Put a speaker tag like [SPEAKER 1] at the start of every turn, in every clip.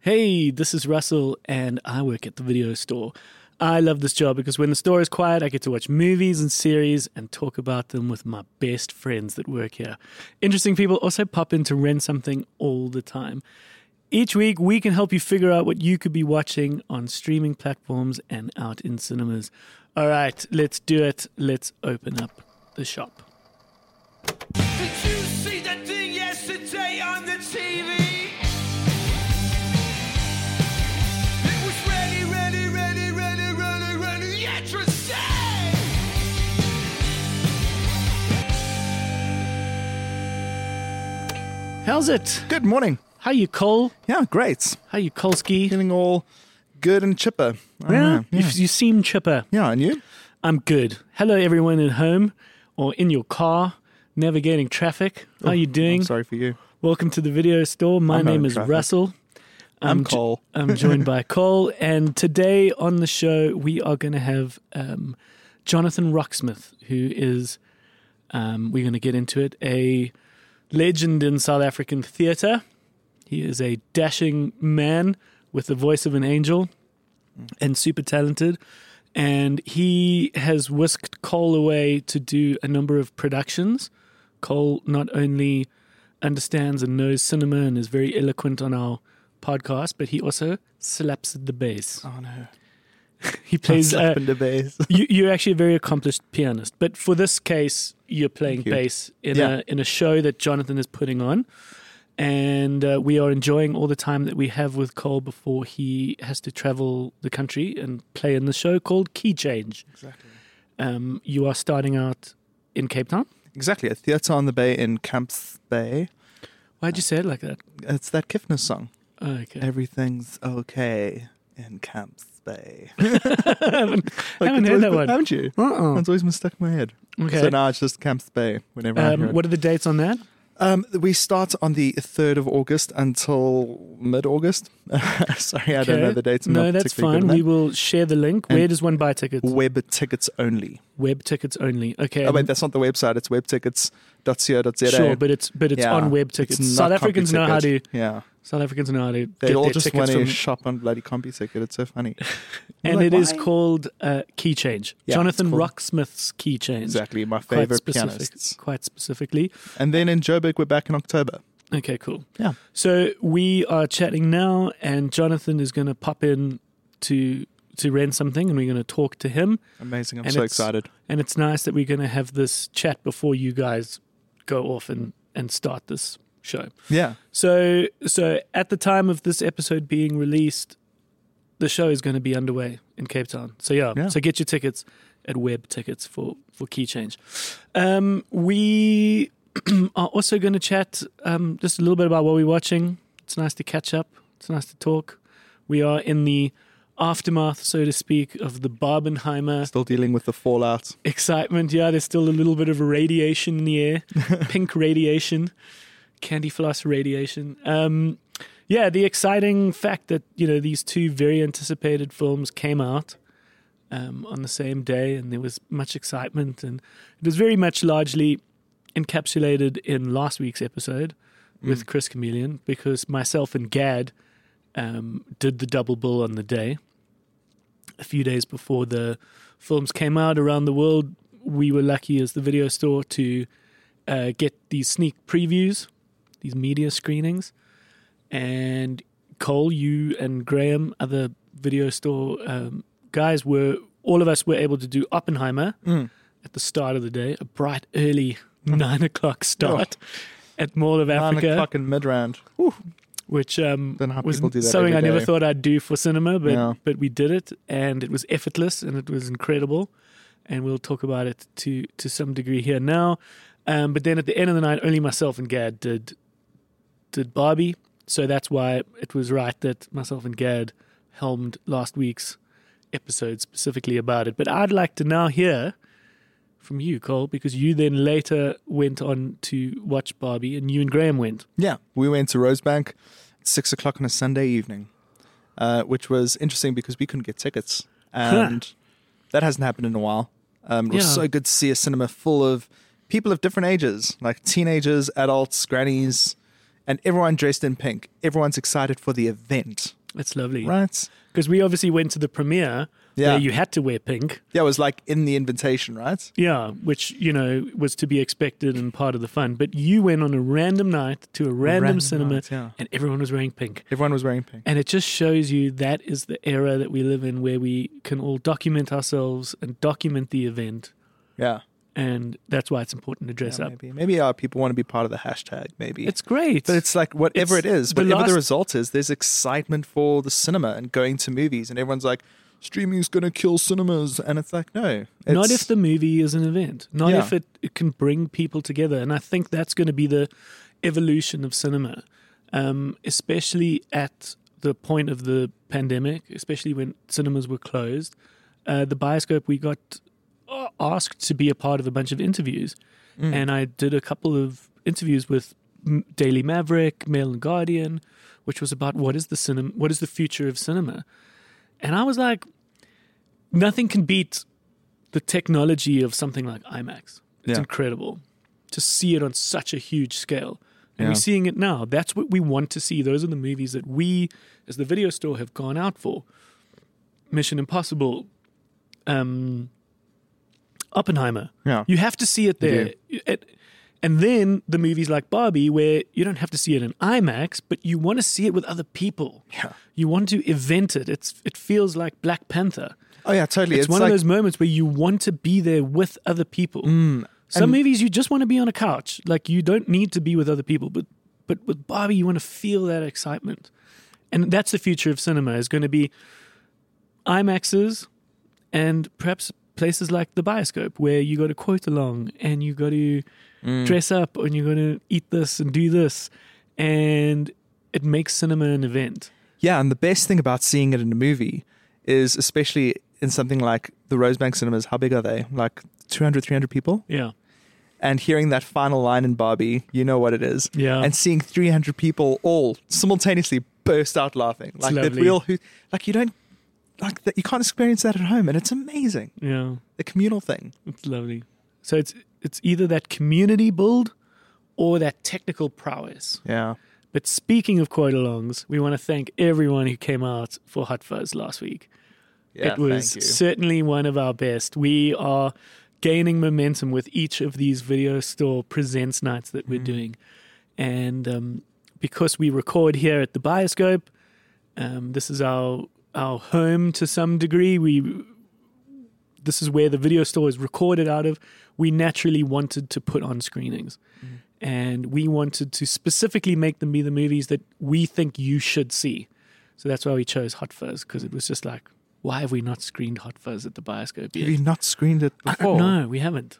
[SPEAKER 1] Hey, this is Russell, and I work at the video store. I love this job because when the store is quiet, I get to watch movies and series and talk about them with my best friends that work here. Interesting people also pop in to rent something all the time. Each week, we can help you figure out what you could be watching on streaming platforms and out in cinemas. All right, let's do it. Let's open up the shop.
[SPEAKER 2] Did you see that thing yesterday on the TV? It was ready, ready, ready, ready, ready, ready, yesterday!
[SPEAKER 1] How's it?
[SPEAKER 3] Good morning.
[SPEAKER 1] How you, Cole?
[SPEAKER 3] Yeah, great.
[SPEAKER 1] How you, Kolsky?
[SPEAKER 3] Feeling all good and chipper. I
[SPEAKER 1] Yeah,
[SPEAKER 3] know.
[SPEAKER 1] you, you seem chipper.
[SPEAKER 3] Yeah, and you?
[SPEAKER 1] I'm good. Hello, everyone at home or in your car, navigating traffic. How you doing?
[SPEAKER 3] Oh, I'm sorry for you.
[SPEAKER 1] Welcome to the video store. My
[SPEAKER 3] I'm not
[SPEAKER 1] name
[SPEAKER 3] in
[SPEAKER 1] is
[SPEAKER 3] traffic.
[SPEAKER 1] Russell. Um,
[SPEAKER 3] I'm
[SPEAKER 1] jo-
[SPEAKER 3] Cole.
[SPEAKER 1] I'm joined by Cole, and today on the show we are going to have um, Jonathan Rocksmith, who is um, we're going to get into it a legend in South African theatre. He is a dashing man with the voice of an angel, and super talented. And he has whisked Cole away to do a number of productions. Cole not only understands and knows cinema and is very eloquent on our podcast, but he also slaps the bass.
[SPEAKER 3] Oh no.
[SPEAKER 1] He plays.
[SPEAKER 3] Slap
[SPEAKER 1] Uh,
[SPEAKER 3] in the bass.
[SPEAKER 1] you, you're actually a very accomplished pianist, but for this case, you're playing
[SPEAKER 3] you.
[SPEAKER 1] bass in
[SPEAKER 3] Yeah.
[SPEAKER 1] a in a show that Jonathan is putting on, and uh, we are enjoying all the time that we have with Cole before he has to travel the country and play in the show called Key Change.
[SPEAKER 3] Exactly.
[SPEAKER 1] Um, you are starting out in Cape Town.
[SPEAKER 3] Exactly. A theatre on the bay in Camps Bay.
[SPEAKER 1] Why'd you
[SPEAKER 3] Uh,
[SPEAKER 1] say it like that?
[SPEAKER 3] It's that Kifner song.
[SPEAKER 1] Oh, okay,
[SPEAKER 3] Everything's okay in Camps Bay.
[SPEAKER 1] I haven't,
[SPEAKER 3] Like,
[SPEAKER 1] haven't
[SPEAKER 3] it's
[SPEAKER 1] heard
[SPEAKER 3] always
[SPEAKER 1] that
[SPEAKER 3] been-
[SPEAKER 1] one.
[SPEAKER 3] Haven't you?
[SPEAKER 1] Uh-uh.
[SPEAKER 3] That's always been stuck in my head.
[SPEAKER 1] Okay.
[SPEAKER 3] So now it's just Camps Bay whenever I hear
[SPEAKER 1] Um,
[SPEAKER 3] it.
[SPEAKER 1] what are the dates on that?
[SPEAKER 3] Um, we start on the 3rd of August until mid-August. Sorry, I don't
[SPEAKER 1] Okay.
[SPEAKER 3] know the dates. I'm
[SPEAKER 1] No,
[SPEAKER 3] not
[SPEAKER 1] that's fine.
[SPEAKER 3] particularly good at
[SPEAKER 1] We will share the link. Where
[SPEAKER 3] And-
[SPEAKER 1] does one buy tickets?
[SPEAKER 3] that. Web tickets only.
[SPEAKER 1] Web tickets only. Okay.
[SPEAKER 3] Oh, wait, that's not the website. It's webtickets.co.za.
[SPEAKER 1] sure, but it's but it's
[SPEAKER 3] Yeah.
[SPEAKER 1] on web
[SPEAKER 3] It's
[SPEAKER 1] tickets.
[SPEAKER 3] not
[SPEAKER 1] South Africans know how to
[SPEAKER 3] CompuTicket. Yeah.
[SPEAKER 1] South Africans know how to
[SPEAKER 3] They
[SPEAKER 1] get
[SPEAKER 3] all
[SPEAKER 1] their
[SPEAKER 3] just want
[SPEAKER 1] tickets
[SPEAKER 3] to
[SPEAKER 1] from,
[SPEAKER 3] shop on bloody CompuTicket. It's so funny.
[SPEAKER 1] and
[SPEAKER 3] like,
[SPEAKER 1] it is
[SPEAKER 3] why?
[SPEAKER 1] called uh, key change.
[SPEAKER 3] Yeah,
[SPEAKER 1] Jonathan
[SPEAKER 3] it's called-
[SPEAKER 1] Rocksmith's key change.
[SPEAKER 3] Exactly. My
[SPEAKER 1] Quite
[SPEAKER 3] favorite
[SPEAKER 1] specific-
[SPEAKER 3] pianists.
[SPEAKER 1] Quite specifically.
[SPEAKER 3] And then in Joburg, we're back in October.
[SPEAKER 1] Okay, cool.
[SPEAKER 3] Yeah.
[SPEAKER 1] So we are chatting now, and Jonathan is going to pop in to to rent something, and we're going to talk to him.
[SPEAKER 3] Amazing. I'm
[SPEAKER 1] And
[SPEAKER 3] so
[SPEAKER 1] it's-
[SPEAKER 3] excited.
[SPEAKER 1] And it's nice that we're going to have this chat before you guys go off and and start this show.
[SPEAKER 3] Yeah.
[SPEAKER 1] So, so at the time of this episode being released, the show is going to be underway in Cape Town. So yeah,
[SPEAKER 3] Yeah.
[SPEAKER 1] so get your tickets at Web Tickets for for Key Change. Um, we are also going to chat um, just a little bit about what we're watching. It's nice to catch up. It's nice to talk. We are in the aftermath, so to speak, of the Barbenheimer
[SPEAKER 3] Still dealing with the fallout.
[SPEAKER 1] excitement. Yeah, there's still a little bit of radiation in the air, pink radiation, candy floss radiation. Um, yeah, the exciting fact that you know these two very anticipated films came out um, on the same day, and there was much excitement, and it was very much largely encapsulated in last week's episode with Chris Chameleon because myself and Gad um, did the double bill on the day. A few days before the films came out around the world, we were lucky as the video store to uh, get these sneak previews, these media screenings. And Cole, you and Graham, other video store um, guys, were all of us were able to do Oppenheimer
[SPEAKER 3] Mm.
[SPEAKER 1] at the start of the day, a bright early nine o'clock start at Mall of
[SPEAKER 3] Nine
[SPEAKER 1] Africa
[SPEAKER 3] o'clock in mid-round.
[SPEAKER 1] which um,
[SPEAKER 3] Don't know how
[SPEAKER 1] was
[SPEAKER 3] people do that
[SPEAKER 1] something I
[SPEAKER 3] every
[SPEAKER 1] never
[SPEAKER 3] day.
[SPEAKER 1] thought I'd do for cinema, but
[SPEAKER 3] Yeah.
[SPEAKER 1] but we did it, and it was effortless, and it was incredible, and we'll talk about it to to some degree here now. Um, but then at the end of the night, only myself and Gad did did Barbie, so that's why it was right that myself and Gad helmed last week's episode specifically about it. But I'd like to now hear from you, Cole, because you then later went on to watch Barbie, and you and Graham went.
[SPEAKER 3] Yeah, we went to Rosebank at six o'clock on a Sunday evening, uh, which was interesting because we couldn't get tickets, and that hasn't happened in a while. Um, it was
[SPEAKER 1] Yeah.
[SPEAKER 3] so good to see a cinema full of people of different ages, like teenagers, adults, grannies, and everyone dressed in pink. Everyone's excited for the event,
[SPEAKER 1] That's lovely.
[SPEAKER 3] right?
[SPEAKER 1] Because we obviously went to the premiere
[SPEAKER 3] Yeah.
[SPEAKER 1] where you had to wear pink.
[SPEAKER 3] Yeah, it was like in the invitation, right?
[SPEAKER 1] Yeah, which, you know, was to be expected and part of the fun. But you went on a random night to a random,
[SPEAKER 3] random
[SPEAKER 1] cinema
[SPEAKER 3] night, yeah.
[SPEAKER 1] and everyone was wearing pink.
[SPEAKER 3] Everyone was wearing pink.
[SPEAKER 1] And it just shows you that is the era that we live in where we can all document ourselves and document the event.
[SPEAKER 3] Yeah.
[SPEAKER 1] And that's why it's important to dress
[SPEAKER 3] Yeah,
[SPEAKER 1] up.
[SPEAKER 3] maybe maybe uh, people want to be part of the hashtag. Maybe
[SPEAKER 1] It's great.
[SPEAKER 3] but it's like whatever
[SPEAKER 1] it's
[SPEAKER 3] it is,
[SPEAKER 1] the
[SPEAKER 3] whatever
[SPEAKER 1] last-
[SPEAKER 3] the result is, there's excitement for the cinema and going to movies, and everyone's like, streaming's going to kill cinemas, and it's like, no, it's,
[SPEAKER 1] not if the movie is an event, not
[SPEAKER 3] Yeah.
[SPEAKER 1] if it, it can bring people together. And I think that's going to be the evolution of cinema, um, especially at the point of the pandemic, especially when cinemas were closed. Uh, the Bioscope, we got uh, asked to be a part of a bunch of interviews,
[SPEAKER 3] Mm.
[SPEAKER 1] and I did a couple of interviews with M- Daily Maverick, Mail and Guardian, which was about what is the cinema, what is the future of cinema, and I was like, nothing can beat the technology of something like IMAX. It's
[SPEAKER 3] Yeah.
[SPEAKER 1] incredible to see it on such a huge scale. And
[SPEAKER 3] Yeah.
[SPEAKER 1] we're seeing it now. That's what we want to see. Those are the movies that we, as the video store, have gone out for. Mission Impossible, um, Oppenheimer.
[SPEAKER 3] Yeah.
[SPEAKER 1] You have to see it there. It- and then the movies like Barbie, where you don't have to see it in IMAX, but you want to see it with other people.
[SPEAKER 3] Yeah.
[SPEAKER 1] You want to event it. It's it feels like Black Panther.
[SPEAKER 3] oh yeah, totally.
[SPEAKER 1] It's,
[SPEAKER 3] It's,
[SPEAKER 1] one
[SPEAKER 3] like,
[SPEAKER 1] of those moments where you want to be there with other people.
[SPEAKER 3] Mm,
[SPEAKER 1] Some movies you just want to be on a couch. Like you don't need to be with other people, but but with Barbie you want to feel that excitement. And that's the future of cinema is going to be IMAXs and perhaps places like the Bioscope where you go to quote along and you got to
[SPEAKER 3] Mm.
[SPEAKER 1] dress up and you got to eat this and do this and it makes cinema an event.
[SPEAKER 3] Yeah, and the best thing about seeing it in a movie is especially in something like the Rosebank Cinemas, how big are they? Like 200, 300 people?
[SPEAKER 1] Yeah.
[SPEAKER 3] And hearing that final line in Barbie, you know what it is.
[SPEAKER 1] Yeah.
[SPEAKER 3] And seeing 300 people all simultaneously burst out laughing. like that
[SPEAKER 1] lovely.
[SPEAKER 3] real, hoo- like you don't, like that, you can't experience that at home. And it's amazing.
[SPEAKER 1] Yeah.
[SPEAKER 3] The communal thing.
[SPEAKER 1] It's lovely. So it's it's either that community build or that technical prowess.
[SPEAKER 3] Yeah.
[SPEAKER 1] But speaking of quote alongs, we want to thank everyone who came out for Hot Fuzz last week. it was certainly one of our best. We are gaining momentum with each of these video store presents nights that we're doing. And um, because we record here at the Bioscope, um, this is our our home to some degree. We this is where the video store is recorded out of. We naturally wanted to put on screenings,
[SPEAKER 3] Mm-hmm.
[SPEAKER 1] and we wanted to specifically make them be the movies that we think you should see. So that's why we chose Hot Fuzz because it was just like, why have we not screened Hot Fuzz at the Bioscope
[SPEAKER 3] Have
[SPEAKER 1] yet?
[SPEAKER 3] you not screened it before?
[SPEAKER 1] No, we haven't.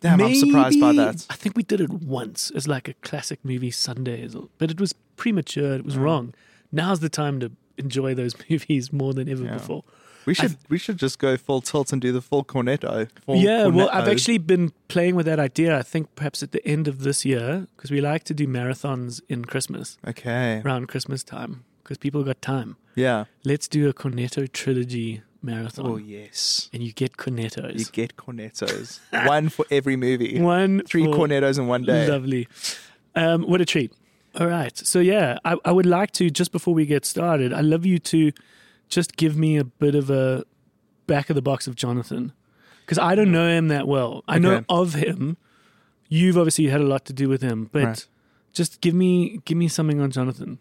[SPEAKER 3] Damn, I'm surprised by
[SPEAKER 1] Maybe-
[SPEAKER 3] that.
[SPEAKER 1] I think we did it once as like a classic movie Sundays, or- but it was premature. It was
[SPEAKER 3] Mm.
[SPEAKER 1] wrong. Now's the time to enjoy those movies more than ever
[SPEAKER 3] Yeah.
[SPEAKER 1] before.
[SPEAKER 3] We should we should just go full tilt and do the full cornetto. Full
[SPEAKER 1] yeah, well, I've
[SPEAKER 3] cornetto.
[SPEAKER 1] actually been playing with that idea. I think perhaps at the end of this year, because we like to do marathons in Christmas,
[SPEAKER 3] Okay.
[SPEAKER 1] around Christmas time, because people got time.
[SPEAKER 3] Yeah.
[SPEAKER 1] Let's do a Cornetto trilogy marathon.
[SPEAKER 3] Oh yes.
[SPEAKER 1] And you get
[SPEAKER 3] You
[SPEAKER 1] Cornettos.
[SPEAKER 3] get cornetos. one for every movie.
[SPEAKER 1] One,
[SPEAKER 3] Three
[SPEAKER 1] for-
[SPEAKER 3] cornetos in one day.
[SPEAKER 1] Lovely. Um, what a treat. All right. So, yeah, I, I would like to, just before we get started, I'd love you to just give me a bit of a back of the box of Jonathan. Because I don't know him that well. I know
[SPEAKER 3] Okay.
[SPEAKER 1] of him. You've obviously had a lot to do with him, but
[SPEAKER 3] Right.
[SPEAKER 1] just give me give me something on Jonathan.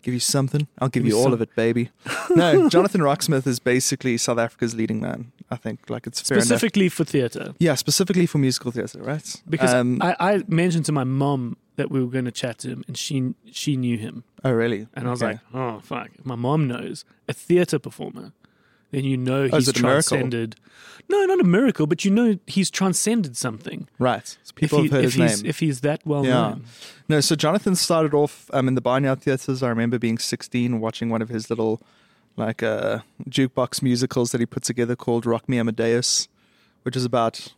[SPEAKER 3] Give you something. I'll give,
[SPEAKER 1] Give
[SPEAKER 3] you
[SPEAKER 1] you
[SPEAKER 3] all
[SPEAKER 1] some-
[SPEAKER 3] of it, baby. no, Jonathan Rocksmith is basically South Africa's leading man. I think like it's fair enough.
[SPEAKER 1] Specifically for theatre.
[SPEAKER 3] Yeah, specifically for musical theatre, right?
[SPEAKER 1] Because
[SPEAKER 3] um,
[SPEAKER 1] I, I mentioned to my mom that we were going to chat to him, and she she knew him,
[SPEAKER 3] oh really?
[SPEAKER 1] and I was
[SPEAKER 3] Okay.
[SPEAKER 1] like, oh fuck, if my mom knows a theater performer, then you know
[SPEAKER 3] Oh, is
[SPEAKER 1] he's
[SPEAKER 3] it a miracle?
[SPEAKER 1] transcended. No, not a miracle, but you know he's transcended something.
[SPEAKER 3] right. So
[SPEAKER 1] If,
[SPEAKER 3] people
[SPEAKER 1] he-
[SPEAKER 3] have heard
[SPEAKER 1] if
[SPEAKER 3] his
[SPEAKER 1] he's
[SPEAKER 3] name.
[SPEAKER 1] if he's that well
[SPEAKER 3] Yeah.
[SPEAKER 1] known,
[SPEAKER 3] No, so Jonathan started off um, in the Barnyard Theatres. I remember being 16, watching one of his little, like, uh, jukebox musicals that he put together called Rock Me Amadeus, which is about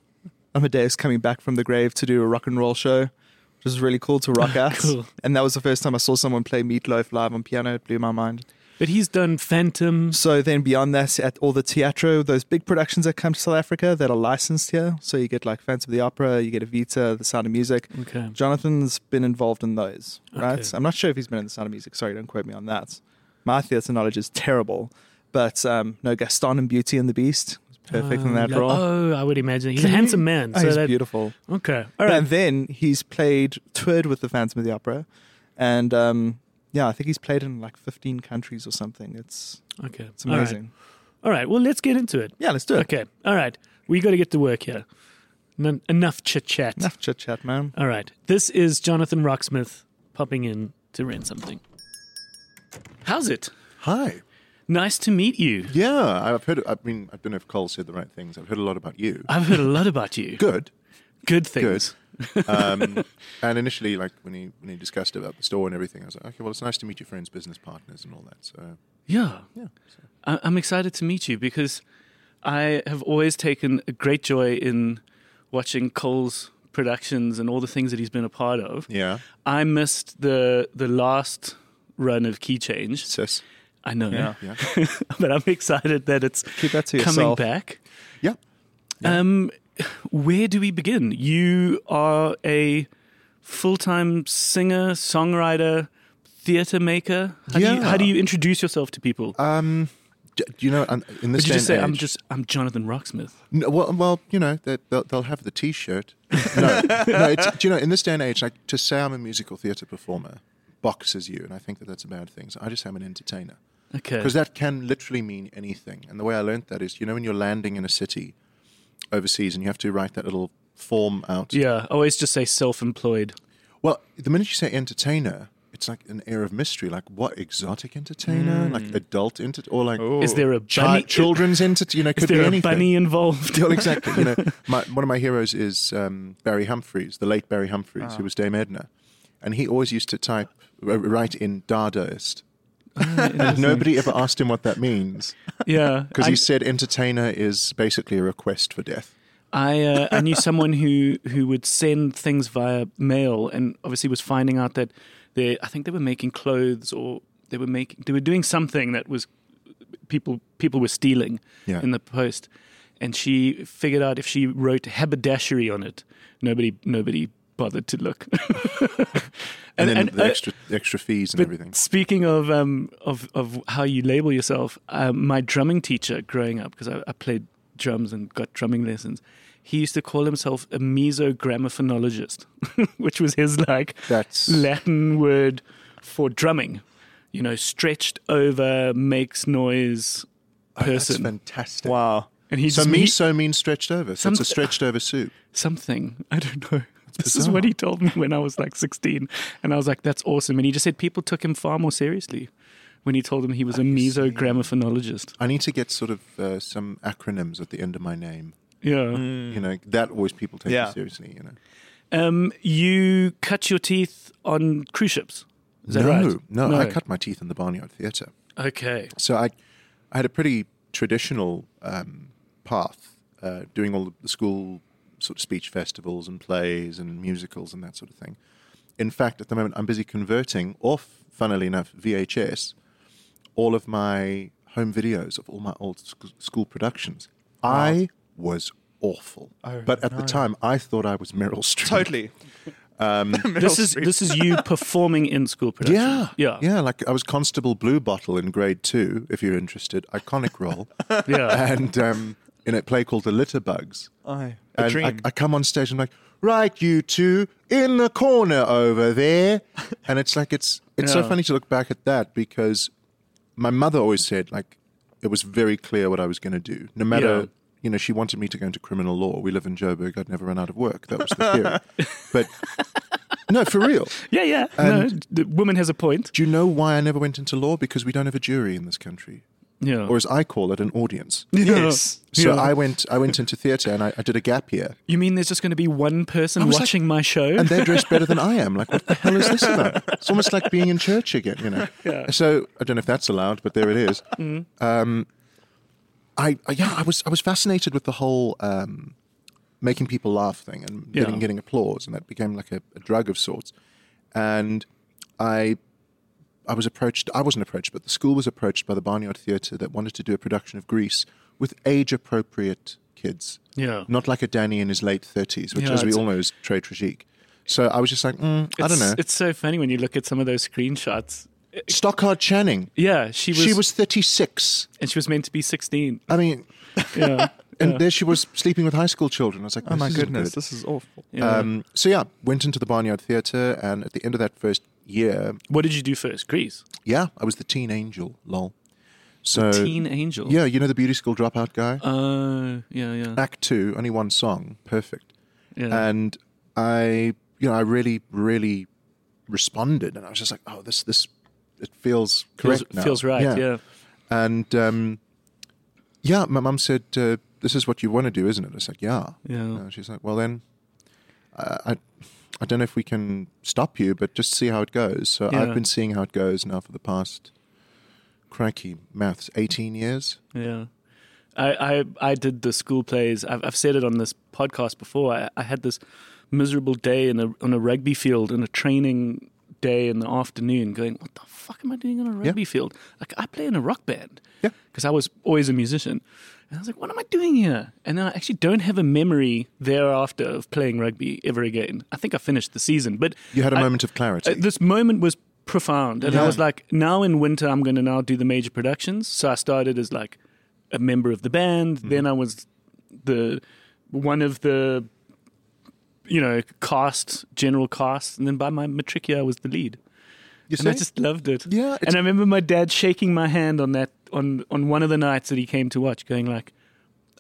[SPEAKER 3] Amadeus coming back from the grave to do a rock and roll show, which was really cool to rock at.
[SPEAKER 1] Cool.
[SPEAKER 3] And that was the first time I saw someone play Meatloaf live on piano. It blew my mind.
[SPEAKER 1] But he's done Phantom.
[SPEAKER 3] So then beyond that, at all the teatro, those big productions that come to South Africa that are licensed here. So you get like Phantom of the Opera, you get Evita, The Sound of Music.
[SPEAKER 1] Okay.
[SPEAKER 3] Jonathan's been involved in those, right?
[SPEAKER 1] Okay.
[SPEAKER 3] I'm not sure if he's been in The Sound of Music. Sorry, don't quote me on that. My theatre knowledge is terrible. But um, no, Gaston and Beauty and the Beast was perfect in
[SPEAKER 1] Oh,
[SPEAKER 3] that
[SPEAKER 1] yeah.
[SPEAKER 3] role.
[SPEAKER 1] Oh, I would imagine. He's
[SPEAKER 3] Can
[SPEAKER 1] a
[SPEAKER 3] you-
[SPEAKER 1] handsome man.
[SPEAKER 3] Oh,
[SPEAKER 1] so
[SPEAKER 3] he's
[SPEAKER 1] that,
[SPEAKER 3] beautiful.
[SPEAKER 1] Okay. All right.
[SPEAKER 3] And then he's played, toured with the Phantom of the Opera. And um, yeah, I think he's played in like 15 countries or something. It's,
[SPEAKER 1] okay.
[SPEAKER 3] it's amazing.
[SPEAKER 1] All right. All right. Well, let's get into it.
[SPEAKER 3] Yeah, let's do it.
[SPEAKER 1] Okay. All right. We got to get to work here. N- enough chit chat.
[SPEAKER 3] Enough chit chat, man.
[SPEAKER 1] All right. This is Jonathan Rocksmith popping in to rent something. How's it?
[SPEAKER 4] Hi.
[SPEAKER 1] Nice to meet you.
[SPEAKER 4] Yeah, I've heard. I mean, I don't know if Cole said the right things. I've heard a lot about you.
[SPEAKER 1] I've heard a lot about you.
[SPEAKER 4] Good,
[SPEAKER 1] Good
[SPEAKER 4] good.
[SPEAKER 1] things.
[SPEAKER 4] Um, and initially, like when he when he discussed about the store and everything, I was like, okay, well, it's nice to meet your friends, business partners, and all that. So
[SPEAKER 1] Yeah.
[SPEAKER 4] yeah, so.
[SPEAKER 1] I- I'm excited to meet you because I have always taken a great joy in watching Cole's productions and all the things that he's been a part of.
[SPEAKER 4] yeah,
[SPEAKER 1] I missed the the last run of Key Change.
[SPEAKER 4] sis,
[SPEAKER 1] I know,
[SPEAKER 4] yeah,
[SPEAKER 1] but I'm excited that it's
[SPEAKER 3] Keep that to
[SPEAKER 1] coming
[SPEAKER 3] yourself.
[SPEAKER 1] back.
[SPEAKER 4] yeah.
[SPEAKER 1] Um, where do we begin? You are a full time singer, songwriter, theater maker. How, do you,
[SPEAKER 4] Yeah.
[SPEAKER 1] how do you introduce yourself to people?
[SPEAKER 4] Um, d- do you know, I'm- in this
[SPEAKER 1] Would you
[SPEAKER 4] day
[SPEAKER 1] just say
[SPEAKER 4] and age,
[SPEAKER 1] I'm just I'm Jonathan Rocksmith?
[SPEAKER 4] No, well, well, you know, they, they'll, they'll have the T-shirt. No, no it's, do you know, in this day and age, like to say I'm a musical theatre performer boxes you, and I think that that's a bad thing. So I just am an entertainer
[SPEAKER 1] Okay.
[SPEAKER 4] because that can literally mean anything. And the way I learned that is, you know, when you're landing in a city overseas and you have to write that little form out.
[SPEAKER 1] yeah, I always just say self employed.
[SPEAKER 4] Well, the minute you say entertainer, it's like an air of mystery. Like what exotic entertainer?
[SPEAKER 1] Hmm.
[SPEAKER 4] Like adult enter or like
[SPEAKER 1] Is there a
[SPEAKER 4] chi-
[SPEAKER 1] bunny?
[SPEAKER 4] children's entertainer? You know,
[SPEAKER 1] is
[SPEAKER 4] could
[SPEAKER 1] there
[SPEAKER 4] be
[SPEAKER 1] a
[SPEAKER 4] anything.
[SPEAKER 1] bunny involved?
[SPEAKER 4] Yeah, well, exactly. You know, my, one of my heroes is um, Barry Humphries, the late Barry Humphries,
[SPEAKER 1] Ah.
[SPEAKER 4] who was Dame Edna, and he always used to type r- write in Dadaist. and nobody ever asked him what that means
[SPEAKER 1] yeah,
[SPEAKER 4] because
[SPEAKER 1] I-
[SPEAKER 4] he said entertainer is basically a request for death.
[SPEAKER 1] I uh, I knew someone who who would send things via mail, and obviously was finding out that they I think they were making clothes or they were making they were doing something that was people people were stealing
[SPEAKER 4] Yeah.
[SPEAKER 1] in the post, and she figured out if she wrote haberdashery on it, nobody nobody bothered to look.
[SPEAKER 4] And, then the
[SPEAKER 1] uh,
[SPEAKER 4] extra extra fees and everything.
[SPEAKER 1] Speaking of um, of of how you label yourself, um, my drumming teacher growing up, because I, I played drums and got drumming lessons, he used to call himself a mesogramophonologist, which was his like
[SPEAKER 4] That's
[SPEAKER 1] Latin word for drumming. You know, stretched over, makes noise
[SPEAKER 4] oh, that's
[SPEAKER 1] person.
[SPEAKER 4] fantastic.
[SPEAKER 3] Wow.
[SPEAKER 1] and he
[SPEAKER 4] So
[SPEAKER 1] just he-
[SPEAKER 4] miso means stretched over. So it's
[SPEAKER 1] Some-
[SPEAKER 4] a stretched over soup.
[SPEAKER 1] something. I don't know. This is
[SPEAKER 4] bizarre.
[SPEAKER 1] what he told me when I was like 16. And I was like, that's awesome. And he just said people took him far more seriously when he told them he was a mesogramophonologist.
[SPEAKER 4] I need to get sort of uh, some acronyms at the end of my name.
[SPEAKER 1] Yeah. Hmm.
[SPEAKER 4] You know, that always people take
[SPEAKER 3] Yeah.
[SPEAKER 4] me seriously. You know.
[SPEAKER 1] Um, you cut your teeth on cruise ships. Is that
[SPEAKER 4] no,
[SPEAKER 1] right?
[SPEAKER 4] No, I cut my teeth in the Barnyard Theatre.
[SPEAKER 1] Okay.
[SPEAKER 4] So I, I had a pretty traditional um, path, uh, doing all the school sort of speech festivals and plays and musicals and that sort of thing. In fact, at the moment, I'm busy converting off, funnily enough, VHS, all of my home videos of all my old sc- school productions. I was awful, but at the time, I thought I was Meryl Streep.
[SPEAKER 3] Totally.
[SPEAKER 4] Um,
[SPEAKER 1] This is this is you performing in school production.
[SPEAKER 4] Yeah.
[SPEAKER 1] Yeah.
[SPEAKER 4] Yeah. Like I was Constable Blue Bottle in grade two, if you're interested. Iconic role.
[SPEAKER 1] Yeah.
[SPEAKER 4] and um, in a play called The Litter Bugs.
[SPEAKER 3] Aye. A
[SPEAKER 4] And I,
[SPEAKER 3] dream.
[SPEAKER 4] I come on stage and I'm like, right, you two, in the corner over there. And it's like, it's, it's
[SPEAKER 1] Yeah.
[SPEAKER 4] so funny to look back at that because my mother always said, like, it was very clear what I was going to do. No matter,
[SPEAKER 1] Yeah.
[SPEAKER 4] you know, she wanted me to go into criminal law. We live in Joburg. I'd never run out of work. That was the theory. but no, for real.
[SPEAKER 1] Yeah, yeah. No, the woman has a point.
[SPEAKER 4] Do you know why I never went into law? Because we don't have a jury in this country,
[SPEAKER 1] Yeah.
[SPEAKER 4] or as I call it, an audience.
[SPEAKER 3] Yes.
[SPEAKER 4] So
[SPEAKER 1] Yeah.
[SPEAKER 4] I went, I went into theatre and I, I did a gap year,
[SPEAKER 1] you mean there's just going to be one person
[SPEAKER 4] was like-
[SPEAKER 1] watching my show?
[SPEAKER 4] and they're dressed better than I am. Like, what the hell is this about? It's almost like being in church again, you know. So I don't know if that's allowed, but there it is.
[SPEAKER 1] Mm.
[SPEAKER 4] Um, I, I yeah, I was I was fascinated with the whole um, making people laugh thing and
[SPEAKER 1] Yeah.
[SPEAKER 4] getting getting applause, and that became like a, a drug of sorts. And I I was approached. I wasn't approached, but the school was approached by the Barnyard Theatre that wanted to do a production of Grease with age-appropriate kids,
[SPEAKER 1] Yeah.
[SPEAKER 4] not like a Danny in his late thirties, which,
[SPEAKER 1] Yeah,
[SPEAKER 4] as we
[SPEAKER 1] it's-
[SPEAKER 4] all know, is très tragique. So I was just like, mm, I
[SPEAKER 1] It's-
[SPEAKER 4] don't know.
[SPEAKER 1] It's so funny when you look at some of those screenshots.
[SPEAKER 4] Stockard Channing.
[SPEAKER 1] Yeah, she was,
[SPEAKER 4] she was 36.
[SPEAKER 1] and she was meant to be 16.
[SPEAKER 4] I mean,
[SPEAKER 1] Yeah.
[SPEAKER 4] and there she was sleeping with high school children. I was like,
[SPEAKER 3] Oh my
[SPEAKER 4] this isn't
[SPEAKER 3] goodness,
[SPEAKER 4] good.
[SPEAKER 3] this is awful.
[SPEAKER 1] yeah.
[SPEAKER 4] Um, so yeah, went into the Barnyard Theatre, and at the end of that first year,
[SPEAKER 1] what did you do first? Greece.
[SPEAKER 4] yeah, I was the teen angel. Lol. So
[SPEAKER 1] Teen Angel.
[SPEAKER 4] yeah, you know the beauty school dropout guy.
[SPEAKER 1] Uh, yeah, yeah.
[SPEAKER 4] Act two, only one song, perfect.
[SPEAKER 1] yeah.
[SPEAKER 4] And I, you know, I really, really responded, and I was just like, oh, this, this, it feels correct
[SPEAKER 1] feels,
[SPEAKER 4] now.
[SPEAKER 1] feels right. yeah.
[SPEAKER 4] And um, yeah, my mum said, uh, "This is what you want to do, isn't it?" I was like, "Yeah."
[SPEAKER 1] Yeah.
[SPEAKER 4] And she's like, "Well, then, uh, I, I don't know if we can stop you, but just see how it goes." So
[SPEAKER 1] Yeah.
[SPEAKER 4] I've been seeing how it goes now for the past, cranky maths, eighteen years.
[SPEAKER 1] Yeah. I, I, I did the school plays. I've, I've said it on this podcast before. I, I had this miserable day in a, on a rugby field in a training day in the afternoon going, what the fuck am I doing on a rugby field? Like, I play in a rock band
[SPEAKER 4] Yeah.
[SPEAKER 1] because I was always a musician. And I was like, what am I doing here? And then I actually don't have a memory thereafter of playing rugby ever again. I think I finished the season, but
[SPEAKER 4] You had a
[SPEAKER 1] I-
[SPEAKER 4] moment of clarity.
[SPEAKER 1] uh, this moment was profound, and I
[SPEAKER 4] Yeah.
[SPEAKER 1] was like, now in winter, I'm going to now do the major productions. So I started as like a member of the band.
[SPEAKER 4] Mm-hmm.
[SPEAKER 1] Then I was the one of the you know cast, general cast, and then by my matric year, I was the lead.
[SPEAKER 4] You
[SPEAKER 1] And I
[SPEAKER 4] see?
[SPEAKER 1] just loved it.
[SPEAKER 4] Yeah, it's-
[SPEAKER 1] and I remember my dad shaking my hand on that on on one of the nights that he came to watch, going like,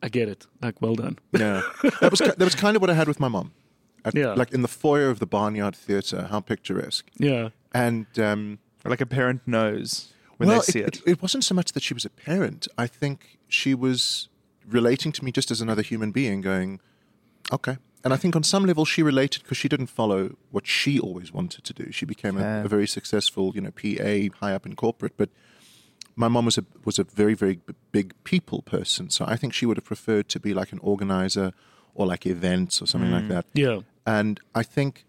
[SPEAKER 1] "I get it. Like, well done."
[SPEAKER 4] Yeah, that was ki- that was kind of what I had with my mum, At-
[SPEAKER 1] Yeah.
[SPEAKER 4] like in the foyer of the Barnyard Theatre. How picturesque!
[SPEAKER 1] yeah,
[SPEAKER 4] And um,
[SPEAKER 3] Like a parent knows when
[SPEAKER 4] well,
[SPEAKER 3] they see it.
[SPEAKER 4] it, wasn't so much that she was a parent. I think she was relating to me just as another human being, going, "Okay." And I think on some level she related because she didn't follow what she always wanted to do. She became
[SPEAKER 3] Yeah.
[SPEAKER 4] a, a very successful, you know, PA high up in corporate, but my mom was a was a very very b- big people person, so I think she would have preferred to be like an organizer or like events or something
[SPEAKER 3] Mm.
[SPEAKER 4] like that.
[SPEAKER 1] yeah,
[SPEAKER 4] And I think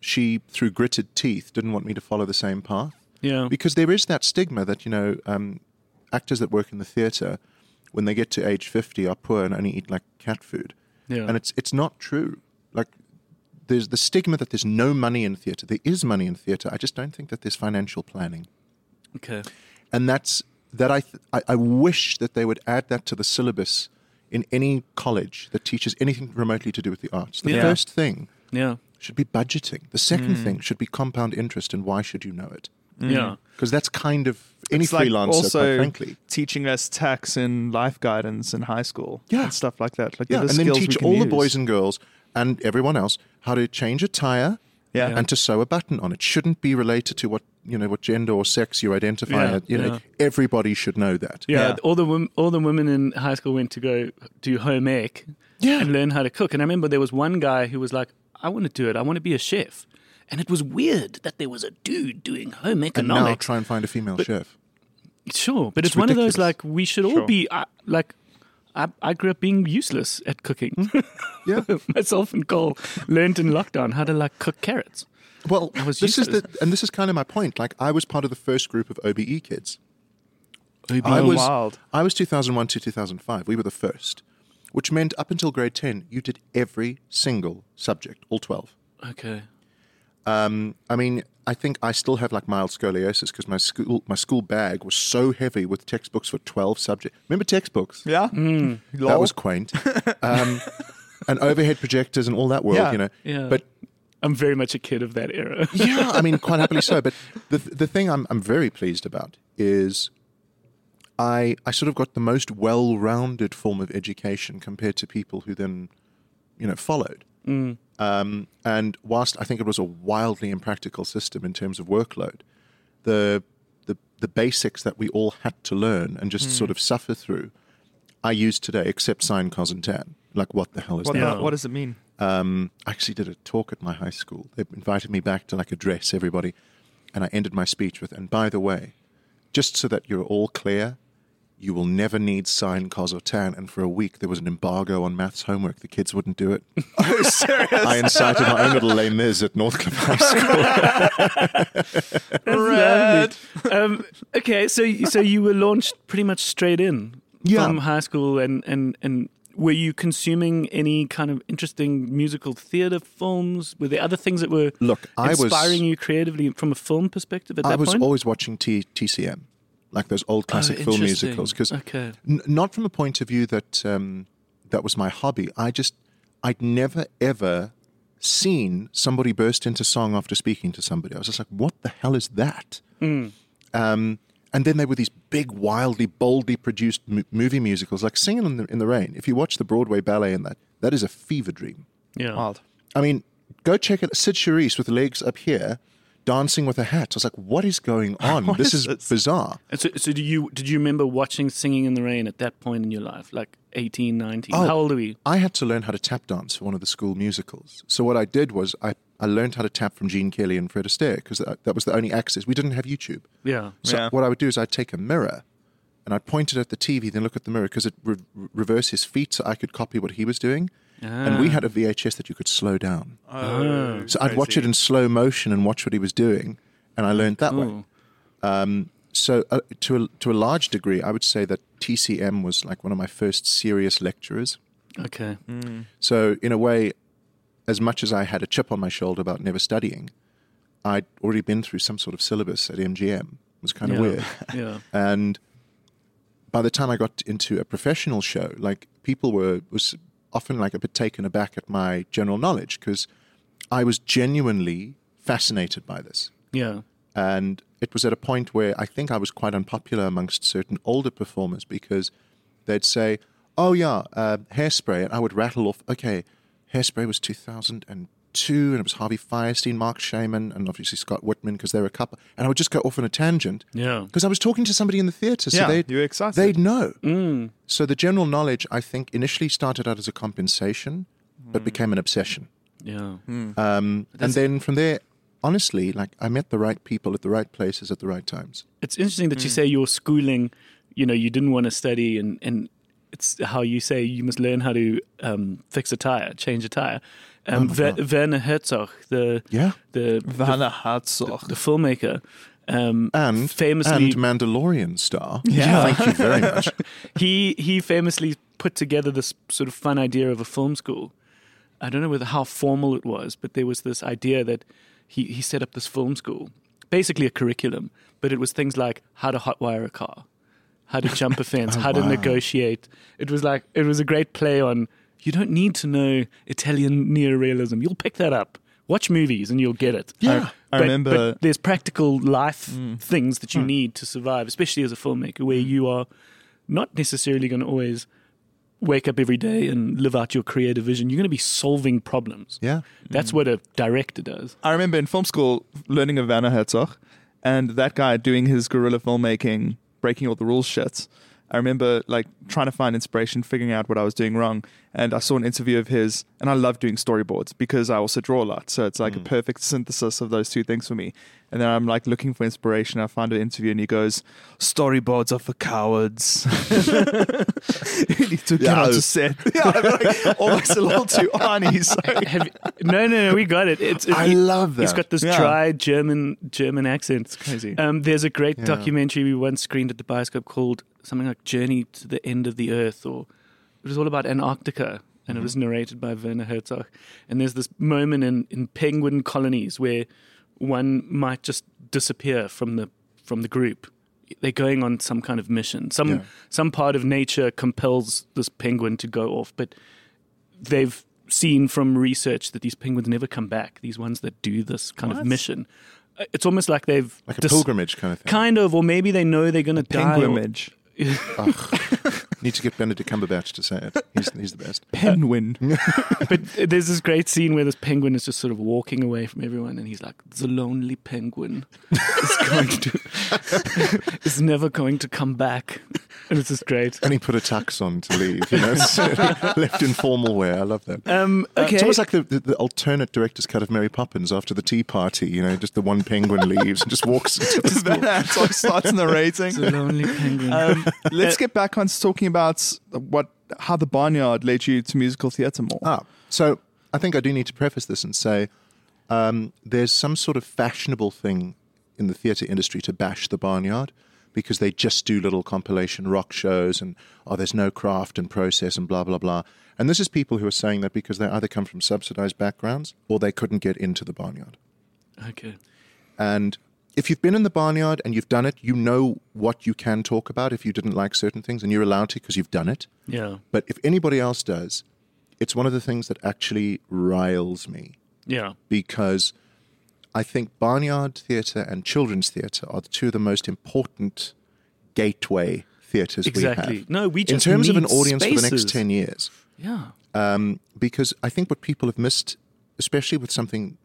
[SPEAKER 4] she, through gritted teeth, didn't want me to follow the same path
[SPEAKER 1] yeah,
[SPEAKER 4] because there is that stigma that you know um, actors that work in the theatre when they get to age 50 are poor and only eat like cat food
[SPEAKER 1] yeah.
[SPEAKER 4] and it's it's not true like there's the stigma that there's no money in theatre there is money in theatre i just don't think that there's financial planning
[SPEAKER 1] okay.
[SPEAKER 4] and that's that I, th- I i wish that they would add that to the syllabus in any college that teaches anything remotely to do with the arts the
[SPEAKER 1] Yeah. Hmm.
[SPEAKER 4] first thing
[SPEAKER 1] Yeah,
[SPEAKER 4] should be budgeting the second thing should be compound interest and why should you know it
[SPEAKER 1] yeah.
[SPEAKER 4] because that's kind of any
[SPEAKER 3] It's like
[SPEAKER 4] freelancer, quite
[SPEAKER 3] also
[SPEAKER 4] frankly.
[SPEAKER 3] teaching us tax and life guidance in high school,
[SPEAKER 4] Yeah.
[SPEAKER 3] and stuff like that. Like
[SPEAKER 4] Yeah,
[SPEAKER 3] the
[SPEAKER 4] and then
[SPEAKER 3] skills we
[SPEAKER 4] teach
[SPEAKER 3] can
[SPEAKER 4] all the
[SPEAKER 3] use.
[SPEAKER 4] boys and girls and everyone else how to change a tire
[SPEAKER 3] yeah,
[SPEAKER 1] Yeah.
[SPEAKER 4] and to sew a button on. It shouldn't be related to what you know, what gender or sex you identify.
[SPEAKER 1] Yeah,
[SPEAKER 4] as. you know,
[SPEAKER 1] yeah.
[SPEAKER 4] everybody should know that.
[SPEAKER 1] Yeah,
[SPEAKER 3] Yeah.
[SPEAKER 1] all the wom- all the women in high school went to go do home ec
[SPEAKER 4] Yeah.
[SPEAKER 1] and learn how to cook. And I remember there was one guy who was like, "I want to do it. I want to be a chef." And it was weird that there was a dude doing home
[SPEAKER 4] And now
[SPEAKER 1] economics.
[SPEAKER 4] try and find a female chef.
[SPEAKER 1] sure, but it's,
[SPEAKER 4] It's
[SPEAKER 1] one of those like
[SPEAKER 4] ridiculous.
[SPEAKER 1] we should all
[SPEAKER 3] Sure.
[SPEAKER 1] be I like. I, I grew up being useless at cooking.
[SPEAKER 4] Yeah.
[SPEAKER 1] Myself and Cole learned in lockdown how to like cook carrots.
[SPEAKER 4] Well,
[SPEAKER 1] was
[SPEAKER 4] this is
[SPEAKER 1] useless.
[SPEAKER 4] the and this is kind of my point. Like I was part of the first group of OBE kids. I
[SPEAKER 3] Oh,
[SPEAKER 4] was
[SPEAKER 3] wild.
[SPEAKER 4] I was 2001 to 2005. We were the first, which meant up until grade 10, you did every single subject, all 12.
[SPEAKER 1] Okay.
[SPEAKER 4] Um, I mean, I think I still have like mild scoliosis because my school my school bag was so heavy with textbooks for twelve subjects. Remember textbooks?
[SPEAKER 3] yeah.
[SPEAKER 1] Hmm.
[SPEAKER 4] that was quaint. um, and overhead projectors and all that world,
[SPEAKER 3] Yeah.
[SPEAKER 4] you know.
[SPEAKER 1] Yeah.
[SPEAKER 4] But
[SPEAKER 1] I'm very much a kid of that era.
[SPEAKER 4] yeah, I mean, quite happily so. But the the thing I'm I'm very pleased about is. I, I sort of got the most well-rounded form of education compared to people who then, you know, followed.
[SPEAKER 3] Mm.
[SPEAKER 4] Um, and whilst I think it was a wildly impractical system in terms of workload, the the the basics that we all had to learn and
[SPEAKER 3] Mm.
[SPEAKER 4] just sort of suffer through, I use today, except sine, cos, and tan. Like, what the hell is
[SPEAKER 3] What,
[SPEAKER 4] that?
[SPEAKER 3] the- what does it mean?
[SPEAKER 4] um, I actually did a talk at my high school. They invited me back to like address everybody, and I ended my speech with, "And by the way, just so that you're all clear, you will never need sign Kazotan. And for a week, there was an embargo on maths homework. The kids wouldn't do it.
[SPEAKER 3] Oh, serious?
[SPEAKER 4] I incited my own little Les Mis at Northcliffe High School.
[SPEAKER 1] Rad. um, okay, so so you were launched pretty much straight in
[SPEAKER 4] Yeah.
[SPEAKER 1] from high school, and and and were you consuming any kind of interesting musical theater films? Were there other things that were
[SPEAKER 4] Look, I was-
[SPEAKER 1] inspiring you creatively from a film perspective at
[SPEAKER 4] I
[SPEAKER 1] that
[SPEAKER 4] was
[SPEAKER 1] point? Oh,
[SPEAKER 4] always watching T- TCM, like those old classic film
[SPEAKER 1] interesting.
[SPEAKER 4] musicals. Because
[SPEAKER 1] Okay.
[SPEAKER 4] n- not from a point of view that um, that was my hobby. I just I'd never ever seen somebody burst into song after speaking to somebody. I was just like, what the hell is that?
[SPEAKER 3] Hmm.
[SPEAKER 4] Um, and then there were these big, wildly, boldly produced m- movie musicals, like Singing in the, in the Rain. If you watch the Broadway ballet in that, that is a fever dream.
[SPEAKER 1] yeah.
[SPEAKER 3] Wild.
[SPEAKER 4] I mean, go check it. Sid Charisse with legs up here, dancing with a hat. I was like, what is going on?
[SPEAKER 3] What
[SPEAKER 4] this
[SPEAKER 3] is
[SPEAKER 4] is
[SPEAKER 3] this?
[SPEAKER 4] bizarre.
[SPEAKER 1] And so, so do you did you remember watching Singing in the Rain at that point in your life, like 18, 19?
[SPEAKER 4] Oh.
[SPEAKER 1] How old are we?
[SPEAKER 4] I had to learn how to tap dance for one of the school musicals. So what I did was I, I learned how to tap from Gene Kelly and Fred Astaire because that, that was the only access. We didn't have YouTube.
[SPEAKER 1] Yeah.
[SPEAKER 4] So
[SPEAKER 3] Yeah.
[SPEAKER 4] what I would do is I'd take a mirror and I'd point it at the TV, then look at the mirror because it re- re- reversed his feet so I could copy what he was doing. And we had a VHS that you could slow down.
[SPEAKER 3] Oh,
[SPEAKER 4] So I'd watch it in slow motion and watch what he was doing. And I learned that way.
[SPEAKER 1] Cool.
[SPEAKER 4] So uh, to, a, to a large degree, I would say that TCM was like one of my first serious lecturers.
[SPEAKER 1] Okay.
[SPEAKER 4] So, in a way, as much as I had a chip on my shoulder about never studying, I'd already been through some sort of syllabus at MGM. It was kind
[SPEAKER 1] yeah.
[SPEAKER 4] of weird.
[SPEAKER 1] Yeah.
[SPEAKER 4] And by the time I got into a professional show, like people were was often like a bit taken aback at my general knowledge because I was genuinely fascinated by this.
[SPEAKER 1] Yeah.
[SPEAKER 4] And it was at a point where I think I was quite unpopular amongst certain older performers because they'd say, Oh, yeah, uh, hairspray. And I would rattle off, okay, hairspray was 2002, and it was Harvey Firestein, Mark Shaman, and obviously Scott Whitman because they were a couple. And I would just go off on a tangent
[SPEAKER 1] Yeah.
[SPEAKER 4] because I was talking to somebody in the theatre. So
[SPEAKER 3] Yeah,
[SPEAKER 4] they'd,
[SPEAKER 3] you were Mm. excited.
[SPEAKER 4] They'd know. So the general knowledge, I think, initially started out as a compensation, but
[SPEAKER 3] Mm.
[SPEAKER 4] became an obsession.
[SPEAKER 1] Yeah.
[SPEAKER 4] Um, and then from there, honestly, like I met the right people at the right places at the right times.
[SPEAKER 1] It's interesting that you say your schooling, you know, you didn't want to study, and and it's how you say you must learn how to um, fix a tire, change a tire. Um, Ver- Werner Herzog, the
[SPEAKER 4] Oh Yeah.
[SPEAKER 1] the the,
[SPEAKER 3] Werner Herzog.
[SPEAKER 1] the filmmaker, um,
[SPEAKER 4] And
[SPEAKER 1] famously
[SPEAKER 4] and Mandalorian star.
[SPEAKER 3] Yeah.
[SPEAKER 4] Thank you very much.
[SPEAKER 1] he he famously put together this sort of fun idea of a film school. I don't know whether how formal it was, but there was this idea that he, he set up this film school, basically a curriculum, but it was things like how to hotwire a car, how to jump a fence, how to
[SPEAKER 4] Oh, wow.
[SPEAKER 1] negotiate. It was like it was a great play on you don't need to know Italian neorealism. You'll pick that up. Watch movies and you'll get it.
[SPEAKER 4] Yeah.
[SPEAKER 3] I remember-
[SPEAKER 1] but there's practical life things that you need to survive, especially as a filmmaker, where you are not necessarily going to always wake up every day and live out your creative vision. You're going to be solving problems.
[SPEAKER 4] Yeah.
[SPEAKER 1] That's what a director does.
[SPEAKER 3] I remember in film school learning of Werner Herzog and that guy doing his guerrilla filmmaking, breaking all the rules shit. I remember like trying to find inspiration, figuring out what I was doing wrong. And I saw an interview of his, and I love doing storyboards because I also draw a lot. So it's like a perfect synthesis of those two things for me. And then I'm like looking for inspiration. I find an interview, and he goes, Storyboards are for cowards. you need to get
[SPEAKER 4] Yeah.
[SPEAKER 3] out to set. Yeah, I'm like, almost a little too honest.
[SPEAKER 1] Have you- no, no, no, we got it. It's,
[SPEAKER 4] I love that.
[SPEAKER 1] He's got this
[SPEAKER 3] Yeah.
[SPEAKER 1] dry German German accent. It's
[SPEAKER 3] crazy.
[SPEAKER 1] Um, there's a great
[SPEAKER 4] Yeah.
[SPEAKER 1] documentary we once screened at the bioscope called something like Journey to the End of the Earth, or it was all about Antarctica, and it
[SPEAKER 4] Mm-hmm.
[SPEAKER 1] was narrated by Werner Herzog. And there's this moment in, in penguin colonies where one might just disappear from the from the group. They're going on some kind of mission. Some
[SPEAKER 4] Yeah.
[SPEAKER 1] some part of nature compels this penguin to go off, but they've seen from research that these penguins never come back. These ones that do this kind of
[SPEAKER 3] What?
[SPEAKER 1] mission, Uh, it's almost like they've
[SPEAKER 4] like a
[SPEAKER 1] dis-
[SPEAKER 4] pilgrimage kind of thing.
[SPEAKER 1] kind of, or maybe they know they're going to die. or-
[SPEAKER 3] Penguimage.
[SPEAKER 4] Need to get Benedict Cumberbatch to say it. He's, he's the best.
[SPEAKER 3] Penguin.
[SPEAKER 1] but there's this great scene where this penguin is just sort of walking away from everyone, and he's like, "The lonely penguin is going to is never going to come back." and it's just great.
[SPEAKER 4] And he put a tux on to leave, you know, so left in formal wear. I love that.
[SPEAKER 1] Um,
[SPEAKER 4] Uh,
[SPEAKER 1] okay.
[SPEAKER 4] it's almost like the, the, the alternate director's cut of Mary Poppins after the tea party, you know, just the one penguin leaves and just walks. Into the
[SPEAKER 3] Van Herzog starts narrating.
[SPEAKER 1] lonely penguin.
[SPEAKER 3] Um, let's get back on to talking about what how the barnyard led you to musical theatre more.
[SPEAKER 4] Ah, so I think I do need to preface this and say um, there's some sort of fashionable thing in the theatre industry to bash the barnyard because they just do little compilation rock shows and oh, there's no craft and process and blah blah blah. And this is people who are saying that because they either come from subsidised backgrounds or they couldn't get into the barnyard.
[SPEAKER 1] okay.
[SPEAKER 4] And if you've been in the barnyard and you've done it, you know what you can talk about if you didn't like certain things, and you're allowed to because you've done it.
[SPEAKER 1] Yeah.
[SPEAKER 4] But if anybody else does, it's one of the things that actually riles me
[SPEAKER 1] Yeah.
[SPEAKER 4] because I think barnyard theatre and children's theatre are the two of the most important gateway theatres we
[SPEAKER 1] Exactly.
[SPEAKER 4] have.
[SPEAKER 1] No, we
[SPEAKER 4] in
[SPEAKER 1] just
[SPEAKER 4] terms of an
[SPEAKER 1] need
[SPEAKER 4] audience for the
[SPEAKER 1] spaces.
[SPEAKER 4] next 10 years
[SPEAKER 1] Yeah.
[SPEAKER 4] um, because I think what people have missed, especially with something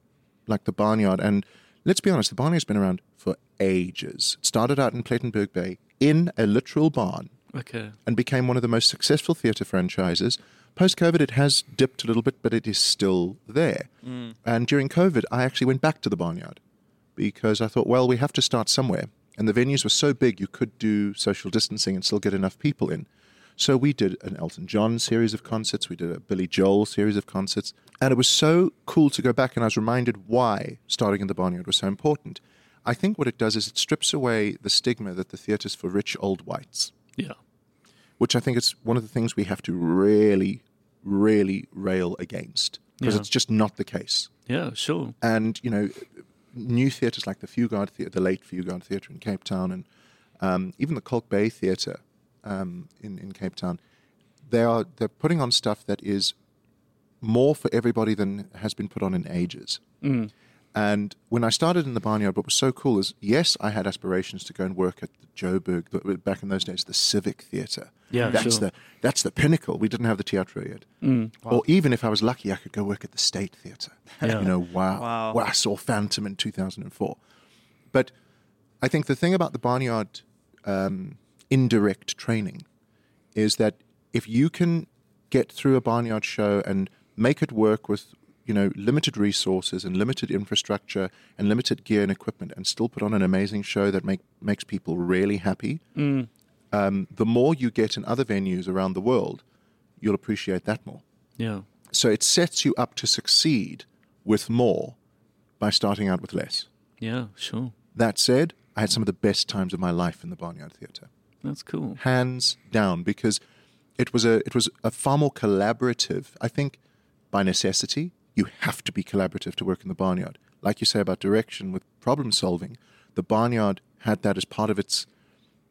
[SPEAKER 4] like the Barnyard, and let's be honest, the Barnyard's been around for ages. It started out in Plettenberg Bay in a literal barn
[SPEAKER 1] Okay.
[SPEAKER 4] and became one of the most successful theatre franchises. Post COVID, it has dipped a little bit, but it is still there. And during COVID, I actually went back to the Barnyard because I thought, well, we have to start somewhere. And the venues were so big, you could do social distancing and still get enough people in. So we did an Elton John series of concerts, we did a Billy Joel series of concerts. And it was so cool to go back, and I was reminded why starting in the Barnyard was so important. I think what it does is it strips away the stigma that the theatre's for rich old whites
[SPEAKER 1] Yeah.
[SPEAKER 4] which I think is one of the things we have to really, really rail against because
[SPEAKER 1] Yeah.
[SPEAKER 4] it's just not the case.
[SPEAKER 1] Yeah. Sure.
[SPEAKER 4] And you know, new theatres like the Fugard Theatre, the late Fugard Theatre in Cape Town, and um, even the Colk Bay Theatre um, in in Cape Town, they are they're putting on stuff that is more for everybody than has been put on in ages.
[SPEAKER 1] Mm.
[SPEAKER 4] And when I started in the barnyard, what was so cool is yes, I had aspirations to go and work at the Joburg, the- back in those days, the Civic Theatre.
[SPEAKER 1] Yeah,
[SPEAKER 4] that's
[SPEAKER 1] sure.
[SPEAKER 4] the that's the pinnacle. We didn't have the Teatro yet. Or even if I was lucky, I could go work at the State Theatre.
[SPEAKER 1] Yeah.
[SPEAKER 4] you know, wow,
[SPEAKER 3] Wow.
[SPEAKER 4] Well, I saw Phantom in two thousand and four. But I think the thing about the barnyard um, indirect training is that if you can get through a barnyard show and make it work with you know limited resources and limited infrastructure and limited gear and equipment and still put on an amazing show that make, makes people really happy um, the more you get in other venues around the world you'll appreciate that more
[SPEAKER 1] Yeah.
[SPEAKER 4] so it sets you up to succeed with more by starting out with less
[SPEAKER 1] Yeah. Sure.
[SPEAKER 4] that said i had some of the best times of my life in the barnyard theatre
[SPEAKER 1] That's cool.
[SPEAKER 4] hands down because it was a it was a far more collaborative i think by necessity you have to be collaborative to work in the barnyard like you say about direction with problem solving the barnyard had that as part of its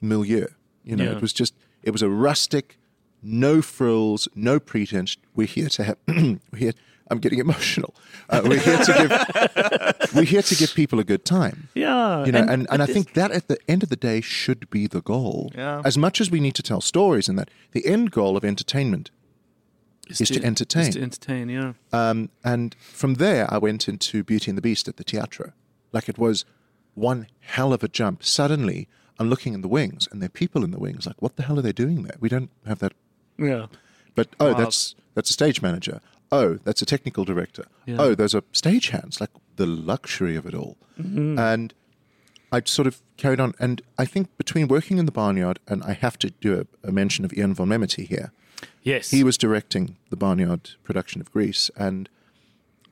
[SPEAKER 4] milieu you know
[SPEAKER 1] Yeah.
[SPEAKER 4] it was just it was a rustic no frills no pretense we're here to have we're here i'm getting emotional uh, we're here to give we're here to give people a good time
[SPEAKER 1] Yeah.
[SPEAKER 4] you know, Uh, and, and, I think that at the end of the day should be the goal.
[SPEAKER 3] Yeah.
[SPEAKER 4] As much as we need to tell stories, and that the end goal of entertainment
[SPEAKER 1] it's
[SPEAKER 4] is to entertain.
[SPEAKER 1] to entertain. Yeah.
[SPEAKER 4] Um, and from there, I went into Beauty and the Beast at the Teatro. Like it was one hell of a jump. Suddenly, I'm looking in the wings, and there are people in the wings. Like, what the hell are they doing there? We don't have that
[SPEAKER 1] Yeah.
[SPEAKER 4] but oh, that's that's a stage manager. Oh, that's a technical director.
[SPEAKER 1] Yeah.
[SPEAKER 4] Oh, those are stage hands. Like the luxury of it all. And I sort of carried on. And I think between working in the barnyard and I have to do a, a mention of Ian von Memity here.
[SPEAKER 1] Yes.
[SPEAKER 4] He was directing the barnyard production of Greece, and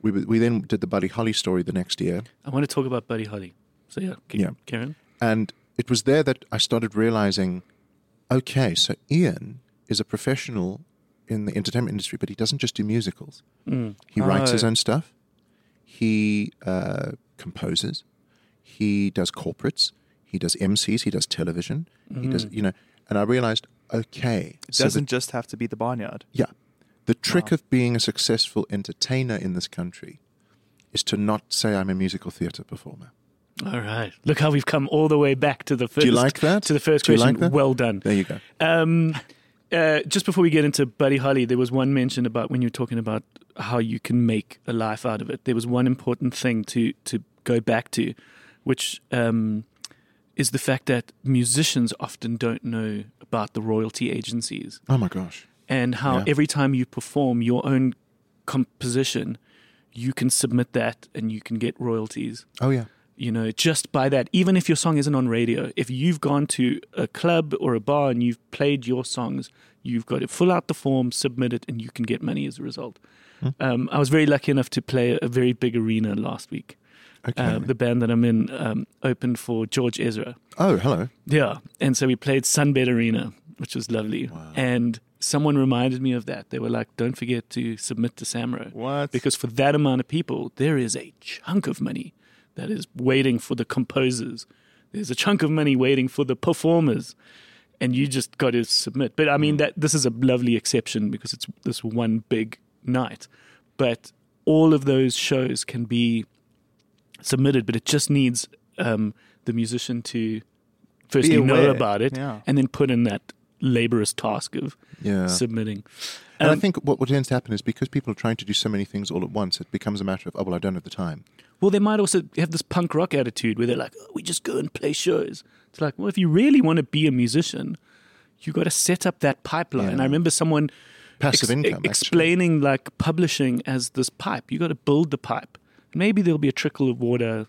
[SPEAKER 4] we we then did the Buddy Holly story the next year.
[SPEAKER 1] I want to talk about Buddy Holly. So yeah. Keep,
[SPEAKER 4] Yeah.
[SPEAKER 1] Karen.
[SPEAKER 4] And it was there that I started realizing okay, so Ian is a professional in the entertainment industry, but he doesn't just do musicals. He writes his
[SPEAKER 3] Oh.
[SPEAKER 4] own stuff, he uh, composes, he does corporates, he does MCs, he does television, he does, you know. And I realized, okay,
[SPEAKER 3] It
[SPEAKER 4] so
[SPEAKER 3] Mm.
[SPEAKER 4] the-
[SPEAKER 3] doesn't just have to be the barnyard.
[SPEAKER 4] yeah. The trick of being a successful entertainer in this country is to not say I'm a musical theater performer.
[SPEAKER 1] All right. Look how we've come all the way back to the first.
[SPEAKER 4] you like that?
[SPEAKER 1] To the first
[SPEAKER 4] Do you
[SPEAKER 1] question.
[SPEAKER 4] like that?
[SPEAKER 1] Well done.
[SPEAKER 4] There you go.
[SPEAKER 1] Um, uh, just before we get into Buddy Holly, there was one mention about when you were talking about how you can make a life out of it. There was one important thing to to go back to, which um, is the fact that musicians often don't know about the royalty agencies
[SPEAKER 4] Oh my gosh.
[SPEAKER 1] and how
[SPEAKER 4] Yeah.
[SPEAKER 1] every time you perform your own composition, you can submit that and you can get royalties.
[SPEAKER 4] Oh yeah.
[SPEAKER 1] You know, just by that, even if your song isn't on radio, if you've gone to a club or a bar and you've played your songs, you've got to fill out the form, submit it, and you can get money as a result. Um, I was very lucky enough to play a very big arena last week.
[SPEAKER 4] Okay.
[SPEAKER 1] Uh, the band that I'm in um, opened for George Ezra.
[SPEAKER 4] oh hello.
[SPEAKER 1] Yeah. And so we played Sunbed Arena, which was lovely. And someone reminded me of that. They were like, don't forget to submit to SAMRO.
[SPEAKER 3] What?
[SPEAKER 1] Because for that amount of people, there is a chunk of money that is waiting for the composers. There's a chunk of money waiting for the performers. And you just got to submit. But I mean, that this is a lovely exception because it's this one big night. But all of those shows can be submitted, but it just needs um, the musician to firstly know
[SPEAKER 3] aware.
[SPEAKER 1] about it
[SPEAKER 3] Yeah.
[SPEAKER 1] and then put in that laborious task of
[SPEAKER 4] Yeah.
[SPEAKER 1] submitting.
[SPEAKER 4] and
[SPEAKER 1] um,
[SPEAKER 4] I think what, what tends to happen is because people are trying to do so many things all at once, it becomes a matter of oh well I don't have the time.
[SPEAKER 1] Well, they might also have this punk rock attitude where they're like, oh, we just go and play shows. It's like, well, if you really want to be a musician, you got to set up that pipeline.
[SPEAKER 4] Yeah.
[SPEAKER 1] I remember someone
[SPEAKER 4] Passive income, actually.
[SPEAKER 1] explaining like publishing as this pipe. You got to build the pipe. Maybe there'll be a trickle of water,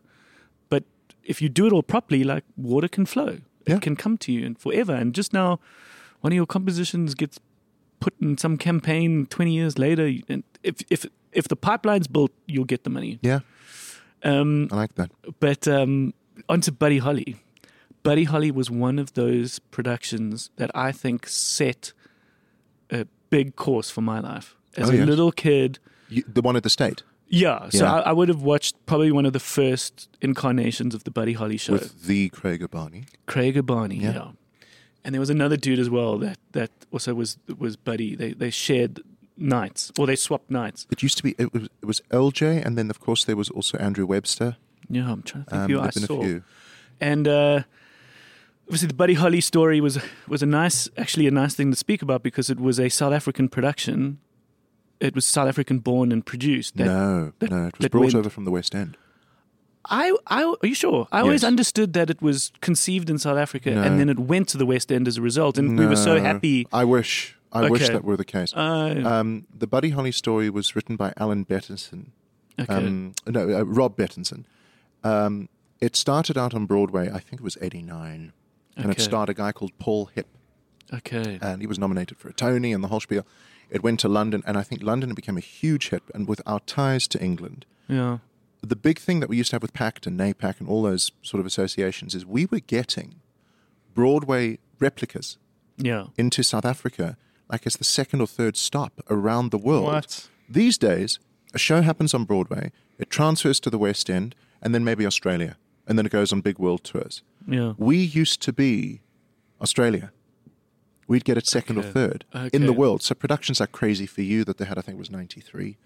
[SPEAKER 1] but if you do it all properly, like water can flow.
[SPEAKER 4] Yeah.
[SPEAKER 1] It can come to you and forever. And just now, one of your compositions gets put in some campaign 20 years later. And if, if, if the pipeline's built, you'll get the money.
[SPEAKER 4] Yeah,
[SPEAKER 1] Um,
[SPEAKER 4] I like that.
[SPEAKER 1] but um, onto Buddy Holly. Buddy Holly was one of those productions that I think set a big course for my life. As
[SPEAKER 4] Oh,
[SPEAKER 1] a
[SPEAKER 4] yes.
[SPEAKER 1] little kid,
[SPEAKER 4] You, the one at the state
[SPEAKER 1] yeah. So
[SPEAKER 4] Yeah.
[SPEAKER 1] I, I would have watched probably one of the first incarnations of the Buddy Holly show,
[SPEAKER 4] with the Craig Abani.
[SPEAKER 1] Craig Abani.
[SPEAKER 4] Yeah.
[SPEAKER 1] Yeah. and there was another dude as well that that also was was Buddy. They they shared nights or they swapped nights.
[SPEAKER 4] It used to be it was, it was LJ, and then of course there was also Andrew Webster.
[SPEAKER 1] Yeah, I'm trying to think
[SPEAKER 4] Um,
[SPEAKER 1] who I
[SPEAKER 4] there've been
[SPEAKER 1] saw.
[SPEAKER 4] a few.
[SPEAKER 1] and uh, obviously the Buddy Holly story was was a nice, actually a nice thing to speak about because it was a South African production. It was South African born and produced. That-
[SPEAKER 4] no,
[SPEAKER 1] that-
[SPEAKER 4] no, it was
[SPEAKER 1] that
[SPEAKER 4] brought
[SPEAKER 1] went-
[SPEAKER 4] over from the West End.
[SPEAKER 1] I, I, are you sure? I always
[SPEAKER 4] Yes.
[SPEAKER 1] understood that it was conceived in South Africa
[SPEAKER 4] No.
[SPEAKER 1] and then it went to the West End as a result, and we were so
[SPEAKER 4] No.
[SPEAKER 1] happy.
[SPEAKER 4] I wish, I wish
[SPEAKER 1] Okay.
[SPEAKER 4] that were the case.
[SPEAKER 1] Uh,
[SPEAKER 4] Um, the Buddy Holly story was written by Alan Bettinson.
[SPEAKER 1] okay.
[SPEAKER 4] Um, no, uh, Rob Bettinson. Um, it started out on Broadway, I think it was 89. And it
[SPEAKER 1] Okay.
[SPEAKER 4] starred a guy called Paul Hip,
[SPEAKER 1] okay.
[SPEAKER 4] and he was nominated for a Tony and the whole spiel. It went to London, and I think London became a huge hit. And with our ties to England,
[SPEAKER 1] yeah.
[SPEAKER 4] the big thing that we used to have with PACT and NAPAC and all those sort of associations is we were getting Broadway replicas
[SPEAKER 1] Yeah.
[SPEAKER 4] into South Africa like it's the second or third stop around the world.
[SPEAKER 3] What?
[SPEAKER 4] These days, a show happens on Broadway, it transfers to the West End, and then maybe Australia, and then it goes on big world tours.
[SPEAKER 1] Yeah.
[SPEAKER 4] We used to be Australia. We'd get it second or
[SPEAKER 1] Okay.
[SPEAKER 4] third in the
[SPEAKER 1] Okay.
[SPEAKER 4] world. So productions like Crazy for You that they had, I think, was 93.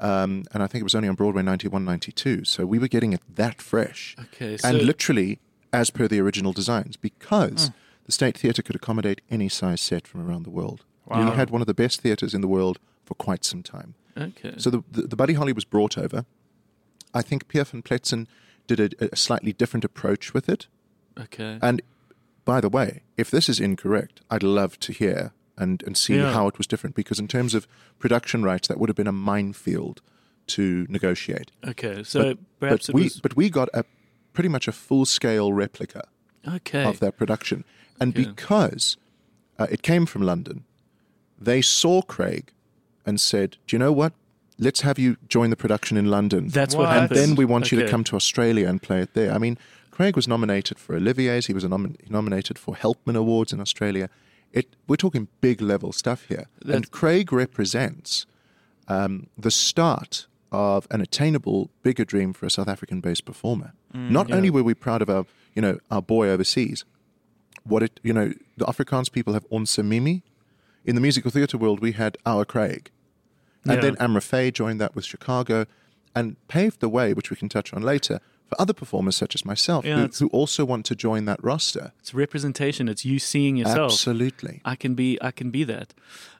[SPEAKER 4] Um, and I think it was only on Broadway 91, 92. So we were getting it that fresh.
[SPEAKER 1] Okay,
[SPEAKER 4] and
[SPEAKER 1] so-
[SPEAKER 4] literally as per the original designs because
[SPEAKER 1] Hmm.
[SPEAKER 4] the State Theatre could accommodate any size set from around the world. We had one of the best theatres in the world for quite some time.
[SPEAKER 1] Okay.
[SPEAKER 4] So the, the, the Buddy Holly was brought over. I think P.F. and Pletson did a, a slightly different approach with it.
[SPEAKER 1] okay.
[SPEAKER 4] And by the way, if this is incorrect, I'd love to hear and, and see
[SPEAKER 1] Yeah.
[SPEAKER 4] how it was different because in terms of production rights, that would have been a minefield to negotiate.
[SPEAKER 1] okay. So perhaps
[SPEAKER 4] uh,
[SPEAKER 1] it
[SPEAKER 4] but we
[SPEAKER 1] was.
[SPEAKER 4] but we got a pretty much a full scale replica
[SPEAKER 1] Okay.
[SPEAKER 4] of that production, and
[SPEAKER 1] Yeah.
[SPEAKER 4] because uh, it came from London, they saw Craig and said, "Do you know what? Let's have you join the production in London."
[SPEAKER 1] That's what,
[SPEAKER 3] And
[SPEAKER 4] and
[SPEAKER 1] happened.
[SPEAKER 4] then we want you to
[SPEAKER 1] Okay.
[SPEAKER 4] come to Australia and play it there. I mean, Craig was nominated for Olivier's. He was nom- nominated for Helpman Awards in Australia. It, we're talking big level stuff here.
[SPEAKER 1] That's-
[SPEAKER 4] and Craig represents um, the start of an attainable, bigger dream for a South African based performer.
[SPEAKER 1] Mm,
[SPEAKER 4] Not only were we proud of our, you know, our boy overseas, what it, you know, the Afrikaans people have Onse Mimi. In the musical theatre world, we had Our Craig. And
[SPEAKER 1] Yeah.
[SPEAKER 4] then Amra Faye joined that with Chicago and paved the way, which we can touch on later, for other performers such as myself
[SPEAKER 1] Yeah,
[SPEAKER 4] who,
[SPEAKER 1] it's-
[SPEAKER 4] who also want to join that roster.
[SPEAKER 1] It's representation. It's you seeing yourself.
[SPEAKER 4] Absolutely.
[SPEAKER 1] I can be I can be that.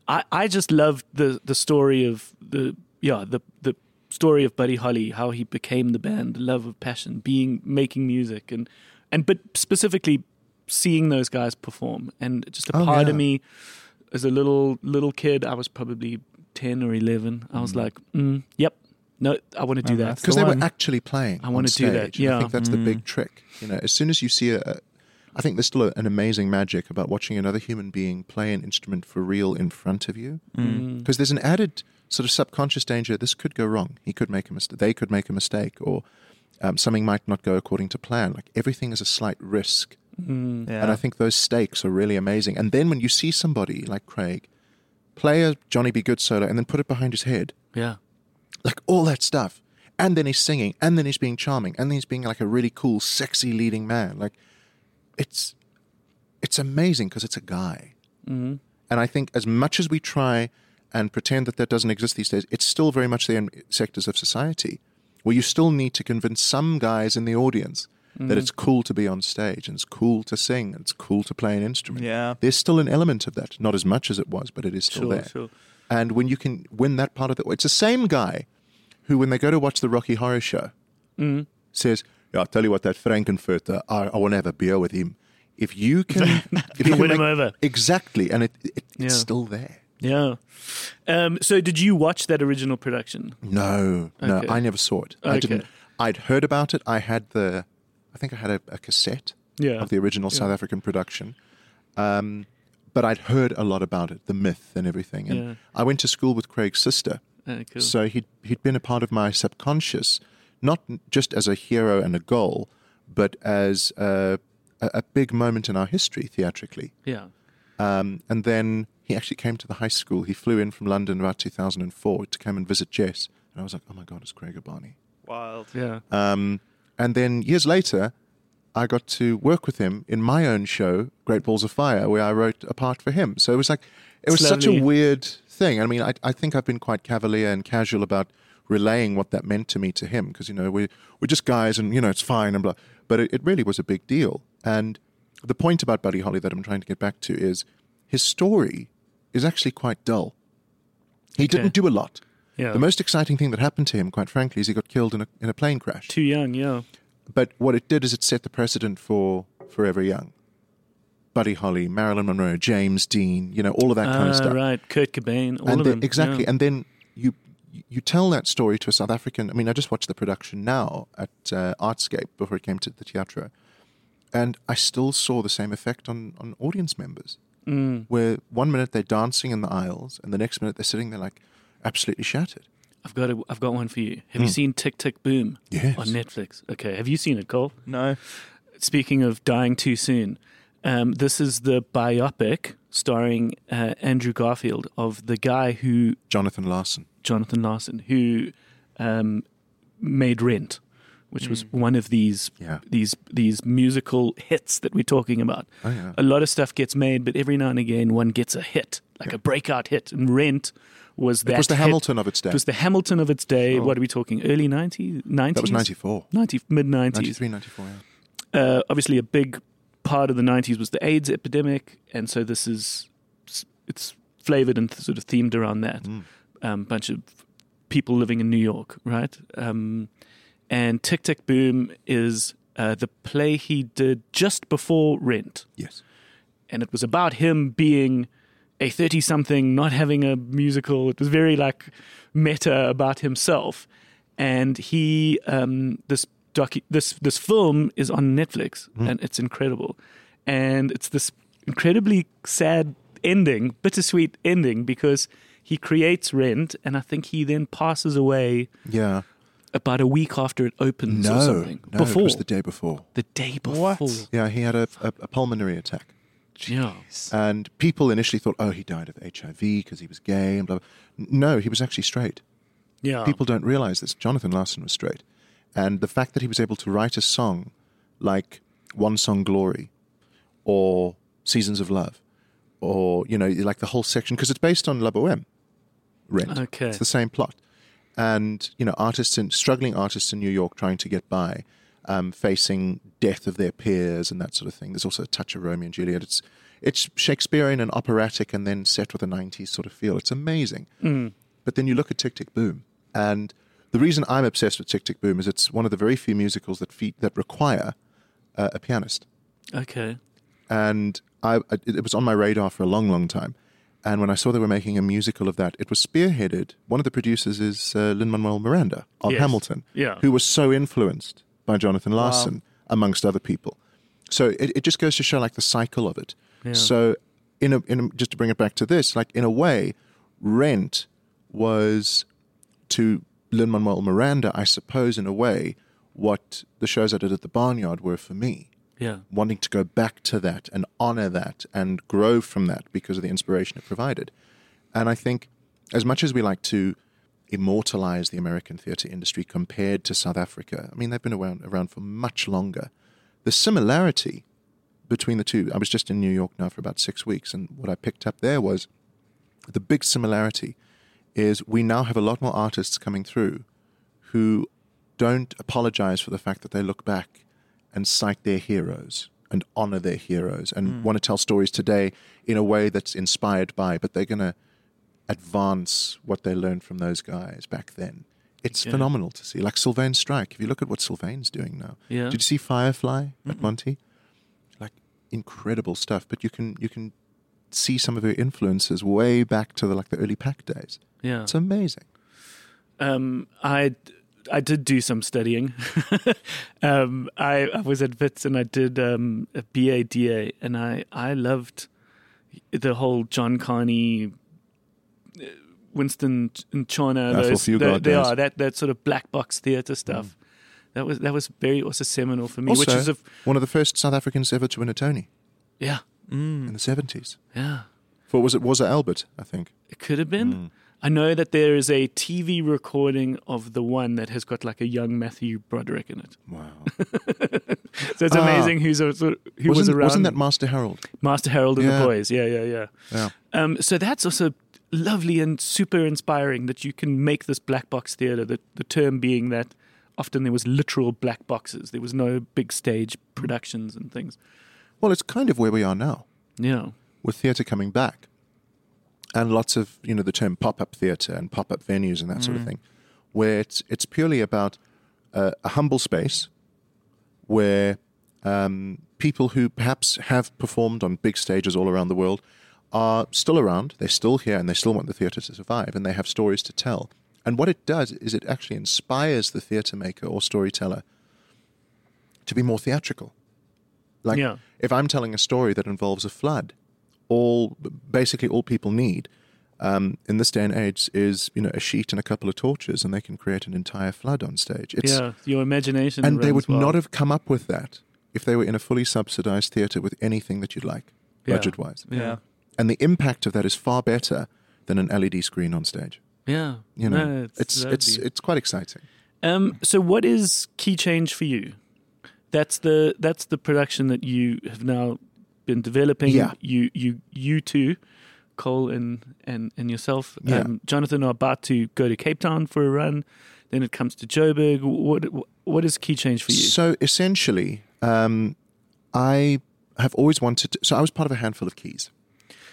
[SPEAKER 1] I, I just love the the story of the yeah the the story of Buddy Holly, how he became the band, the love of passion, being making music, and and but specifically seeing those guys perform and just a
[SPEAKER 4] Oh,
[SPEAKER 1] part of
[SPEAKER 4] yeah.
[SPEAKER 1] me as a little little kid, I was probably ten or eleven. I was like, mm, yep, no, I want to do
[SPEAKER 3] Oh,
[SPEAKER 1] that.
[SPEAKER 3] that's
[SPEAKER 4] because
[SPEAKER 3] the
[SPEAKER 4] they
[SPEAKER 3] one.
[SPEAKER 4] were actually playing.
[SPEAKER 1] I
[SPEAKER 4] on
[SPEAKER 1] wanna do that,
[SPEAKER 4] stage, and
[SPEAKER 1] yeah.
[SPEAKER 4] I think that's the big trick. You know, as soon as you see a, I think there's still a, an amazing magic about watching another human being play an instrument for real in front of you,
[SPEAKER 1] Mm.
[SPEAKER 4] because there's an added sort of subconscious danger. This could go wrong. He could make a mistake. They could make a mistake, or um, something might not go according to plan. Like everything is a slight risk,
[SPEAKER 3] Yeah.
[SPEAKER 4] Mm. and I think those stakes are really amazing. And then when you see somebody like Craig play a Johnny B. Good solo and then put it behind his head
[SPEAKER 1] Yeah,
[SPEAKER 4] like all that stuff. And then he's singing, and then he's being charming, and then he's being like a really cool, sexy leading man. Like it's it's amazing because it's a guy. And I think as much as we try and pretend that that doesn't exist these days, it's still very much there in sectors of society where you still need to convince some guys in the audience that it's cool to be on stage and it's cool to sing and it's cool to play an instrument.
[SPEAKER 3] Yeah.
[SPEAKER 4] There's still an element of that, not as much as it was, but it is still
[SPEAKER 1] Sure,
[SPEAKER 4] there.
[SPEAKER 1] sure.
[SPEAKER 4] And when you can win that part of the, it's the same guy who, when they go to watch the Rocky Horror Show,
[SPEAKER 1] Mm.
[SPEAKER 4] says, "Yeah, I'll tell you what, that Frankenfurter, I, I want to have a beer with him." If you can, if you can
[SPEAKER 1] win him over.
[SPEAKER 4] exactly, and it, it
[SPEAKER 1] Yeah.
[SPEAKER 4] it's still there.
[SPEAKER 1] yeah. Um, so, did you watch that original production?
[SPEAKER 4] No, no,
[SPEAKER 1] Okay.
[SPEAKER 4] I never saw it.
[SPEAKER 1] Okay.
[SPEAKER 4] I didn't. I'd heard about it. I had the, I think I had a, a cassette
[SPEAKER 1] Yeah.
[SPEAKER 4] of the original South African production, um, but I'd heard a lot about it, the myth and everything. And
[SPEAKER 1] Yeah.
[SPEAKER 4] I went to school with Craig's sister.
[SPEAKER 1] Uh, cool.
[SPEAKER 4] So he'd he'd been a part of my subconscious, not n- just as a hero and a goal, but as a, a, a big moment in our history theatrically.
[SPEAKER 1] yeah.
[SPEAKER 4] Um, and then he actually came to the high school. He flew in from London about 2004 to come and visit Jess, and I was like, oh my god, it's Craig Barney.
[SPEAKER 3] Wild.
[SPEAKER 1] Yeah.
[SPEAKER 4] Um, and then years later, I got to work with him in my own show, Great Balls of Fire, where I wrote a part for him. So it was like, it was
[SPEAKER 1] It's
[SPEAKER 4] such
[SPEAKER 1] lovely.
[SPEAKER 4] a weird thing. I mean, I, I think I've been quite cavalier and casual about relaying what that meant to me to him because, you know, we, we're just guys and, you know, it's fine and blah. But it, it really was a big deal. And the point about Buddy Holly that I'm trying to get back to is his story is actually quite dull. He didn't do a lot.
[SPEAKER 1] Yeah.
[SPEAKER 4] The most exciting thing that happened to him, quite frankly, is he got killed in a, in a plane crash
[SPEAKER 1] Too young. Yeah.
[SPEAKER 4] but what it did is it set the precedent for Forever Young, Buddy Holly, Marilyn Monroe, James Dean, you know, all of that kind of
[SPEAKER 1] Ah,
[SPEAKER 4] stuff.
[SPEAKER 1] right. Kurt Cobain. All
[SPEAKER 4] and
[SPEAKER 1] of
[SPEAKER 4] then,
[SPEAKER 1] them.
[SPEAKER 4] exactly,
[SPEAKER 1] Yeah.
[SPEAKER 4] and then you you tell that story to a South African. I mean, I just watched the production now at uh, Artscape before it came to the Teatro, and I still saw the same effect on on audience members,
[SPEAKER 1] Mm.
[SPEAKER 4] where one minute they're dancing in the aisles, and the next minute they're sitting there like absolutely shattered.
[SPEAKER 1] I've got a, I've got one for you. Have you seen Tick Tick Boom?
[SPEAKER 4] Hmm. Yes.
[SPEAKER 1] On Netflix. Okay. Have you seen it, Cole?
[SPEAKER 3] No.
[SPEAKER 1] Speaking of dying too soon, um, this is the biopic starring uh, Andrew Garfield of the guy who
[SPEAKER 4] Jonathan Larson.
[SPEAKER 1] Jonathan Larson who um, made Rent, which was one of these
[SPEAKER 4] Hmm. Yeah.
[SPEAKER 1] these these musical hits that we're talking about.
[SPEAKER 4] Oh, yeah.
[SPEAKER 1] A lot of stuff gets made, but every now and again one gets a hit, like a breakout hit. And Rent was that
[SPEAKER 4] It was the
[SPEAKER 1] hit.
[SPEAKER 4] Hamilton of its day. Oh.
[SPEAKER 1] It was the Hamilton of its day. What are we talking? Early 90s? 90s?
[SPEAKER 4] that was 94.
[SPEAKER 1] 90, mid 90s.
[SPEAKER 4] 93, 94, yeah.
[SPEAKER 1] Uh, obviously, a big part of the 90s was the AIDS epidemic. And so this is, it's flavored and sort of themed around that.
[SPEAKER 4] Mm.
[SPEAKER 1] Um, bunch of people living in New York, right? Um, and Tick Tick Boom is uh, the play he did just before Rent.
[SPEAKER 4] Yes.
[SPEAKER 1] and it was about him being a 30 something not having a musical it was very like meta about himself and he um this docu- this this film is on Netflix
[SPEAKER 4] Hmm.
[SPEAKER 1] and it's incredible and it's this incredibly sad ending bittersweet ending because he creates rent and i think he then passes away
[SPEAKER 4] Yeah.
[SPEAKER 1] about a week after it opens or something
[SPEAKER 4] no,
[SPEAKER 1] before
[SPEAKER 4] it was the day before.
[SPEAKER 1] The day before
[SPEAKER 3] What?
[SPEAKER 4] Yeah, he had a, a, a pulmonary attack,
[SPEAKER 1] yeah
[SPEAKER 4] and people initially thought, "Oh, he died of HIV because he was gay," and blah. blah. No, he was actually straight.
[SPEAKER 1] yeah
[SPEAKER 4] People don't realize this. Jonathan Larson was straight, and the fact that he was able to write a song like "One Song Glory" or "Seasons of Love," or you know, like the whole section because it's based on La Boheme. Rent.
[SPEAKER 1] Okay.
[SPEAKER 4] It's the same plot. And, you know, artists in, struggling artists in New York trying to get by, um, facing death of their peers and that sort of thing. There's also a touch of Romeo and Juliet. It's, it's Shakespearean and operatic and then set with a 90s sort of feel. It's amazing. But then you look at Tick Tick Boom. And the reason I'm obsessed with Tick Tick Boom is it's one of the very few musicals that, fe- that require uh, a pianist.
[SPEAKER 1] Okay.
[SPEAKER 4] and I, I- it was on my radar for a long, long time. And when I saw they were making a musical of that, it was spearheaded. One of the producers is uh, Lin Manuel Miranda of
[SPEAKER 1] Yes.
[SPEAKER 4] Hamilton,
[SPEAKER 1] Yeah.
[SPEAKER 4] who was so influenced by Jonathan Larson, amongst other people. So it, it just goes to show like the cycle of it. So, in a, in a, just to bring it back to this, like in a way, Rent was to Lin Manuel Miranda, I suppose, in a way, what the shows I did at the Barnyard were for me
[SPEAKER 1] Yeah.
[SPEAKER 4] wanting to go back to that and honor that and grow from that because of the inspiration it provided. And I think, as much as we like to immortalize the American theater industry compared to South Africa, I mean, they've been around, around for much longer. The similarity between the two, I was just in New York now for about six weeks, and what I picked up there was the big similarity is we now have a lot more artists coming through who don't apologize for the fact that they look back and cite their heroes and honor their heroes and want to tell stories today in a way that's inspired by, but they're going to advance what they learned from those guys back then. It's phenomenal to see. Like Sylvain Strike, if you look at what Sylvain's doing now.
[SPEAKER 1] Yeah.
[SPEAKER 4] Did you see Firefly at Monty? Like incredible stuff, but you can you can see some of her influences way back to the like the early pack days.
[SPEAKER 1] Yeah.
[SPEAKER 4] It's amazing.
[SPEAKER 1] Um, I I did do some studying. um, I, I was at Vits and I did um, a BADA, and I I loved the whole John Carney, uh, Winston Ch- and Chana.
[SPEAKER 4] That's
[SPEAKER 1] those-
[SPEAKER 4] what you
[SPEAKER 1] they,
[SPEAKER 4] got,
[SPEAKER 1] they
[SPEAKER 4] yes.
[SPEAKER 1] are that that sort of black box theater stuff. That was that was very also seminal for me,
[SPEAKER 4] Mm. also,
[SPEAKER 1] which is a
[SPEAKER 4] one of the first South Africans ever to win a Tony
[SPEAKER 1] yeah
[SPEAKER 4] in the seventies.
[SPEAKER 1] yeah.
[SPEAKER 4] For was it was it Albert? I think.
[SPEAKER 1] It could have been.
[SPEAKER 4] Mm.
[SPEAKER 1] I know that there is a TV recording of the one that has got like a young Matthew Broderick in it.
[SPEAKER 4] Wow.
[SPEAKER 1] So it's
[SPEAKER 4] Ah.
[SPEAKER 1] amazing who's a, who
[SPEAKER 4] wasn't,
[SPEAKER 1] was around.
[SPEAKER 4] wasn't that Master Harold?
[SPEAKER 1] Master Harold and the
[SPEAKER 4] Yeah.
[SPEAKER 1] Boys? Yeah, yeah, yeah.
[SPEAKER 4] Yeah.
[SPEAKER 1] Um, so that's also lovely and super inspiring that you can make this black box theater. The, the term being that often there was literal black boxes. There was no big stage productions and things.
[SPEAKER 4] Well, it's kind of where we are now
[SPEAKER 1] Yeah,
[SPEAKER 4] with theatre coming back, and lots of you know the term pop-up theatre and pop-up venues and that sort of thing, where it's it's purely about uh, a humble space where um, people who perhaps have performed on big stages all around the world are still around, they're still here, and they still want the theatre to survive, and they have stories to tell. And what it does is it actually inspires the theatre maker or storyteller to be more theatrical. Like,
[SPEAKER 1] Yeah.
[SPEAKER 4] if I'm telling a story that involves a flood, all basically all people need um, in this day and age is you know a sheet and a couple of torches, and they can create an entire flood on stage. It's,
[SPEAKER 1] yeah. Your imagination
[SPEAKER 4] and they
[SPEAKER 1] runs
[SPEAKER 4] would
[SPEAKER 1] wild.
[SPEAKER 4] not have come up with that if they were in a fully subsidized theater with anything that you'd like,
[SPEAKER 1] Yeah.
[SPEAKER 4] budget wise.
[SPEAKER 1] Yeah.
[SPEAKER 4] And the impact of that is far better than an LED screen on stage.
[SPEAKER 1] Yeah,
[SPEAKER 4] You know,
[SPEAKER 1] No,
[SPEAKER 4] it's
[SPEAKER 1] lovely.
[SPEAKER 4] it's it's quite exciting.
[SPEAKER 1] Um, so what is key change for you? That's the that's the production that you have now been developing.
[SPEAKER 4] Yeah.
[SPEAKER 1] You you you two, Cole and and and yourself,
[SPEAKER 4] Yeah.
[SPEAKER 1] um, Jonathan are about to go to Cape Town for a run. Then it comes to Joburg. What what is key change for you?
[SPEAKER 4] So essentially, um, I have always wanted. To, so I was part of a handful of keys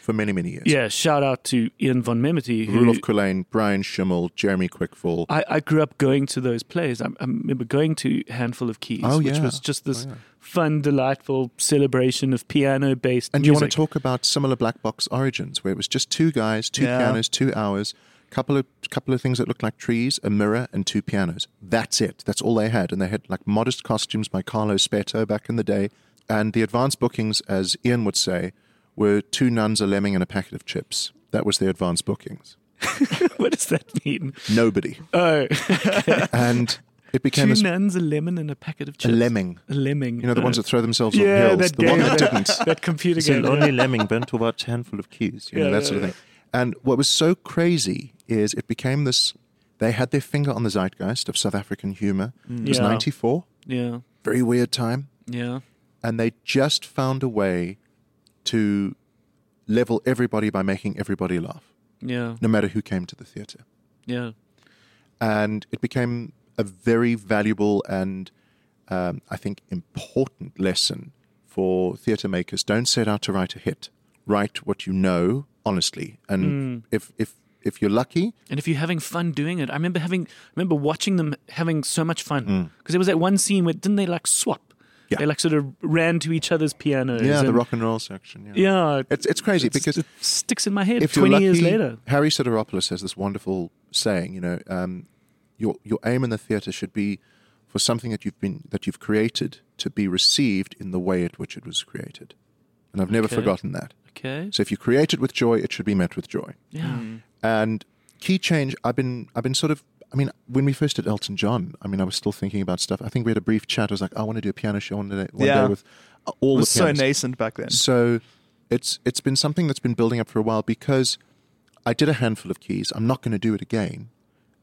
[SPEAKER 4] for many many years.
[SPEAKER 1] yeah, shout out to Ian von Memety. who- Uh,
[SPEAKER 4] Rudolf Kulein, Brian Schimmel, Jeremy Quickfall.
[SPEAKER 1] I, I grew up going to those plays. I, I remember going to Handful of Keys,
[SPEAKER 4] Oh,
[SPEAKER 1] which
[SPEAKER 4] yeah.
[SPEAKER 1] was just this
[SPEAKER 4] Oh, yeah.
[SPEAKER 1] fun, delightful celebration of piano based
[SPEAKER 4] And
[SPEAKER 1] music.
[SPEAKER 4] you want to talk about similar black box origins, where it was just two guys, two
[SPEAKER 3] Yeah.
[SPEAKER 4] pianos, two hours, couple of couple of things that looked like trees, a mirror, and two pianos. That's it. That's all they had, and they had like modest costumes by Carlo Spetto back in the day. And the advance bookings, as Ian would say, were two nuns, a lemming, and a packet of chips. That was their advance bookings.
[SPEAKER 1] what does that mean?
[SPEAKER 4] Nobody,
[SPEAKER 1] Oh,
[SPEAKER 4] and it became
[SPEAKER 1] two
[SPEAKER 4] this
[SPEAKER 1] nuns, a lemon, and a packet of
[SPEAKER 4] a
[SPEAKER 1] chips.
[SPEAKER 4] lemming.
[SPEAKER 1] A lemming.
[SPEAKER 4] You know the ones that throw themselves
[SPEAKER 1] Yeah,
[SPEAKER 4] on hills.
[SPEAKER 1] that
[SPEAKER 4] The one
[SPEAKER 1] game,
[SPEAKER 4] that
[SPEAKER 1] that-
[SPEAKER 4] didn't.
[SPEAKER 1] that computer
[SPEAKER 5] It's an
[SPEAKER 1] game.
[SPEAKER 5] only lemming band to watch handful of keys.
[SPEAKER 4] you know,
[SPEAKER 1] Yeah,
[SPEAKER 4] that
[SPEAKER 1] yeah,
[SPEAKER 4] sort of
[SPEAKER 1] yeah.
[SPEAKER 4] thing. And what was so crazy is it became this. They had their finger on the zeitgeist of South African humor. It was
[SPEAKER 1] Mm. Yeah.
[SPEAKER 4] '94,
[SPEAKER 1] Yeah,
[SPEAKER 4] very weird time,
[SPEAKER 1] yeah,
[SPEAKER 4] and they just found a way to level everybody by making everybody laugh,
[SPEAKER 1] yeah,
[SPEAKER 4] no matter who came to the theatre
[SPEAKER 1] yeah,
[SPEAKER 4] and it became a very valuable and um, I think important lesson for theatre makers. Don't set out to write a hit. Write what you know honestly,
[SPEAKER 1] Hmm.
[SPEAKER 4] and if if if you're lucky,
[SPEAKER 1] And if you're having fun doing it, I remember having, I remember watching them having so much fun because there was that one scene where didn't they like swap?
[SPEAKER 4] Mm. Yeah.
[SPEAKER 1] They like sort of ran to each other's pianos.
[SPEAKER 4] Yeah, the
[SPEAKER 1] and-
[SPEAKER 4] rock and roll section. Yeah,
[SPEAKER 1] Yeah, it,
[SPEAKER 4] it's it's crazy
[SPEAKER 1] it's-
[SPEAKER 4] because
[SPEAKER 1] it sticks in my head
[SPEAKER 4] if
[SPEAKER 1] 20
[SPEAKER 4] you're lucky,
[SPEAKER 1] years later.
[SPEAKER 4] Harry Sideropoulos has this wonderful saying. You know, um, your your aim in the theatre should be for something that you've been that you've created to be received in the way at which it was created, and I've never
[SPEAKER 1] Okay.
[SPEAKER 4] forgotten that.
[SPEAKER 1] Okay.
[SPEAKER 4] So if you create it with joy, it should be met with joy.
[SPEAKER 1] Yeah.
[SPEAKER 4] Mm. And key change, I've been I've been sort of. I mean, when we first did Elton John, I mean, I was still thinking about stuff. I think we had a brief chat. I was like, I want to do a piano show one day, one
[SPEAKER 3] Yeah.
[SPEAKER 4] day with all
[SPEAKER 3] It was
[SPEAKER 4] the
[SPEAKER 3] so
[SPEAKER 4] pianists.
[SPEAKER 3] nascent back then.
[SPEAKER 4] So it's it's been something that's been building up for a while because I did a handful of keys. I'm not going to do it again.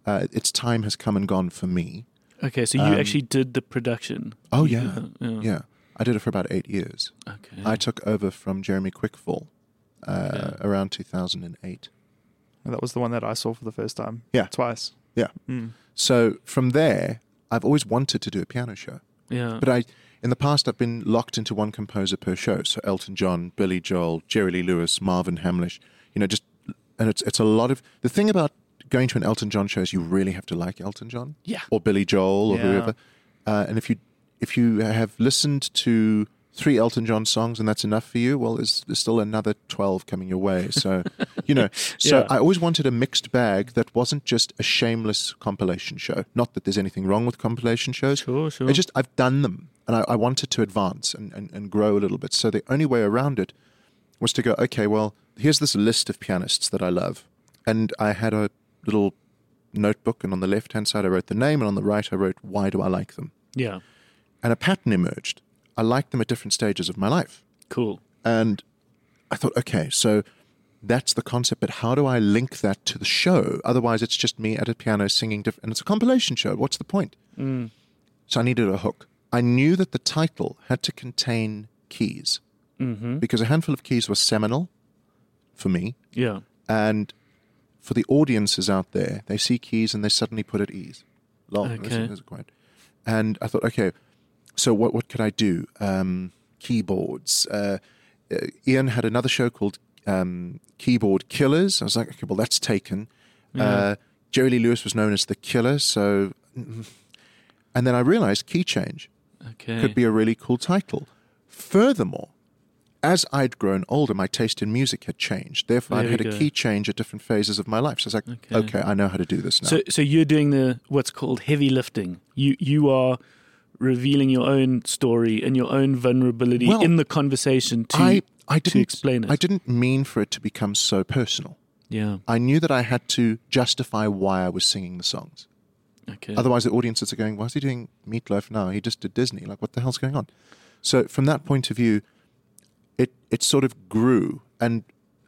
[SPEAKER 4] Uh, its time has come and gone for me.
[SPEAKER 1] Okay, so you
[SPEAKER 4] Um,
[SPEAKER 1] actually did the production.
[SPEAKER 4] Oh
[SPEAKER 1] You
[SPEAKER 4] yeah,
[SPEAKER 1] did
[SPEAKER 3] Mm.
[SPEAKER 1] that,
[SPEAKER 4] yeah. I did it for about eight years.
[SPEAKER 1] Okay.
[SPEAKER 4] I took over from Jeremy Quickfall uh,
[SPEAKER 1] Okay.
[SPEAKER 4] around 2008.
[SPEAKER 3] that was the one that I saw for the first time.
[SPEAKER 4] Yeah.
[SPEAKER 3] Twice.
[SPEAKER 4] Yeah.
[SPEAKER 3] Mm.
[SPEAKER 4] So from there, I've always wanted to do a piano show,
[SPEAKER 1] yeah.
[SPEAKER 4] but I. In the past, I've been locked into one composer per show. So Elton John, Billy Joel, Jerry Lee Lewis, Marvin Hamlish, you know, just, and it's, it's a lot of, the thing about going to an Elton John show is you really have to like Elton John.
[SPEAKER 1] yeah.
[SPEAKER 4] or Billy Joel or
[SPEAKER 3] Yeah.
[SPEAKER 4] whoever. Uh, and if you if you have listened to three Elton John songs and that's enough for you, well, there's, there's still another twelve coming your way. So you know, so
[SPEAKER 1] Yeah.
[SPEAKER 4] I always wanted a mixed bag that wasn't just a shameless compilation show. Not that there's anything wrong with compilation shows.
[SPEAKER 1] Sure, sure.
[SPEAKER 4] It's just I've done them and I, I wanted to advance and, and, and grow a little bit. So the only way around it was to go, okay, well, here's this list of pianists that I love. And I had a little notebook, and on the left hand side, I wrote the name, and on the right, I wrote, why do I like them?
[SPEAKER 1] yeah.
[SPEAKER 4] And a pattern emerged. I liked them at different stages of my life.
[SPEAKER 1] Cool.
[SPEAKER 4] And I thought, okay, so that's the concept, but how do I link that to the show? Otherwise, it's just me at a piano singing, diff- and it's a compilation show. What's the point? So I needed a hook. I knew that the title had to contain keys
[SPEAKER 1] Mm-hmm.
[SPEAKER 4] because a handful of keys was seminal for me.
[SPEAKER 1] Yeah.
[SPEAKER 4] And for the audiences out there, they see keys and they suddenly put at ease. Long,
[SPEAKER 1] Okay.
[SPEAKER 4] isn't, isn't quite. And I thought, okay, so what what could I do? Um, keyboards. Uh, uh, Ian had another show called um, Keyboard Killers. I was like, okay, well that's taken. Uh, Jerry Lee Lewis was known as the Killer, so. And then I realized key change
[SPEAKER 1] Okay.
[SPEAKER 4] could be a really cool title. Furthermore, as I'd grown older, my taste in music had changed. Therefore,
[SPEAKER 1] There
[SPEAKER 4] I'd had
[SPEAKER 1] you
[SPEAKER 4] a
[SPEAKER 1] go.
[SPEAKER 4] key change at different phases of my life. So I was like,
[SPEAKER 1] Okay.
[SPEAKER 4] okay, I know how to do this now.
[SPEAKER 1] So, so you're doing the what's called heavy lifting. You you are revealing your own story and your own vulnerability
[SPEAKER 4] Well,
[SPEAKER 1] in the conversation to
[SPEAKER 4] I, I didn't
[SPEAKER 1] explain it.
[SPEAKER 4] I didn't mean for it to become so personal.
[SPEAKER 1] yeah
[SPEAKER 4] I knew that I had to justify why I was singing the songs.
[SPEAKER 1] okay
[SPEAKER 4] Otherwise, the audiences are going, "Why is he doing Meatloaf now? He just did Disney. Like, what the hell's going on?" So, from that point of view, it it sort of grew, and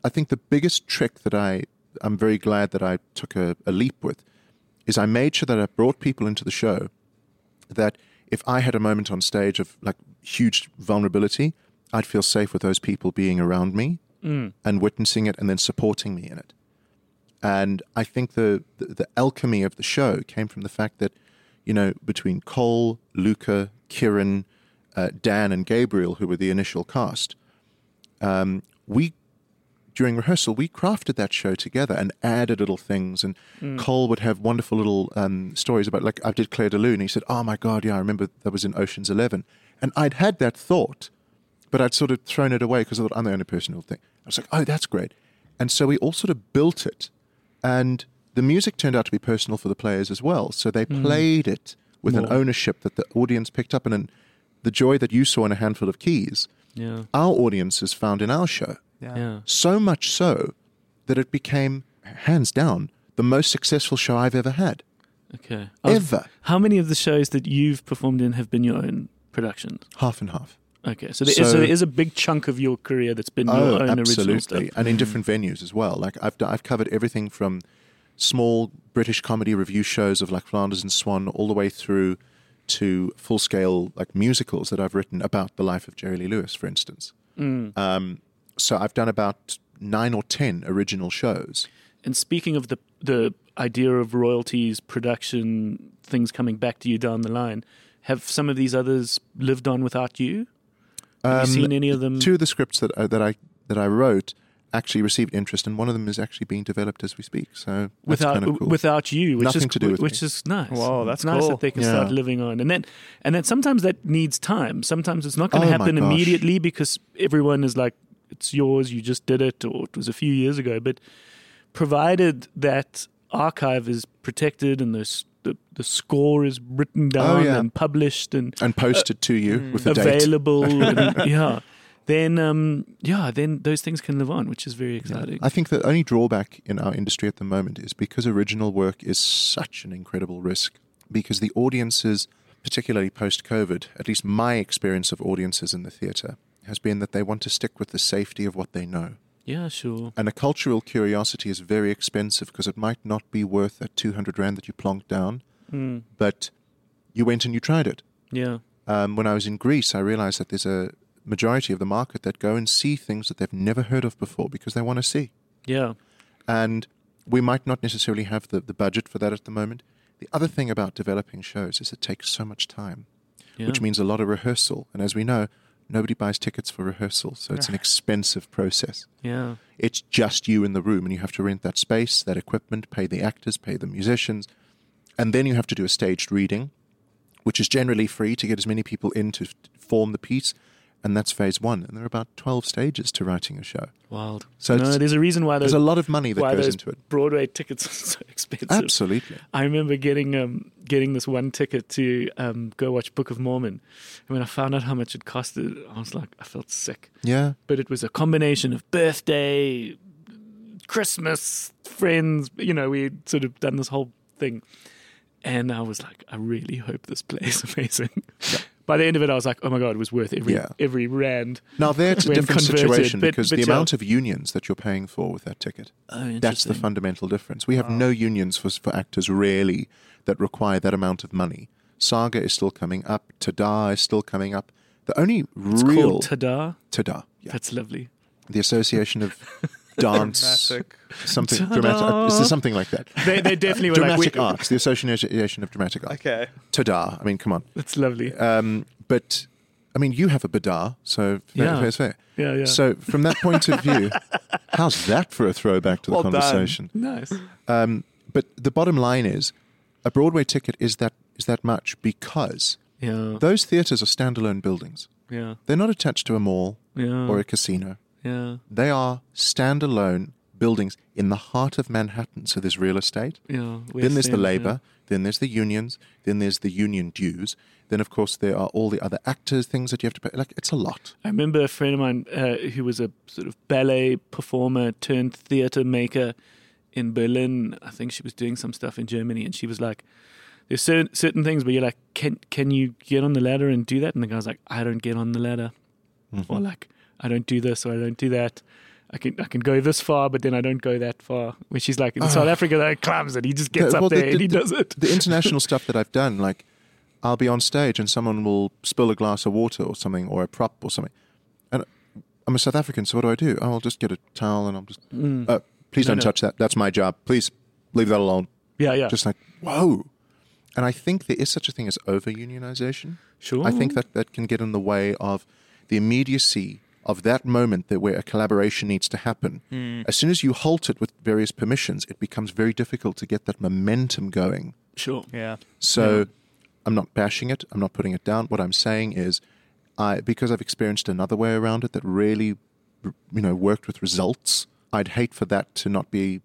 [SPEAKER 4] I think the biggest trick that I I'm very glad that I took a, a leap with is I made sure that I brought people into the show that if I had a moment on stage of like huge vulnerability, I'd feel safe with those people being around me and witnessing it, and then supporting me in it. And I think the, the the alchemy of the show came from the fact that, you know, between Cole, Luca, Kieran, uh, Dan, and Gabriel, who were the initial cast, um, we during rehearsal we crafted that show together and added little things. And Cole would have wonderful little um, stories about like I did Claire de Lune. He said, "Oh my God, yeah, I remember that was in Ocean's 11. And I'd had that thought, but I'd sort of thrown it away because I thought I'm the only person who'll think. I was like, oh, that's great. And so we all sort of built it. And the music turned out to be personal for the players as well. So they played it with an
[SPEAKER 1] More.
[SPEAKER 4] ownership that the audience picked up and an, the joy that you saw in a handful of keys,
[SPEAKER 1] yeah
[SPEAKER 4] our audiences found in our show.
[SPEAKER 3] Yeah.
[SPEAKER 1] yeah
[SPEAKER 4] So much so that it became, hands down, the most successful show I've ever had.
[SPEAKER 1] okay I was-
[SPEAKER 4] ever.
[SPEAKER 1] how many of the shows that you've performed in have been your own productions
[SPEAKER 4] Half and half.
[SPEAKER 1] okay so there is so,
[SPEAKER 4] So- Oh,
[SPEAKER 1] there is a big chunk of your career that's been your own original stuff
[SPEAKER 4] and in different venues as well. Like I've d- I've covered everything from small British comedy review shows of like Flanders and Swan, all the way through to full scale like musicals that I've written about the life of Jerry Lee Lewis, for instance.
[SPEAKER 1] Mm.
[SPEAKER 4] Um, so I've done about nine or ten original shows.
[SPEAKER 1] and speaking of the the idea of royalties production things coming back to you down the line have some of these others lived on without you have
[SPEAKER 4] Um,
[SPEAKER 1] you seen any of them
[SPEAKER 4] Two of the scripts that uh, that I that I wrote actually received interest, and one of them is actually being developed as we speak. So that's
[SPEAKER 1] without
[SPEAKER 4] kind of cool.
[SPEAKER 1] without you, which
[SPEAKER 4] Nothing
[SPEAKER 1] is
[SPEAKER 4] to do with
[SPEAKER 1] which
[SPEAKER 4] me.
[SPEAKER 1] is nice.
[SPEAKER 3] Wow, that's
[SPEAKER 1] it's nice
[SPEAKER 3] cool.
[SPEAKER 1] that they can
[SPEAKER 4] Yeah.
[SPEAKER 1] start living on, and then and then sometimes that needs time. Sometimes it's not going to
[SPEAKER 4] Oh my
[SPEAKER 1] happen
[SPEAKER 4] gosh.
[SPEAKER 1] immediately because everyone is like, "It's yours. You just did it," or it was a few years ago. But provided that archive is protected and the s- the, the score is written down
[SPEAKER 4] Oh, yeah.
[SPEAKER 1] and published and
[SPEAKER 4] and posted to you with the date.
[SPEAKER 1] available, and, yeah, then um, yeah, then those things can live on, which is very exciting.
[SPEAKER 4] I think the only drawback in our industry at the moment is because original work is such an incredible risk, because the audiences, particularly post COVID, at least my experience of audiences in the theatre, has been that they want to stick with the safety of what they know.
[SPEAKER 1] yeah, sure.
[SPEAKER 4] And a cultural curiosity is very expensive because it might not be worth that 200 Rand that you plonked down,
[SPEAKER 1] Mm,
[SPEAKER 4] but you went and you tried it.
[SPEAKER 1] yeah.
[SPEAKER 4] um, when I was in Greece, I realized that there's a majority of the market that go and see things that they've never heard of before because they want to see.
[SPEAKER 1] Yeah.
[SPEAKER 4] And we might not necessarily have the, the budget for that at the moment. The other thing about developing shows is it takes so much time,
[SPEAKER 1] yeah.
[SPEAKER 4] which means a lot of rehearsal. And as we know, nobody buys tickets for rehearsal, so it's an expensive process.
[SPEAKER 1] Yeah.
[SPEAKER 4] It's just you in the room, and you have to rent that space, that equipment, pay the actors, pay the musicians, and then you have to do a staged reading, which is generally free to get as many people in to f- form the piece, and that's phase one. And there are about twelve stages to writing a show.
[SPEAKER 1] Wild.
[SPEAKER 4] So
[SPEAKER 1] no,
[SPEAKER 4] it's-
[SPEAKER 1] there's a reason why those,
[SPEAKER 4] There's a lot of money that
[SPEAKER 1] why
[SPEAKER 4] goes
[SPEAKER 1] those
[SPEAKER 4] into it.
[SPEAKER 1] Broadway tickets are so expensive.
[SPEAKER 4] Absolutely.
[SPEAKER 1] I remember getting um, getting this one ticket to um, go watch Book of Mormon, and when I found out how much it costed, I was like, I felt sick.
[SPEAKER 4] Yeah.
[SPEAKER 1] But it was a combination of birthday, Christmas, friends. You know, we would sort of done this whole thing, and I was like, I really hope this play is amazing. By the end of it, I was like, oh my god, it was worth every
[SPEAKER 4] Yeah.
[SPEAKER 1] every rand.
[SPEAKER 4] Now there it's a
[SPEAKER 1] When
[SPEAKER 4] different
[SPEAKER 1] converted,
[SPEAKER 4] situation
[SPEAKER 1] but-
[SPEAKER 4] because
[SPEAKER 1] but
[SPEAKER 4] the
[SPEAKER 1] yeah.
[SPEAKER 4] amount of unions that you're paying for with that ticket.
[SPEAKER 1] Oh,
[SPEAKER 4] That's the fundamental difference. We have no unions for, for actors, really, that require that amount of money. Saga is still coming up. Tada is still coming up. The only
[SPEAKER 1] It's
[SPEAKER 4] real
[SPEAKER 1] called Tada.
[SPEAKER 4] Tada, yeah.
[SPEAKER 1] That's lovely.
[SPEAKER 4] the Association of Dance,
[SPEAKER 3] Dramatic.
[SPEAKER 4] something
[SPEAKER 1] Ta-da.
[SPEAKER 4] dramatic. It's something like that.
[SPEAKER 1] They, they definitely were
[SPEAKER 4] dramatic
[SPEAKER 1] like, we,
[SPEAKER 4] arts, the Association of Dramatic Arts.
[SPEAKER 3] Okay.
[SPEAKER 4] Tada. I mean, come on.
[SPEAKER 1] That's lovely.
[SPEAKER 4] Um, but I mean, you have a badar, so fair,
[SPEAKER 1] Yeah.
[SPEAKER 4] fair's fair.
[SPEAKER 1] Yeah, yeah.
[SPEAKER 4] So from that point of view, how's that for a throwback to the
[SPEAKER 3] Well done.
[SPEAKER 4] conversation?
[SPEAKER 1] nice.
[SPEAKER 4] Um, but the bottom line is, a Broadway ticket is that is that much because
[SPEAKER 1] Yeah.
[SPEAKER 4] those theatres are standalone buildings.
[SPEAKER 1] yeah.
[SPEAKER 4] They're not attached to a mall
[SPEAKER 1] Yeah.
[SPEAKER 4] or a casino.
[SPEAKER 1] yeah.
[SPEAKER 4] They are standalone buildings in the heart of Manhattan. So there's real estate.
[SPEAKER 1] Yeah.
[SPEAKER 4] then there's the
[SPEAKER 1] West End,
[SPEAKER 4] labour. Then there's the unions. Then there's the union dues. Then of course there are all the other actors things that you have to pay. Like it's a lot.
[SPEAKER 1] I remember a friend of mine uh, who was a sort of ballet performer turned theater maker in Berlin. I think she was doing some stuff in Germany, and she was like, "There's certain certain things where you're like, can can you get on the ladder and do that?" And the guy's like, "I don't get on the ladder,
[SPEAKER 4] Mm-hmm.
[SPEAKER 1] or like, I don't do this or I don't do that." I can I can go this far, but then I don't go that far. Where she's like in South Africa, that climbs it. He just gets
[SPEAKER 4] Yeah,
[SPEAKER 1] up
[SPEAKER 4] Ah. well, the-
[SPEAKER 1] there and
[SPEAKER 4] the-
[SPEAKER 1] he does it.
[SPEAKER 4] the international stuff that I've done, like I'll be on stage and someone will spill a glass of water or something, or a prop or something. And I'm a South African, so what do I do? Oh, I'll just get a towel and I'll just. Uh, please
[SPEAKER 1] Mm. No,
[SPEAKER 4] don't
[SPEAKER 1] no.
[SPEAKER 4] touch that. That's my job. Please leave that alone.
[SPEAKER 1] yeah, yeah.
[SPEAKER 4] Just like whoa. And I think there is such a thing as over unionization.
[SPEAKER 1] Sure.
[SPEAKER 4] I think that that can get in the way of the immediacy of that moment that where a collaboration needs to happen.
[SPEAKER 1] Mm.
[SPEAKER 4] As soon as you halt it with various permissions, it becomes very difficult to get that momentum going.
[SPEAKER 1] sure.
[SPEAKER 3] Yeah.
[SPEAKER 4] So I'm not bashing it. I'm not putting it down. What I'm saying is, I because I've experienced another way around it that really, r- you know, worked with results. I'd hate for that to not be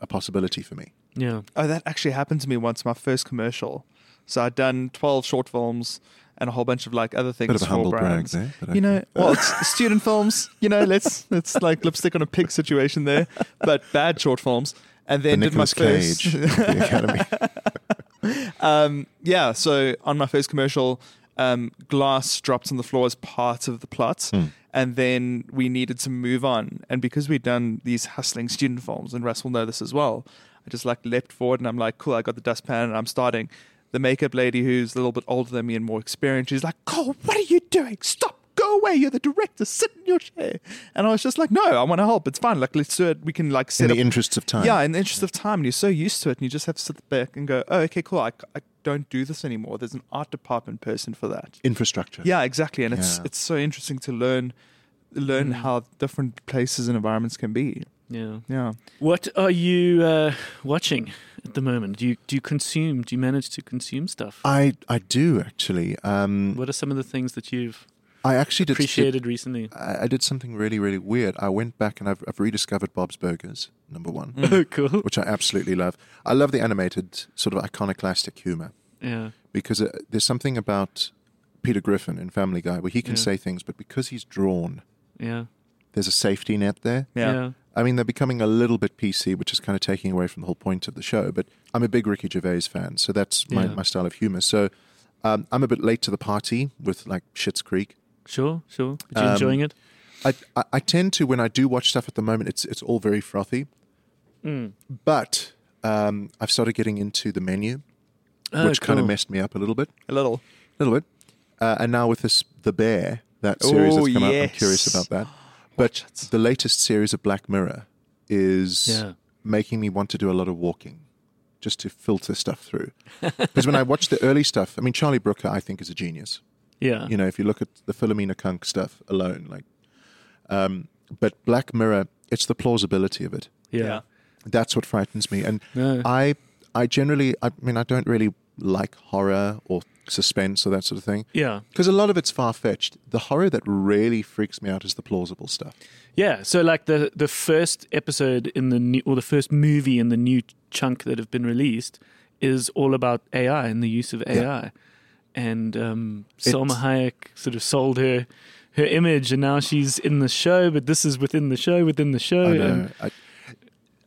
[SPEAKER 4] a possibility for me.
[SPEAKER 1] Yeah.
[SPEAKER 3] Oh, that actually happened to me once. My first commercial. So I'd done twelve short films and a whole bunch of like other things
[SPEAKER 4] Bit of a
[SPEAKER 3] for
[SPEAKER 4] humble brag
[SPEAKER 3] brands.
[SPEAKER 4] there. but
[SPEAKER 3] you
[SPEAKER 4] okay.
[SPEAKER 3] know, well, it's student films. You know, let's let's like lipstick on a pig situation there, but bad short films. And
[SPEAKER 4] the
[SPEAKER 3] then did my
[SPEAKER 4] Nicolas
[SPEAKER 3] first,
[SPEAKER 4] Cage of the Academy.
[SPEAKER 3] um, yeah. So on my first commercial, um, glass drops on the floor as part of the plot, and then we needed to move on. And because we'd done these hustling student films, and Russ will know this as well, I just like leapt forward and I'm like, cool, I got the dustpan and I'm starting. The makeup lady who's a little bit older than me and more experienced, she's like, Cole, what are you doing? Stop. Go away! You're the director. Sit in your chair. And I was just like, "No, I want to help. It's fine. Like, let's do it. We can like set
[SPEAKER 4] In the
[SPEAKER 3] up
[SPEAKER 4] interests of time.
[SPEAKER 3] yeah, in the interest of time, and you're so used to it, and you just have to sit back and go, oh, okay, cool. I, I don't do this anymore. There's an art department person for that.
[SPEAKER 4] infrastructure.
[SPEAKER 3] Yeah, exactly. And it's
[SPEAKER 4] Yeah.
[SPEAKER 3] it's so interesting to learn learn
[SPEAKER 1] Mm.
[SPEAKER 3] how different places and environments can be.
[SPEAKER 1] Yeah.
[SPEAKER 3] Yeah.
[SPEAKER 1] What are you uh, watching at the moment? Do you do you consume? Do you manage to consume stuff?
[SPEAKER 4] I I do actually. Um,
[SPEAKER 1] what are some of the things that you've
[SPEAKER 4] I actually did
[SPEAKER 1] appreciated recently?
[SPEAKER 4] I, I did something really really weird. I went back and I've, I've rediscovered Bob's Burgers number one,
[SPEAKER 1] Oh, cool.
[SPEAKER 4] which I absolutely love. I love the animated sort of iconoclastic humor
[SPEAKER 1] Yeah.
[SPEAKER 4] because uh, there's something about Peter Griffin in Family Guy where he can
[SPEAKER 1] Yeah.
[SPEAKER 4] say things, but because he's drawn,
[SPEAKER 1] Yeah.
[SPEAKER 4] there's a safety net there.
[SPEAKER 3] Yeah.
[SPEAKER 4] I mean, they're becoming a little bit PC, which is kind of taking away from the whole point of the show. But I'm a big Ricky Gervais fan, so that's my,
[SPEAKER 1] Yeah.
[SPEAKER 4] my style of humor. So um, I'm a bit late to the party with like Schitt's Creek.
[SPEAKER 1] Sure. Sure. Are you
[SPEAKER 4] Um,
[SPEAKER 1] enjoying it?
[SPEAKER 4] I, I, I tend to when I do watch stuff at the moment, it's it's all very frothy. But um, I've started getting into the menu,
[SPEAKER 1] Oh,
[SPEAKER 4] which kind of
[SPEAKER 1] cool.
[SPEAKER 4] messed me up a little bit,
[SPEAKER 3] A little.
[SPEAKER 4] a little bit. Uh, and now with this, the bear that series
[SPEAKER 3] Oh,
[SPEAKER 4] that's come out, I'm
[SPEAKER 3] yes.
[SPEAKER 4] curious about that. But the latest series of Black Mirror is
[SPEAKER 1] Yeah.
[SPEAKER 4] making me want to do a lot of walking just to filter stuff through. Because when I watch the early stuff, I mean, Charlie Brooker, I think, is a genius.
[SPEAKER 3] Uh.
[SPEAKER 1] Yeah.
[SPEAKER 4] You know, if you look at the Philomena Kunk stuff alone, like, um, but Black Mirror, it's the plausibility of it.
[SPEAKER 1] yeah.
[SPEAKER 4] That's what frightens me. And
[SPEAKER 1] No.
[SPEAKER 4] I, I generally, I mean, I don't really like horror or suspense or that sort of thing.
[SPEAKER 1] Yeah.
[SPEAKER 4] Because a lot of it's far fetched. The horror that really freaks me out is the plausible stuff.
[SPEAKER 1] Yeah. So like the the first episode in the new or the first movie in the new chunk that have been released is all about AI and the use of AI. And um, Selma Hayek sort of sold her her image, and now she's in the show. But this is within the show, within the show.
[SPEAKER 3] Oh,
[SPEAKER 4] I
[SPEAKER 1] and-
[SPEAKER 4] know. I,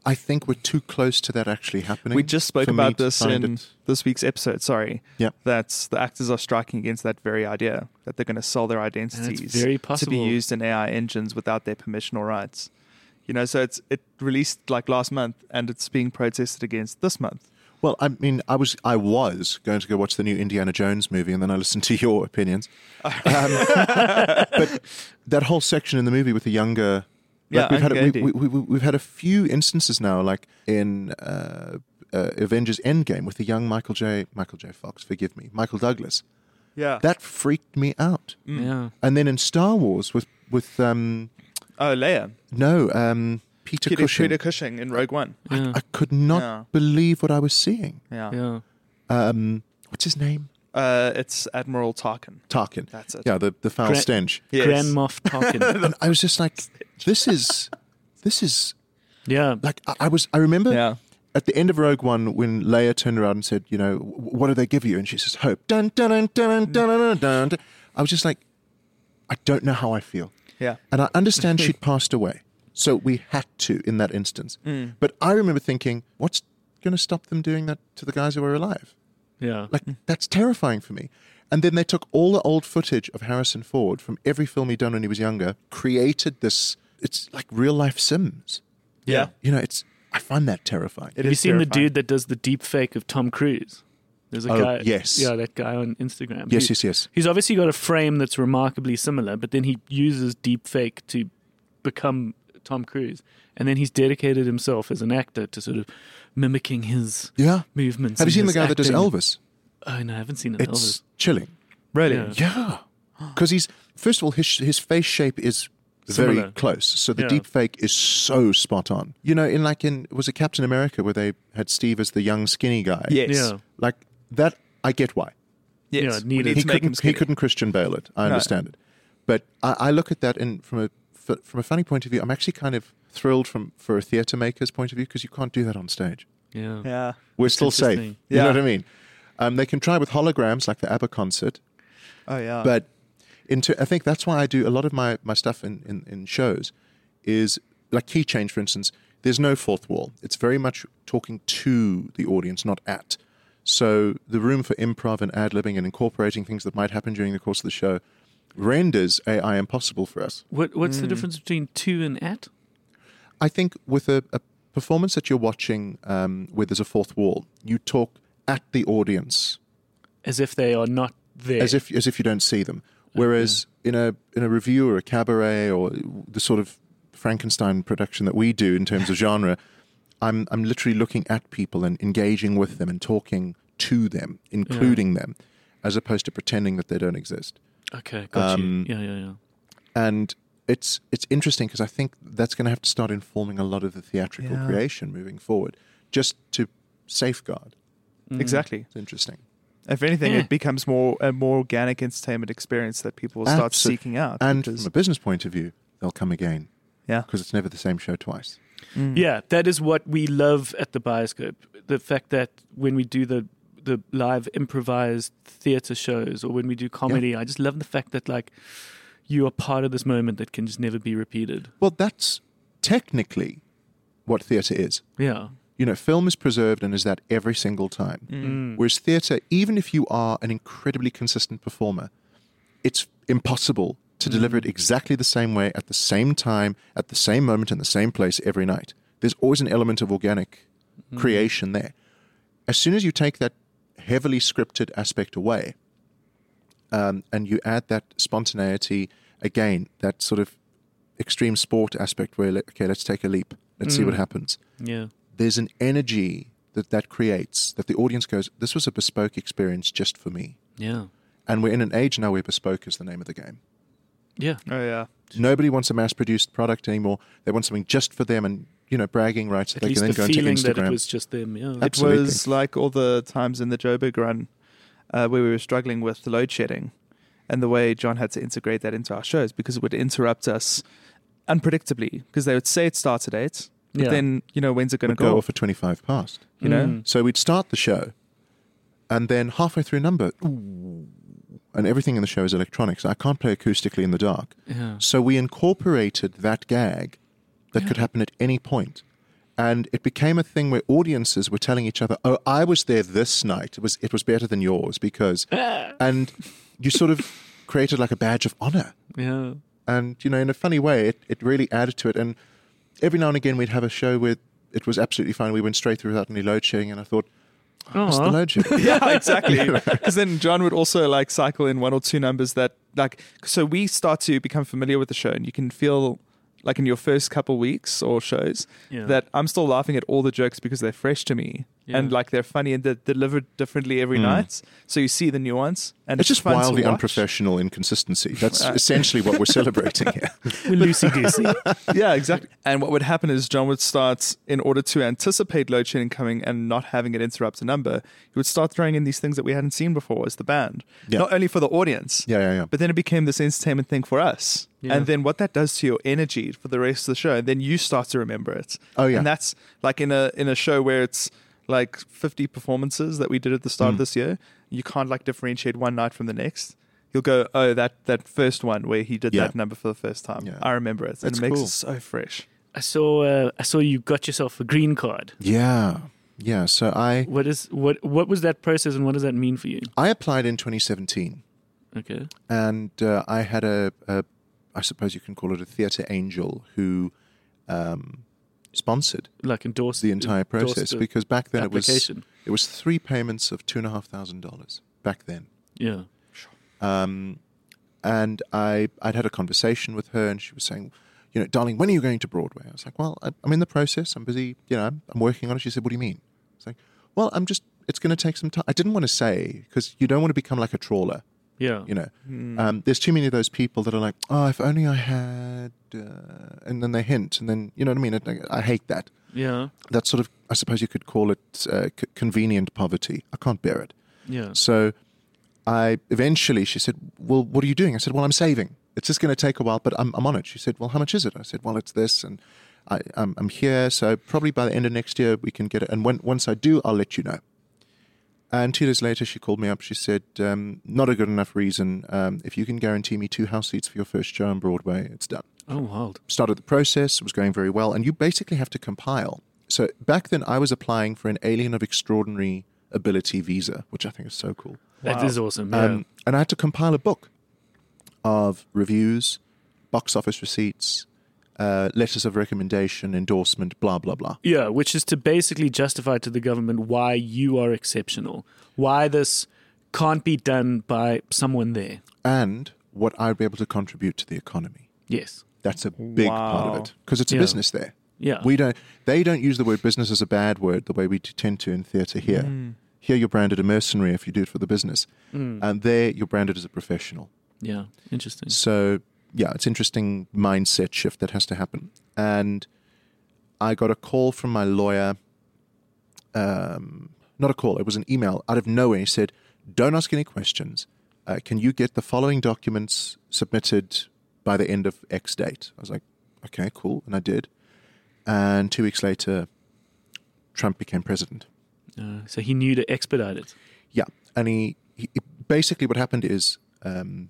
[SPEAKER 4] I think we're too close to that actually happening.
[SPEAKER 3] We just spoke
[SPEAKER 4] for me
[SPEAKER 3] about
[SPEAKER 4] to
[SPEAKER 3] this
[SPEAKER 4] find
[SPEAKER 3] in
[SPEAKER 4] it-
[SPEAKER 3] this week's episode. Sorry.
[SPEAKER 4] Yeah.
[SPEAKER 3] That's the actors are striking against that very idea that they're going to sell their identities
[SPEAKER 1] very
[SPEAKER 3] to
[SPEAKER 1] possible.
[SPEAKER 3] be used in AI engines without their permission or rights. You know, so it's it released like last month and it's being protested against this month.
[SPEAKER 4] Well, I mean, I was I was going to go watch the new Indiana Jones movie, and then I listened to your opinions. Um, but that whole section in the movie with the younger,
[SPEAKER 3] Yeah,
[SPEAKER 4] we've had
[SPEAKER 3] Uncle Andy.
[SPEAKER 4] we, we, we, we- we've had a few instances now, like in uh, uh, Avengers Endgame with the young Michael J. Michael J. Fox, forgive me, Michael Douglas.
[SPEAKER 3] Yeah.
[SPEAKER 4] That freaked me out.
[SPEAKER 1] Yeah.
[SPEAKER 4] And then in Star Wars with with um,
[SPEAKER 3] oh, Leia.
[SPEAKER 4] no um, Peter,
[SPEAKER 3] Peter
[SPEAKER 4] Cushing,
[SPEAKER 3] Peter Cushing in Rogue One.
[SPEAKER 1] Yeah.
[SPEAKER 4] I could not
[SPEAKER 3] Yeah.
[SPEAKER 4] believe what I was seeing.
[SPEAKER 3] Yeah.
[SPEAKER 1] yeah.
[SPEAKER 4] Um, what's his name?
[SPEAKER 3] Uh, it's Admiral Tarkin.
[SPEAKER 4] Tarkin.
[SPEAKER 3] That's it.
[SPEAKER 4] Yeah, the, the foul
[SPEAKER 1] Gra-
[SPEAKER 4] stench.
[SPEAKER 3] Yes.
[SPEAKER 1] Grand Moff Tarkin.
[SPEAKER 4] And I was just like, this is, this is
[SPEAKER 1] yeah.
[SPEAKER 4] like I, I was. I remember
[SPEAKER 3] Yeah.
[SPEAKER 4] at the end of Rogue One when Leia turned around and said, you know, "Wh- what do they give you? And she says, hope. Dun, dun, dun, dun, dun, dun, dun, dun, dun. I was just like, I don't know how I feel,
[SPEAKER 3] Yeah.
[SPEAKER 4] and I understand she'd passed away, so we had to in that instance.
[SPEAKER 1] Mm.
[SPEAKER 4] But I remember thinking, what's going to stop them doing that to the guys who are alive?
[SPEAKER 1] Yeah.
[SPEAKER 4] Like that's terrifying for me. And then they took all the old footage of Harrison Ford from every film he'd done when he was younger, created this. It's like real life Sims.
[SPEAKER 3] Yeah.
[SPEAKER 4] You know, it's I find that terrifying.
[SPEAKER 1] Have
[SPEAKER 3] It
[SPEAKER 1] you
[SPEAKER 3] is
[SPEAKER 1] seen the
[SPEAKER 3] terrifying.
[SPEAKER 1] dude that does the deep fake of Tom Cruise? There's a
[SPEAKER 4] Oh,
[SPEAKER 1] guy.
[SPEAKER 4] yes.
[SPEAKER 1] Yeah, that guy on Instagram.
[SPEAKER 4] yes,
[SPEAKER 1] He-
[SPEAKER 4] yes, yes.
[SPEAKER 1] He's obviously got a frame that's remarkably similar, but then he uses deepfake to become Tom Cruise, and then he's dedicated himself as an actor to sort of mimicking his
[SPEAKER 4] Yeah.
[SPEAKER 1] movements.
[SPEAKER 4] Have you
[SPEAKER 1] and
[SPEAKER 4] seen the
[SPEAKER 1] his
[SPEAKER 4] guy that does
[SPEAKER 1] acting.
[SPEAKER 4] Elvis?
[SPEAKER 1] Oh no, I haven't seen an
[SPEAKER 4] It's
[SPEAKER 1] Elvis.
[SPEAKER 4] chilling.
[SPEAKER 3] Really?
[SPEAKER 1] Yeah.
[SPEAKER 4] Yeah. Because he's first of all his his face shape is
[SPEAKER 1] Similar.
[SPEAKER 4] very close, so the
[SPEAKER 1] Yeah.
[SPEAKER 4] deep fake is so spot on. You know, in like in was it Captain America where they had Steve as the young skinny guy?
[SPEAKER 3] Yes.
[SPEAKER 1] Yeah,
[SPEAKER 4] Like that, I get why.
[SPEAKER 1] Yeah,
[SPEAKER 3] Yes. we
[SPEAKER 1] needed.
[SPEAKER 3] need
[SPEAKER 4] he
[SPEAKER 3] to make him
[SPEAKER 4] couldn't, he
[SPEAKER 3] skinny.
[SPEAKER 4] couldn't Christian Bale it. I
[SPEAKER 3] No.
[SPEAKER 4] understand it, but I, I look at that and from a f- from a funny point of view, I'm actually kind of thrilled from for a theatre maker's point of view because you can't do that on stage.
[SPEAKER 1] yeah,
[SPEAKER 3] Yeah.
[SPEAKER 4] We're still safe.
[SPEAKER 1] interesting.
[SPEAKER 4] You know
[SPEAKER 3] Yeah.
[SPEAKER 4] what I mean? Um, they can try with holograms like the ABBA concert,
[SPEAKER 3] Oh yeah.
[SPEAKER 4] but into I think that's why I do a lot of my my stuff in in, in shows is like key change, for instance. There's no fourth wall. It's very much talking to the audience, not at. So the room for improv and ad libbing and incorporating things that might happen during the course of the show renders AI impossible for us.
[SPEAKER 1] What What's
[SPEAKER 4] Hmm.
[SPEAKER 1] the difference between to and at?
[SPEAKER 4] I think with a, a performance that you're watching um, where there's a fourth wall, you talk at the audience
[SPEAKER 1] As if they are not there.
[SPEAKER 4] as if as if you don't see them.
[SPEAKER 3] Oh,
[SPEAKER 4] Whereas in a in a review or a cabaret or the sort of Frankenstein production that we do in terms of genre, I'm I'm literally looking at people and engaging with them and talking to them, including them, as opposed to pretending that they don't exist.
[SPEAKER 1] okay, got
[SPEAKER 4] um,
[SPEAKER 1] you. Yeah, yeah, yeah.
[SPEAKER 4] And it's it's interesting because I think that's going to have to start informing a lot of the theatrical
[SPEAKER 3] Yeah.
[SPEAKER 4] creation moving forward, just to safeguard.
[SPEAKER 1] Hmm.
[SPEAKER 3] Exactly.
[SPEAKER 4] It's interesting.
[SPEAKER 3] If anything,
[SPEAKER 1] Yeah.
[SPEAKER 3] it becomes more a more organic entertainment experience that people will start
[SPEAKER 4] Absolute-
[SPEAKER 3] seeking out.
[SPEAKER 4] And
[SPEAKER 3] because-
[SPEAKER 4] from a business point of view, they'll come again
[SPEAKER 3] yeah,
[SPEAKER 4] because it's never the same show twice.
[SPEAKER 3] mm. Mm-hmm.
[SPEAKER 1] Yeah, that is what we love at the Bioscope. The fact that when we do the the live improvised theater shows or when we do comedy, I just love the fact that like you are part of this moment that can just never be repeated.
[SPEAKER 4] Well, that's technically what theatre is.
[SPEAKER 1] Yeah.
[SPEAKER 4] You know, film is preserved and is that every single time.
[SPEAKER 1] Mm.
[SPEAKER 4] Whereas theatre, even if you are an incredibly consistent performer, it's impossible to deliver it exactly the same way at the same time, at the same moment, in the same place every night. There's always an element of organic creation there. As soon as you take that heavily scripted aspect away um, and you add that spontaneity, again, that sort of extreme sport aspect where, like, okay, let's take a leap, let's see what happens
[SPEAKER 1] Yeah.
[SPEAKER 4] there's an energy that that creates that the audience goes, this was a bespoke experience just for me.
[SPEAKER 1] Yeah.
[SPEAKER 4] And we're in an age now where bespoke is the name of the game.
[SPEAKER 1] Yeah.
[SPEAKER 3] oh yeah,
[SPEAKER 4] Nobody wants a mass-produced product anymore. They want something just for them, and you know, bragging rights that
[SPEAKER 1] At
[SPEAKER 4] they
[SPEAKER 1] least
[SPEAKER 4] can then
[SPEAKER 1] the
[SPEAKER 4] go into
[SPEAKER 1] feeling that
[SPEAKER 4] Instagram.
[SPEAKER 1] it was just them. Yeah.
[SPEAKER 4] Ab- Absolutely.
[SPEAKER 3] it was like all the times in the Joburg run uh, where we were struggling with load shedding, and the way John had to integrate that into our shows because it would interrupt us unpredictably because they would say it starts at eight, but
[SPEAKER 1] Yeah.
[SPEAKER 3] then you know when's it going to
[SPEAKER 4] Would go
[SPEAKER 3] go
[SPEAKER 4] off at twenty-five past.
[SPEAKER 3] you know?
[SPEAKER 1] Mm.
[SPEAKER 4] So we'd start the show, and then halfway through a number, ooh, and everything in the show is electronic, so I can't play acoustically in the dark.
[SPEAKER 1] Yeah.
[SPEAKER 4] So we incorporated that gag that could happen at any point. And it became a thing where audiences were telling each other, "Oh, I was there this night. It was it was better than yours because," and you sort of created like a badge of honor.
[SPEAKER 1] Yeah.
[SPEAKER 4] And you know, in a funny way, it, it really added to it. And every now and again, we'd have a show where it was absolutely fine. We went straight through without any load shedding, and I thought, "What's the
[SPEAKER 1] Aw.
[SPEAKER 4] load shedding?"
[SPEAKER 3] yeah, exactly. Because then John would also like cycle in one or two numbers that like so we start to become familiar with the show and you can feel like in your first couple weeks or shows
[SPEAKER 1] Yeah.
[SPEAKER 3] that I'm still laughing at all the jokes because they're fresh to me
[SPEAKER 1] Yeah.
[SPEAKER 3] and like they're funny and they're delivered differently every night. So you see the nuance and
[SPEAKER 4] Hmm. It's
[SPEAKER 3] it's,
[SPEAKER 4] just
[SPEAKER 3] fun to
[SPEAKER 4] wildly
[SPEAKER 3] watch.
[SPEAKER 4] unprofessional inconsistency. That's essentially what we're celebrating here.
[SPEAKER 1] We're loosey goosey.
[SPEAKER 3] yeah, exactly. And what would happen is John would start, in order to anticipate load shedding coming and not having it interrupt a number, he would start throwing in these things that we hadn't seen before as the band.
[SPEAKER 4] Yeah.
[SPEAKER 3] Not only for the audience,
[SPEAKER 4] Yeah, yeah, yeah.
[SPEAKER 3] but then it became this entertainment thing for us.
[SPEAKER 1] Yeah.
[SPEAKER 3] And then what that does to your energy for the rest of the show, and then you start to remember it.
[SPEAKER 4] Oh, yeah.
[SPEAKER 3] And that's like in a in a show where it's like 50 performances that we did at the
[SPEAKER 4] Mm.
[SPEAKER 3] start of this year, you can't like differentiate one night from the next. You'll go, "Oh, that that first one where he did
[SPEAKER 4] Yeah.
[SPEAKER 3] that number for the first time.
[SPEAKER 4] Yeah.
[SPEAKER 3] I remember it." And
[SPEAKER 4] That's
[SPEAKER 3] it makes
[SPEAKER 4] cool.
[SPEAKER 3] it so fresh.
[SPEAKER 1] I saw uh, I saw you got yourself a green card.
[SPEAKER 4] Yeah. Yeah. So I
[SPEAKER 1] What is what what was that process and what does that mean for you?
[SPEAKER 4] I applied in 2017,
[SPEAKER 1] Okay.
[SPEAKER 4] and uh, I had a, a I suppose you can call it a theatre angel who um, sponsored
[SPEAKER 1] Like endorsed
[SPEAKER 4] the entire
[SPEAKER 1] endorsed
[SPEAKER 4] process
[SPEAKER 1] the
[SPEAKER 4] because back then it was
[SPEAKER 1] application.
[SPEAKER 4] it was three payments of two and a half thousand dollars back then.
[SPEAKER 1] Yeah.
[SPEAKER 4] Um, and I, I'd had a conversation with her, and she was saying, "You know, darling, when are you going to Broadway?" I was like, "Well, I, I'm in the process. I'm busy. You know, I'm, I'm working on it." She said, "What do you mean?" I was like, "Well, I'm just. It's going to take some time." I didn't want to say because you don't want to become like a trawler.
[SPEAKER 1] Yeah.
[SPEAKER 4] You know, um, there's too many of those people that are like, "Oh, if only I had," uh, and then they hint, and then you know what I mean. I, I hate that.
[SPEAKER 1] Yeah.
[SPEAKER 4] That sort of, I suppose you could call it uh, c- convenient poverty. I can't bear it.
[SPEAKER 1] Yeah.
[SPEAKER 4] So I eventually, she said, Well, what are you doing? I said, Well, I'm saving. It's just going to take a while, but I'm, I'm on it. She said, Well, how much is it? I said, Well, it's this. And I, I'm, I'm here. So probably by the end of next year, we can get it. And when, once I do, I'll let you know. And two days later, she called me up. She said, um, Not a good enough reason. Um, if you can guarantee me two house seats for your first show on Broadway, it's done
[SPEAKER 1] Oh wild.
[SPEAKER 4] started the process, it was going very well, and you basically have to compile. So back then, I was applying for an Alien of Extraordinary Ability visa, which I think is so cool.
[SPEAKER 1] That is awesome. Yeah.
[SPEAKER 4] Um, and I had to compile a book of reviews, box office receipts, uh, letters of recommendation, endorsement, blah, blah, blah.
[SPEAKER 1] yeah, which is to basically justify to the government why you are exceptional. Why this can't be done by someone there.
[SPEAKER 4] And what I would be able to contribute to the economy.
[SPEAKER 1] Yes.
[SPEAKER 4] That's a big part
[SPEAKER 3] Wow.
[SPEAKER 4] of it because it's a
[SPEAKER 1] Yeah.
[SPEAKER 4] business there.
[SPEAKER 1] Yeah.
[SPEAKER 4] We don't. They don't use the word business as a bad word the way we tend to in theatre here.
[SPEAKER 1] Hmm.
[SPEAKER 3] Mm.
[SPEAKER 4] Here, you're branded a mercenary if you do it for the business, and there you're branded as a professional.
[SPEAKER 1] yeah. Hmm. Interesting.
[SPEAKER 4] So yeah, it's interesting mindset shift that has to happen. And I got a call from my lawyer. Um, not a call; it was an email out of nowhere. He said, "Don't ask any questions. Uh, can you get the following documents submitted by the end of X date?" I was like, "Okay, cool," and I did. And two weeks later, Trump became president.
[SPEAKER 1] Uh, so he knew to expedite it.
[SPEAKER 4] Yeah, and he, he basically what happened is um,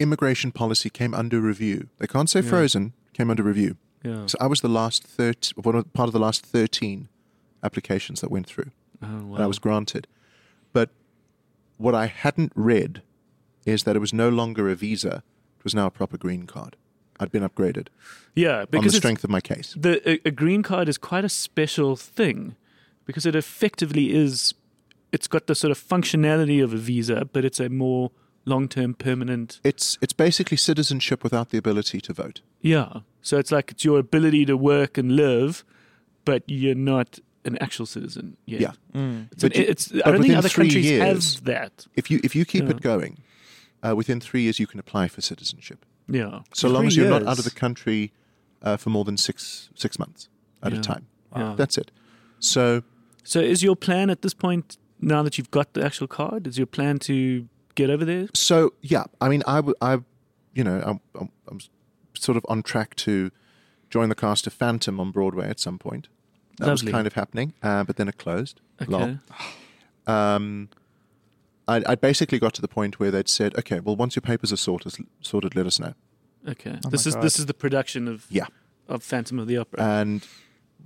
[SPEAKER 4] immigration policy came under review. They can't say frozen. Came under review.
[SPEAKER 1] Yeah.
[SPEAKER 4] So I was the last thirty, one of, part of the last thirteen applications that went through,
[SPEAKER 1] oh, wow.
[SPEAKER 4] and I was granted. But what I hadn't read is that it was no longer a visa; it was now a proper green card. I'd been upgraded
[SPEAKER 1] yeah,
[SPEAKER 4] on the
[SPEAKER 1] because it's
[SPEAKER 4] strength of my case.
[SPEAKER 1] the a, a green card is quite a special thing because it effectively is it's got the sort of functionality of a visa but it's a more long-term permanent
[SPEAKER 4] It's it's basically citizenship without the ability to vote.
[SPEAKER 1] yeah so it's like it's your ability to work and live but you're not an actual citizen yet.
[SPEAKER 4] Yeah.
[SPEAKER 3] Mm.
[SPEAKER 1] it's, an,
[SPEAKER 4] But you-
[SPEAKER 1] it's
[SPEAKER 4] but
[SPEAKER 1] i don't think
[SPEAKER 4] within
[SPEAKER 1] other
[SPEAKER 4] three
[SPEAKER 1] countries
[SPEAKER 4] years-
[SPEAKER 1] have that
[SPEAKER 4] If you if you keep
[SPEAKER 1] Yeah.
[SPEAKER 4] it going, uh, within three years you can apply for citizenship.
[SPEAKER 1] yeah
[SPEAKER 4] So long
[SPEAKER 3] Three
[SPEAKER 4] as you're not
[SPEAKER 3] years?
[SPEAKER 4] out of the country uh, for more than six six months at
[SPEAKER 1] Yeah. Ah.
[SPEAKER 4] a time.
[SPEAKER 1] Wow.
[SPEAKER 4] That's it. So
[SPEAKER 1] so is your plan at this point now that you've got the actual card is your plan to get over there
[SPEAKER 4] so yeah, I mean, I, w- I- you know, I'm, I'm, I'm s- sort of on track to join the cast of Phantom on Broadway at some point. That
[SPEAKER 1] Lovely.
[SPEAKER 4] was kind of happening, uh, but then it closed.
[SPEAKER 1] okay
[SPEAKER 4] Lol. Um, I, I basically got to the point where they'd said, okay, well, once your papers are sorted, sorted, let us know.
[SPEAKER 1] okay
[SPEAKER 3] Oh
[SPEAKER 1] this
[SPEAKER 3] my
[SPEAKER 1] is
[SPEAKER 3] God.
[SPEAKER 1] this is the production of
[SPEAKER 4] Yeah. Uh,
[SPEAKER 1] of phantom of the opera
[SPEAKER 4] and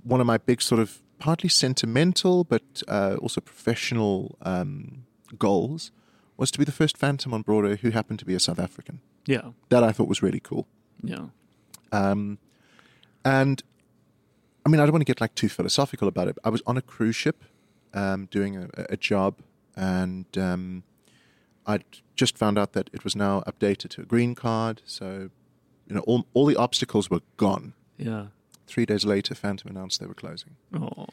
[SPEAKER 4] one of my big sort of partly sentimental but uh, also professional um, goals was to be the first phantom on broadway who happened to be a south african
[SPEAKER 1] yeah
[SPEAKER 4] that i thought was really cool
[SPEAKER 1] yeah
[SPEAKER 4] um, and i mean i don't want to get like too philosophical about it but i was on a cruise ship um, doing a, a job and um, i just found out that it was now updated to a green card so you know all, all the obstacles were gone
[SPEAKER 1] Yeah.
[SPEAKER 4] three days later phantom announced they were closing
[SPEAKER 1] Oh.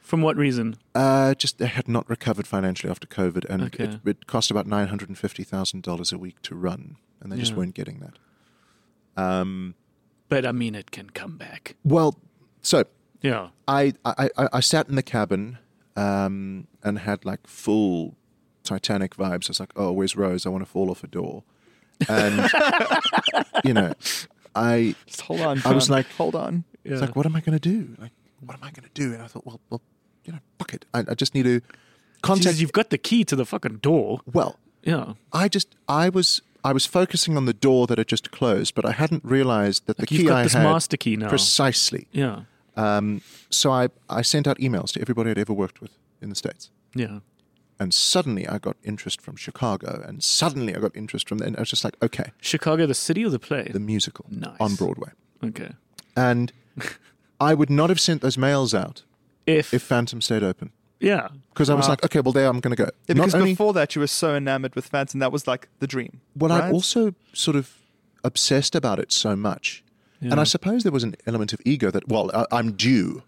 [SPEAKER 1] From what reason?
[SPEAKER 4] Uh, just they had not recovered financially after COVID, and
[SPEAKER 1] Okay.
[SPEAKER 4] it, it cost about nine hundred and fifty thousand dollars a week to run, and they just
[SPEAKER 1] Yeah.
[SPEAKER 4] weren't getting that. Um,
[SPEAKER 1] But I mean, it can come back.
[SPEAKER 4] well, so
[SPEAKER 1] Yeah.
[SPEAKER 4] I I, I, I sat in the cabin um, and had like full Titanic vibes. I was like, oh, where's Rose? I want to fall off a door, and you know, I
[SPEAKER 3] Just hold on.
[SPEAKER 4] I was
[SPEAKER 3] John.
[SPEAKER 4] like-
[SPEAKER 3] hold on.
[SPEAKER 1] Yeah.
[SPEAKER 4] It's like, what am I going to do? Like, what am I going to do? And I thought, well, well, you know, fuck it. I, I just need to
[SPEAKER 1] Jesus,
[SPEAKER 4] contact.
[SPEAKER 1] you've got the key to the fucking door.
[SPEAKER 4] well,
[SPEAKER 1] Yeah.
[SPEAKER 4] I just I was I was focusing on the door that had just closed, but I hadn't realized that the
[SPEAKER 1] Like,
[SPEAKER 4] key
[SPEAKER 1] you've got
[SPEAKER 4] I
[SPEAKER 1] this
[SPEAKER 4] had
[SPEAKER 1] master key now.
[SPEAKER 4] precisely.
[SPEAKER 1] yeah.
[SPEAKER 4] Um, so I I sent out emails to everybody I'd ever worked with in the states,
[SPEAKER 1] Yeah.
[SPEAKER 4] and suddenly I got interest from Chicago, and suddenly I got interest from. And I was just like, okay,
[SPEAKER 1] Chicago, the city or the play?
[SPEAKER 4] the musical
[SPEAKER 1] Nice.
[SPEAKER 4] on Broadway,
[SPEAKER 1] okay.
[SPEAKER 4] and I would not have sent those mails out
[SPEAKER 1] If,
[SPEAKER 4] if Phantom stayed open
[SPEAKER 1] yeah.
[SPEAKER 4] because I was
[SPEAKER 3] Wow.
[SPEAKER 4] like, okay, well there I'm going to go.
[SPEAKER 3] Yeah,
[SPEAKER 4] Not
[SPEAKER 3] because
[SPEAKER 4] only-
[SPEAKER 3] before that, you were so enamored with Phantom. That was like the dream.
[SPEAKER 4] Well,
[SPEAKER 3] right?
[SPEAKER 4] I'm also sort of obsessed about it so much. And I suppose there was an element of ego that, well, I, I'm due.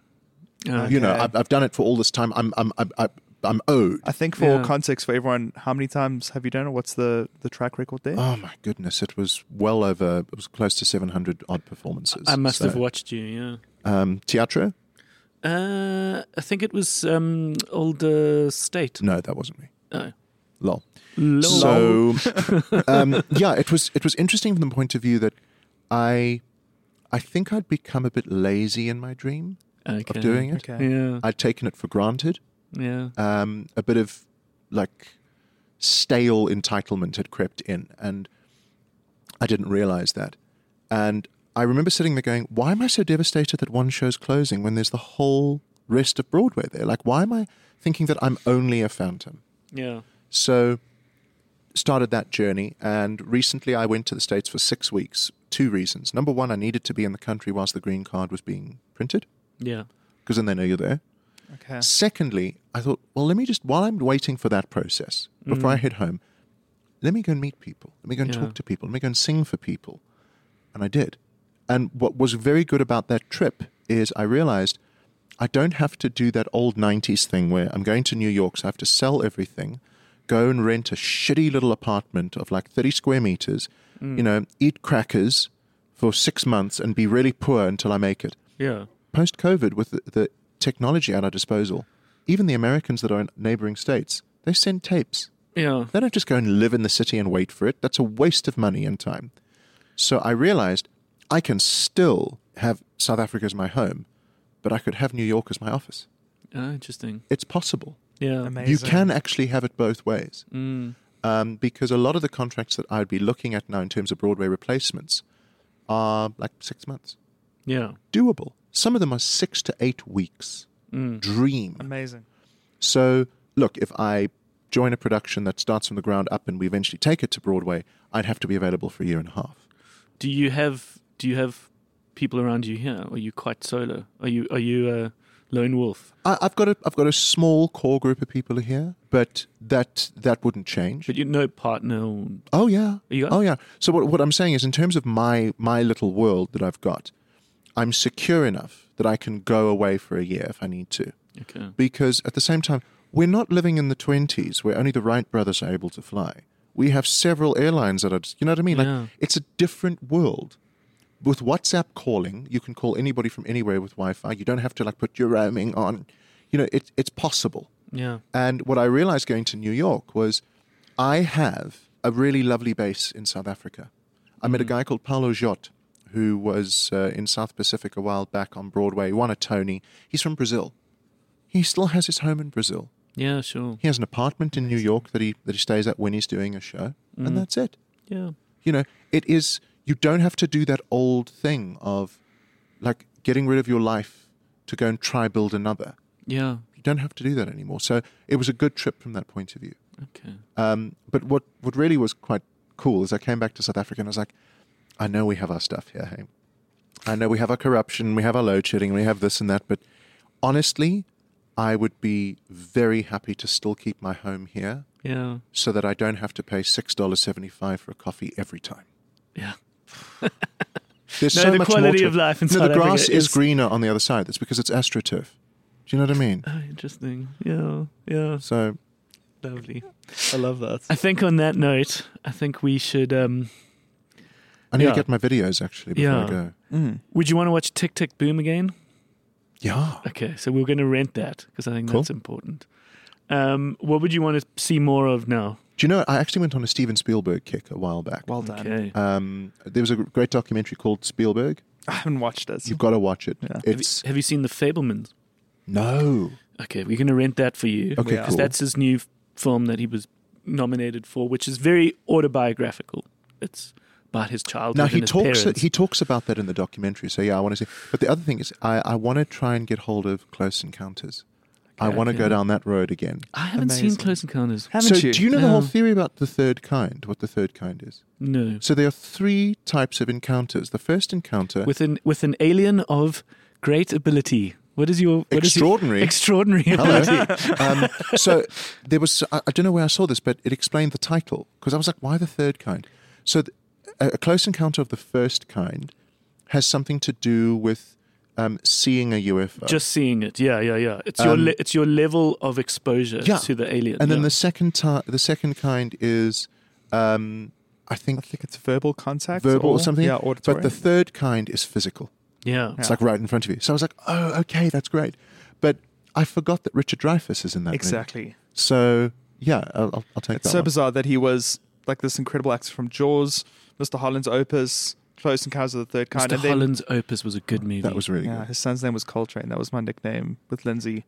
[SPEAKER 1] Yeah.
[SPEAKER 4] You know,
[SPEAKER 3] Okay.
[SPEAKER 4] I've, I've done it for all this time. I'm, I'm, I'm, I'm, I'm owed.
[SPEAKER 3] I think for
[SPEAKER 1] Yeah.
[SPEAKER 3] context for everyone, how many times have you done it? What's the, the track record there?
[SPEAKER 4] Oh my goodness! It was well over. It was close to seven hundred odd performances.
[SPEAKER 1] I must
[SPEAKER 4] So,
[SPEAKER 1] have watched you, yeah.
[SPEAKER 4] um, teatro.
[SPEAKER 1] Uh, I think it was um, older state.
[SPEAKER 4] No, that wasn't me.
[SPEAKER 1] Oh.
[SPEAKER 4] Lol.
[SPEAKER 1] Lol.
[SPEAKER 4] So, um, yeah, it was it was interesting from the point of view that I, I think I'd become a bit lazy in my dream
[SPEAKER 1] okay.
[SPEAKER 4] of doing it.
[SPEAKER 3] Okay.
[SPEAKER 1] Yeah.
[SPEAKER 4] I'd taken it for granted.
[SPEAKER 1] Yeah.
[SPEAKER 4] um, a bit of like stale entitlement had crept in, and I didn't realize that. And I remember sitting there going, "Why am I so devastated that one show's closing when there's the whole rest of Broadway there? Like, why am I thinking that I'm only a phantom?"
[SPEAKER 1] Yeah.
[SPEAKER 4] So started that journey, and recently I went to the States for six weeks. Two reasons. Number one, I needed to be in the country whilst the green card was being printed,
[SPEAKER 1] Yeah.
[SPEAKER 4] because then they know you're there.
[SPEAKER 3] Okay.
[SPEAKER 4] Secondly, I thought, well, let me just, while I'm waiting for that process, before I head home, let me go and meet people. Let me go and
[SPEAKER 1] Yeah.
[SPEAKER 4] talk to people. Let me go and sing for people. And I did. And what was very good about that trip is I realized I don't have to do that old 90s thing where I'm going to New York, so I have to sell everything, go and rent a shitty little apartment of like 30 square meters, you know, eat crackers for six months and be really poor until I make it.
[SPEAKER 1] Yeah.
[SPEAKER 4] Post COVID, with the, the technology at our disposal, even the Americans that are in neighboring states, they send tapes.
[SPEAKER 1] Yeah.
[SPEAKER 4] They don't just go and live in the city and wait for it. That's a waste of money and time. So I realized I can still have South Africa as my home, but I could have New York as my office.
[SPEAKER 1] Ah, interesting.
[SPEAKER 4] It's possible.
[SPEAKER 1] Yeah.
[SPEAKER 4] You
[SPEAKER 3] Amazing.
[SPEAKER 4] can actually have it both ways
[SPEAKER 1] Mm.
[SPEAKER 4] um, because a lot of the contracts that I'd be looking at now in terms of Broadway replacements are like six months.
[SPEAKER 1] Yeah.
[SPEAKER 4] Doable. Some of them are six to eight weeks. Dream.
[SPEAKER 3] Amazing.
[SPEAKER 4] So, look, if I join a production that starts from the ground up and we eventually take it to Broadway, I'd have to be available for a year and a half.
[SPEAKER 1] Do you have do you have people around you here? Or are you quite solo? Are you are you a lone wolf?
[SPEAKER 4] I, I've got a I've got a small core group of people here, but that that wouldn't change.
[SPEAKER 1] But you no partner. Or,
[SPEAKER 4] Oh yeah.
[SPEAKER 1] You got-
[SPEAKER 4] oh yeah. So what what I'm saying is in terms of my my little world that I've got, I'm secure enough that I can go away for a year if I need to.
[SPEAKER 1] okay.
[SPEAKER 4] Because at the same time, we're not living in the 20s where only the Wright brothers are able to fly. We have several airlines that are, just- you know what I mean? Like
[SPEAKER 1] Yeah.
[SPEAKER 4] it's a different world. With WhatsApp calling, you can call anybody from anywhere with Wi-Fi. You don't have to like put your roaming on. You know, it, it's possible.
[SPEAKER 1] Yeah.
[SPEAKER 4] And what I realized going to New York was I have a really lovely base in South Africa. I met a guy called Paulo Jot, who was uh, in South Pacific a while back on Broadway, won a Tony. He's from Brazil. He still has his home in Brazil.
[SPEAKER 1] Yeah. Sure.
[SPEAKER 4] He has an apartment in New York that he, that he stays at when he's doing a show, and that's it.
[SPEAKER 1] Yeah.
[SPEAKER 4] You know, it is, you don't have to do that old thing of like getting rid of your life to go and try build another.
[SPEAKER 1] Yeah.
[SPEAKER 4] You don't have to do that anymore. So it was a good trip from that point of view.
[SPEAKER 1] Okay.
[SPEAKER 4] Um, but what, what really was quite cool is I came back to South Africa and I was like, I know we have our stuff here. Hey? I know we have our corruption, we have our load shedding, we have this and that. But honestly, I would be very happy to still keep my home here
[SPEAKER 1] Yeah.
[SPEAKER 4] so that I don't have to pay $6.75 for a coffee every time.
[SPEAKER 1] Yeah.
[SPEAKER 4] There's
[SPEAKER 1] No,
[SPEAKER 4] so
[SPEAKER 1] the
[SPEAKER 4] much more
[SPEAKER 1] quality
[SPEAKER 4] to
[SPEAKER 1] of
[SPEAKER 4] it.
[SPEAKER 1] life in
[SPEAKER 4] no,
[SPEAKER 1] South
[SPEAKER 4] the grass
[SPEAKER 1] Africa
[SPEAKER 4] is
[SPEAKER 1] is-
[SPEAKER 4] greener on the other side. That's because it's astroturf. Do you know what I mean?
[SPEAKER 1] Oh, interesting. Yeah. Yeah.
[SPEAKER 4] So
[SPEAKER 1] Lovely.
[SPEAKER 3] I love that.
[SPEAKER 1] I think on that note, I think we should. um
[SPEAKER 4] I need
[SPEAKER 1] Yeah.
[SPEAKER 4] to get my videos actually before
[SPEAKER 1] Yeah.
[SPEAKER 4] I go.
[SPEAKER 3] Mm.
[SPEAKER 1] Would you want to watch Tick Tick Boom again?
[SPEAKER 4] Yeah.
[SPEAKER 1] Okay, so we're going to rent that because I think
[SPEAKER 4] Cool.
[SPEAKER 1] that's important. Um, what would you want to see more of now?
[SPEAKER 4] Do you know, I actually went on a Steven Spielberg kick a while back.
[SPEAKER 3] Well done.
[SPEAKER 1] Okay.
[SPEAKER 4] Um, there was a great documentary called Spielberg.
[SPEAKER 3] I haven't watched it.
[SPEAKER 4] You've got to watch it.
[SPEAKER 3] Yeah.
[SPEAKER 1] Have you,
[SPEAKER 4] It's
[SPEAKER 1] Mm-hmm. have you seen The Fablemans?
[SPEAKER 4] no.
[SPEAKER 1] Okay, we're going to rent that for you.
[SPEAKER 4] Okay,
[SPEAKER 3] Yeah.
[SPEAKER 1] Because
[SPEAKER 4] cool.
[SPEAKER 1] that's his new f- film that he was nominated for, which is very autobiographical. It's about his childhood.
[SPEAKER 4] now
[SPEAKER 1] and
[SPEAKER 4] he
[SPEAKER 1] his
[SPEAKER 4] talks
[SPEAKER 1] parents.
[SPEAKER 4] he talks about that in the documentary. So yeah, I want to see. But the other thing is, I, I want to try and get hold of Close Encounters. I want to
[SPEAKER 1] Okay.
[SPEAKER 4] go down that road again.
[SPEAKER 1] I haven't seen
[SPEAKER 3] Amazing.
[SPEAKER 1] Close Encounters.
[SPEAKER 3] Haven't
[SPEAKER 4] so
[SPEAKER 3] you?
[SPEAKER 4] do you know the whole
[SPEAKER 1] Yeah.
[SPEAKER 4] theory about the third kind? What the third kind is?
[SPEAKER 1] No.
[SPEAKER 4] So there are three types of encounters. The first encounter
[SPEAKER 1] With an with an alien of great ability. What is your what is your-
[SPEAKER 4] Extraordinary.
[SPEAKER 1] extraordinary ability?
[SPEAKER 4] Hello. um, so there was, I, I don't know where I saw this, but it explained the title because I was like, why the third kind? So th- a, a close encounter of the first kind has something to do with um, seeing a UFO.
[SPEAKER 1] Just seeing it. Yeah, yeah, yeah. It's your
[SPEAKER 4] Um,
[SPEAKER 1] le- it's your level of exposure
[SPEAKER 4] Yeah.
[SPEAKER 1] to the alien.
[SPEAKER 4] and then
[SPEAKER 1] yeah.
[SPEAKER 4] the second ti the second kind is, um, I
[SPEAKER 3] I
[SPEAKER 4] think,
[SPEAKER 3] think it's verbal contact.
[SPEAKER 4] verbal or, something.
[SPEAKER 3] Yeah, auditory.
[SPEAKER 4] But the third kind is physical.
[SPEAKER 1] yeah.
[SPEAKER 4] It's like right in front of you. So I was like, oh, okay, that's great. But I forgot that Richard Dreyfuss is in that. movie.
[SPEAKER 3] exactly.
[SPEAKER 4] So yeah, I'll, I'll- I'll take
[SPEAKER 3] It's
[SPEAKER 4] that.
[SPEAKER 3] so
[SPEAKER 4] one.
[SPEAKER 3] bizarre that he was like this incredible actor from Jaws, Mr. Holland's Opus, Close Encounters of the Third Kind,
[SPEAKER 1] Mr.
[SPEAKER 3] and then
[SPEAKER 1] Holland's Opus was a good movie.
[SPEAKER 4] That was really
[SPEAKER 3] yeah,
[SPEAKER 4] good.
[SPEAKER 3] his son's name was Coltrane. That was my nickname with Lindsay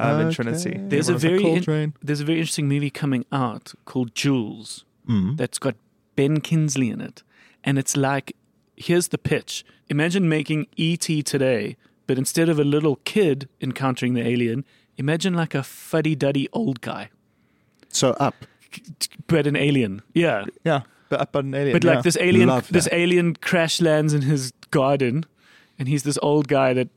[SPEAKER 3] um, in
[SPEAKER 4] Okay.
[SPEAKER 3] Trinity.
[SPEAKER 1] There's a
[SPEAKER 3] Everyone was like,
[SPEAKER 1] very in-
[SPEAKER 3] Coltrane.
[SPEAKER 1] There's a very interesting movie coming out called Jules
[SPEAKER 4] Mm.
[SPEAKER 1] that's got Ben Kingsley in it, and it's like, here's the pitch: Imagine making ET today, but instead of a little kid encountering the alien, imagine like a fuddy-duddy old guy,
[SPEAKER 4] So up.
[SPEAKER 1] but an alien. Yeah,
[SPEAKER 3] yeah, but up on an alien.
[SPEAKER 1] But
[SPEAKER 3] yeah.
[SPEAKER 1] like this alien,
[SPEAKER 4] Love
[SPEAKER 1] this
[SPEAKER 4] that.
[SPEAKER 1] alien crash lands in his garden, and he's this old guy that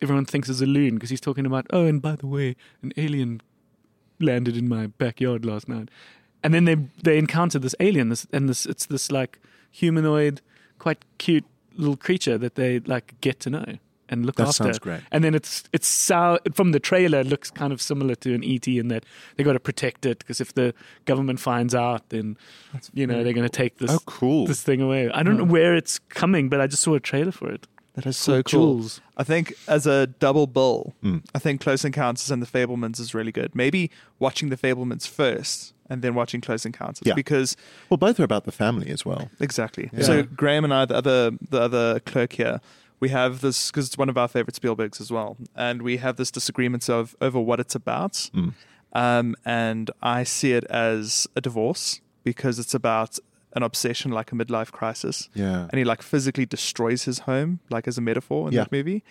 [SPEAKER 1] everyone thinks is a loon because he's talking about, oh, and by the way, an alien landed in my backyard last night, and then they they encounter this alien, this and this it's this like humanoid, quite cute little creature that they like get to know, and look
[SPEAKER 4] That
[SPEAKER 1] after.
[SPEAKER 4] sounds great.
[SPEAKER 1] And then it's it's so, from the trailer it looks kind of similar to an ET in that they got to protect it because if the government finds out, then you know they're going to take this
[SPEAKER 4] Oh, cool.
[SPEAKER 1] this thing away. I don't know
[SPEAKER 3] Hmm.
[SPEAKER 1] where it's coming, but I just saw a trailer for it.
[SPEAKER 3] That is
[SPEAKER 1] Called Jules.
[SPEAKER 3] I think as a double bill,
[SPEAKER 4] Mm.
[SPEAKER 3] I think Close Encounters and The Fablemans is really good. Maybe watching The Fablemans first and then watching Close Encounters
[SPEAKER 4] Yeah.
[SPEAKER 3] because
[SPEAKER 4] Well, both are about the family as well.
[SPEAKER 3] exactly.
[SPEAKER 4] Yeah.
[SPEAKER 3] So Graham and I, the other the other clerk here, we have this because it's one of our favorite Spielbergs as well, and we have this disagreements of over what it's about.
[SPEAKER 4] Mm.
[SPEAKER 3] Um, and I see it as a divorce because it's about an obsession like a midlife crisis.
[SPEAKER 4] Yeah.
[SPEAKER 3] And he like physically destroys his home, like as a metaphor in
[SPEAKER 4] Yeah.
[SPEAKER 3] that movie.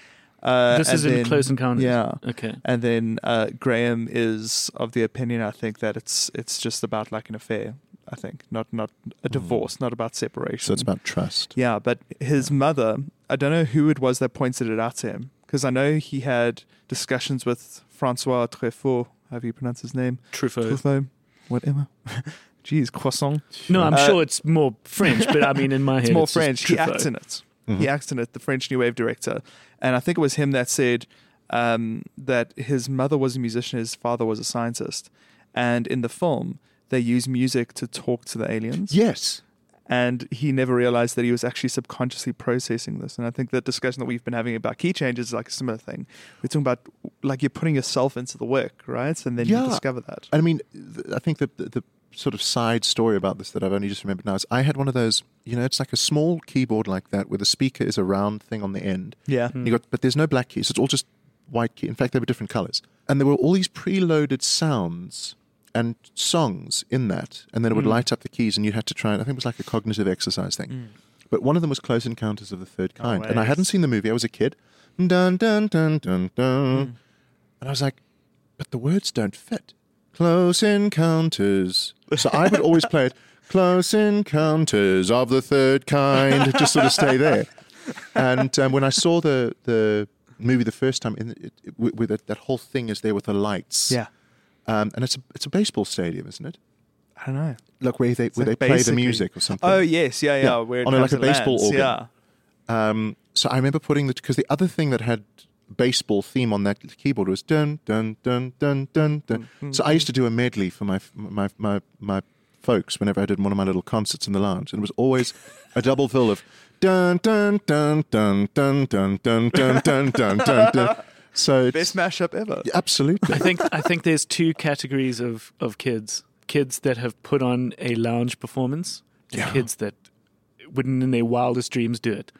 [SPEAKER 3] Uh,
[SPEAKER 1] This is
[SPEAKER 3] and
[SPEAKER 1] in
[SPEAKER 3] then-
[SPEAKER 1] Close Encounters.
[SPEAKER 3] Yeah.
[SPEAKER 1] Okay.
[SPEAKER 3] And then uh, Graham is of the opinion, I think, that it's it's just about like an affair. I think not not a divorce, not about separation.
[SPEAKER 4] So it's about trust.
[SPEAKER 3] yeah. But his mother, I don't know who it was that pointed it out to him because I know he had discussions with Francois Truffaut. How do you pronounce his name?
[SPEAKER 1] Truffaut.
[SPEAKER 3] Truffaut, whatever. Jeez, croissant.
[SPEAKER 1] No, I'm
[SPEAKER 3] Uh,
[SPEAKER 1] sure it's more French, but I mean in my head
[SPEAKER 3] It's more
[SPEAKER 1] just
[SPEAKER 3] French. He
[SPEAKER 1] Truffaut.
[SPEAKER 3] acts in it.
[SPEAKER 4] Mm-hmm.
[SPEAKER 3] He acts in it. The French New Wave director, and I think it was him that said um, that his mother was a musician, his father was a scientist, and in the film they use music to talk to the aliens.
[SPEAKER 4] Yes.
[SPEAKER 3] And he never realized that he was actually subconsciously processing this. And I think that discussion that we've been having about key changes is like a similar thing. We're talking about like you're putting yourself into the work, right? And then
[SPEAKER 4] Yeah.
[SPEAKER 3] you discover that.
[SPEAKER 4] I mean, th- I think that the, the sort of side story about this that I've only just remembered now is I had one of those, you know, it's like a small keyboard like that where the speaker is a round thing on the end.
[SPEAKER 3] Yeah.
[SPEAKER 4] And You got, but there's no black keys. It's all just white key. In fact, they were different colors. And there were all these preloaded sounds and songs in that. And then it would light up the keys and you had to try and I think it was like a cognitive exercise thing. But one of them was Close Encounters of the Third Kind. and I
[SPEAKER 3] yes.
[SPEAKER 4] hadn't seen the movie. I was a kid. Dun, dun, dun, dun, dun. And I was like, but the words don't fit. Close encounters. So I would always play it. Close encounters of the third kind. Just sort of stay there. And um, when I saw the the movie the first time, in it, it, with that that whole thing is there with the lights.
[SPEAKER 3] Yeah.
[SPEAKER 4] Um, and it's a it's a baseball stadium, isn't it?
[SPEAKER 3] I don't know.
[SPEAKER 4] Like where they where
[SPEAKER 3] like
[SPEAKER 4] they play the
[SPEAKER 3] basically-
[SPEAKER 4] music or something.
[SPEAKER 3] Oh yes, yeah, yeah.
[SPEAKER 4] Yeah.
[SPEAKER 3] Where it
[SPEAKER 4] On a-
[SPEAKER 3] comes
[SPEAKER 4] like a
[SPEAKER 3] to
[SPEAKER 4] baseball
[SPEAKER 3] lands.
[SPEAKER 4] organ.
[SPEAKER 3] Yeah.
[SPEAKER 4] Um, so I remember putting the because the other thing that had baseball theme on that keyboard was dun dun dun dun dun dun. So I used to do a medley for my my my my folks whenever I did one of my little concerts in the lounge, and it was always a double fill of dun dun dun dun dun dun dun dun dun dun dun. dun. So
[SPEAKER 3] Best
[SPEAKER 4] it's,
[SPEAKER 3] mashup ever.
[SPEAKER 4] absolutely.
[SPEAKER 1] I think I think there's two categories of of kids: kids that have put on a lounge performance, and
[SPEAKER 4] Yeah.
[SPEAKER 1] kids that wouldn't in their wildest dreams do it.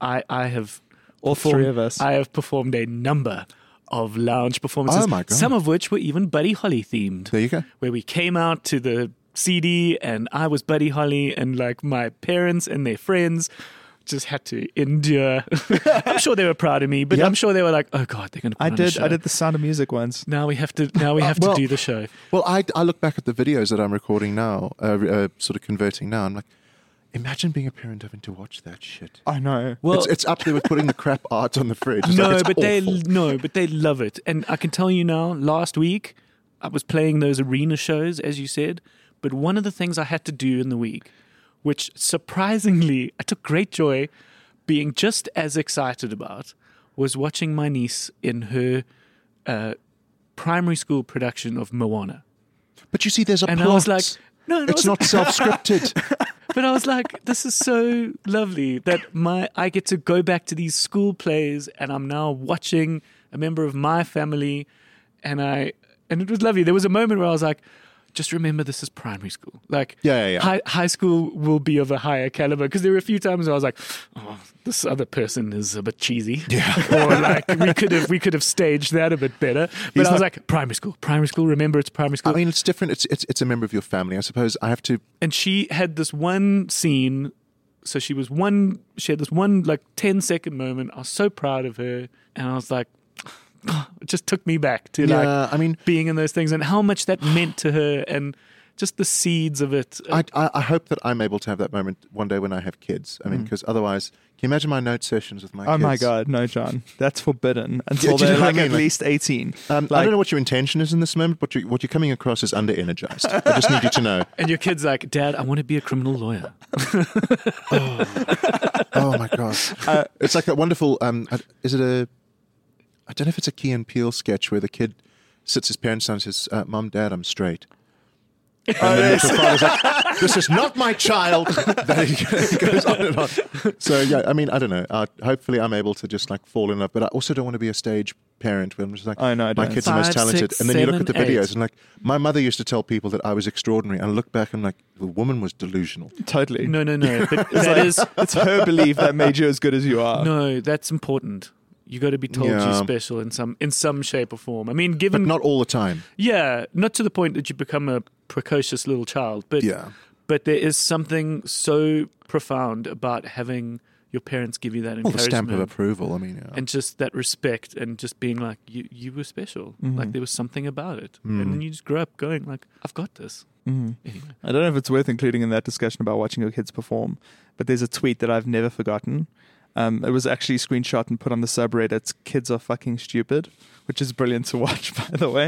[SPEAKER 1] I I have all
[SPEAKER 3] three of us.
[SPEAKER 1] I have performed a number of lounge performances,
[SPEAKER 4] Oh my God.
[SPEAKER 1] some of which were even Buddy Holly themed
[SPEAKER 4] There you go.
[SPEAKER 1] where we came out to the CD and I was Buddy Holly and like my parents and their friends just had to endure. I'm sure they were proud of me, but
[SPEAKER 4] Yeah.
[SPEAKER 1] I'm sure they were like, "Oh God, they're going to."
[SPEAKER 3] I did. Uh, I did the Sound of Music once.
[SPEAKER 1] Now we have to. Now we have
[SPEAKER 4] well-
[SPEAKER 1] to do the show.
[SPEAKER 4] Well, I, I look back at the videos that I'm recording now, uh, uh, sort of converting now. I'm like, imagine being a parent having to watch that shit.
[SPEAKER 3] I know.
[SPEAKER 1] Well,
[SPEAKER 4] it's, it's up there with putting the crap art on the fridge. It's
[SPEAKER 1] no,
[SPEAKER 4] like, it's
[SPEAKER 1] but they
[SPEAKER 4] awful.
[SPEAKER 1] no, but they love it, and I can tell you now. Last week, I was playing those arena shows, as you said, but one of the things I had to do in the week, which surprisingly I took great joy being just as excited about, was watching my niece in her uh, primary school production of Moana,
[SPEAKER 4] But you see, there's a
[SPEAKER 1] and
[SPEAKER 4] plot.
[SPEAKER 1] I was like, no, no
[SPEAKER 4] it's not self-scripted.
[SPEAKER 1] but I was like, this is so lovely that my I get to go back to these school plays and I'm now watching a member of my family and I and it was lovely. There was a moment where I was like, just remember this is primary school. Like
[SPEAKER 4] Yeah, yeah, yeah.
[SPEAKER 1] High, high school will be of a higher caliber because there were a few times where I was like, oh, this other person is a bit cheesy. Yeah. or like we could have we could have staged that a bit better. But I was like, primary school, primary school, remember it's primary school.
[SPEAKER 4] I mean, it's different. It's, it's it's a member of your family, I suppose. I have to.
[SPEAKER 1] and she had this one scene so she was one she had this one like 10 second moment i was so proud of her and i was like it just took me back to
[SPEAKER 4] Yeah,
[SPEAKER 1] like
[SPEAKER 4] I mean,
[SPEAKER 1] being in those things and how much that meant to her and just the seeds of it.
[SPEAKER 4] I, I, I hope that I'm able to have that moment one day when I have kids. I
[SPEAKER 1] Mm.
[SPEAKER 4] mean, because otherwise, can you imagine my note sessions with my
[SPEAKER 3] Oh
[SPEAKER 4] kids?
[SPEAKER 3] my god, no, John, that's forbidden until
[SPEAKER 4] Yeah, do you
[SPEAKER 3] they're
[SPEAKER 4] know what I
[SPEAKER 3] like at
[SPEAKER 4] mean? Like-
[SPEAKER 3] least eighteen.
[SPEAKER 4] Um, I
[SPEAKER 3] Like-
[SPEAKER 4] don't know what your intention is in this moment, but you, what you're coming across is under energized. I just need you to know.
[SPEAKER 1] and your kid's like, Dad, I want to be a criminal lawyer.
[SPEAKER 4] Oh my gosh.
[SPEAKER 3] Uh,
[SPEAKER 4] it's like that wonderful. Um, I- is it a? I don't know if it's a Key and Peele sketch where the kid sits his parents down and says, uh, "Mom, Dad, I'm straight." And
[SPEAKER 3] Oh,
[SPEAKER 4] the little father's like, "This is not my child." Then he goes on and on. So yeah, I mean, I don't know. Uh, hopefully, I'm able to just like fall in love, but I also don't want to be a stage parent where I'm just like,
[SPEAKER 3] Oh, no, I
[SPEAKER 4] my
[SPEAKER 3] don't.
[SPEAKER 4] kids are most
[SPEAKER 1] Five,
[SPEAKER 4] talented."
[SPEAKER 1] six,
[SPEAKER 4] and then you look at
[SPEAKER 1] seven,
[SPEAKER 4] the videos
[SPEAKER 1] eight.
[SPEAKER 4] and like, my mother used to tell people that I was extraordinary, and I look back and I'm like, the woman was delusional.
[SPEAKER 3] Totally,
[SPEAKER 1] No, no, no. But that
[SPEAKER 3] like-
[SPEAKER 1] is
[SPEAKER 3] it's her belief that made you as good as you are.
[SPEAKER 1] no, that's important. You got to be told you're
[SPEAKER 4] Yeah.
[SPEAKER 1] special in some in some shape or form. I mean,
[SPEAKER 4] But
[SPEAKER 1] given
[SPEAKER 4] not all the time.
[SPEAKER 1] yeah, not to the point that you become a precocious little child, but
[SPEAKER 4] Yeah.
[SPEAKER 1] but there is something so profound about having your parents give you that
[SPEAKER 4] Well, the
[SPEAKER 1] encouragement
[SPEAKER 4] stamp of approval. I mean, yeah.
[SPEAKER 1] and just that respect and just being like you you were special
[SPEAKER 4] Mm-hmm.
[SPEAKER 1] like there was something about it
[SPEAKER 4] Mm.
[SPEAKER 1] and then you just grow up going like i've got this
[SPEAKER 3] Mm. I don't know if it's worth including in that discussion about watching your kids perform, but there's a tweet that I've never forgotten. Um, it was actually screenshot and put on the subreddit. Kids are fucking stupid, which is brilliant to watch, by the way.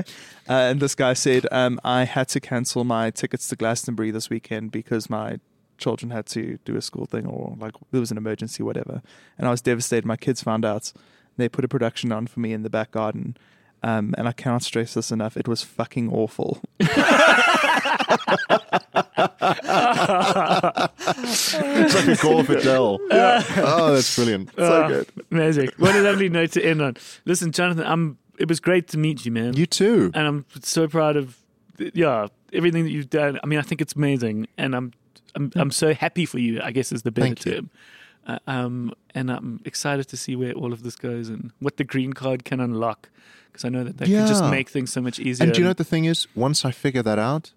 [SPEAKER 3] Uh, and this guy said, um, "I had to cancel my tickets to Glastonbury this weekend because my children had to do a school thing or like there was an emergency, whatever." And I was devastated. My kids found out. They put a production on for me in the back garden, um, and I cannot stress this enough. It was fucking awful.
[SPEAKER 4] It's like a Gore Vidal. Oh, that's brilliant.
[SPEAKER 1] Ah, amazing what a lovely note to end on listen jonathan i'm it was great to meet you man
[SPEAKER 4] You too.
[SPEAKER 1] and i'm so proud of yeah everything that you've done i mean i think it's amazing and i'm i'm, I'm so happy for you i guess is the better
[SPEAKER 4] Hmm. Thank you.
[SPEAKER 1] term Uh, um, and I'm excited to see where all of this goes and what the green card can unlock, because I know that that can just
[SPEAKER 4] Yeah.
[SPEAKER 1] make things so much easier.
[SPEAKER 4] And do you know what the thing is? Once I figure that out,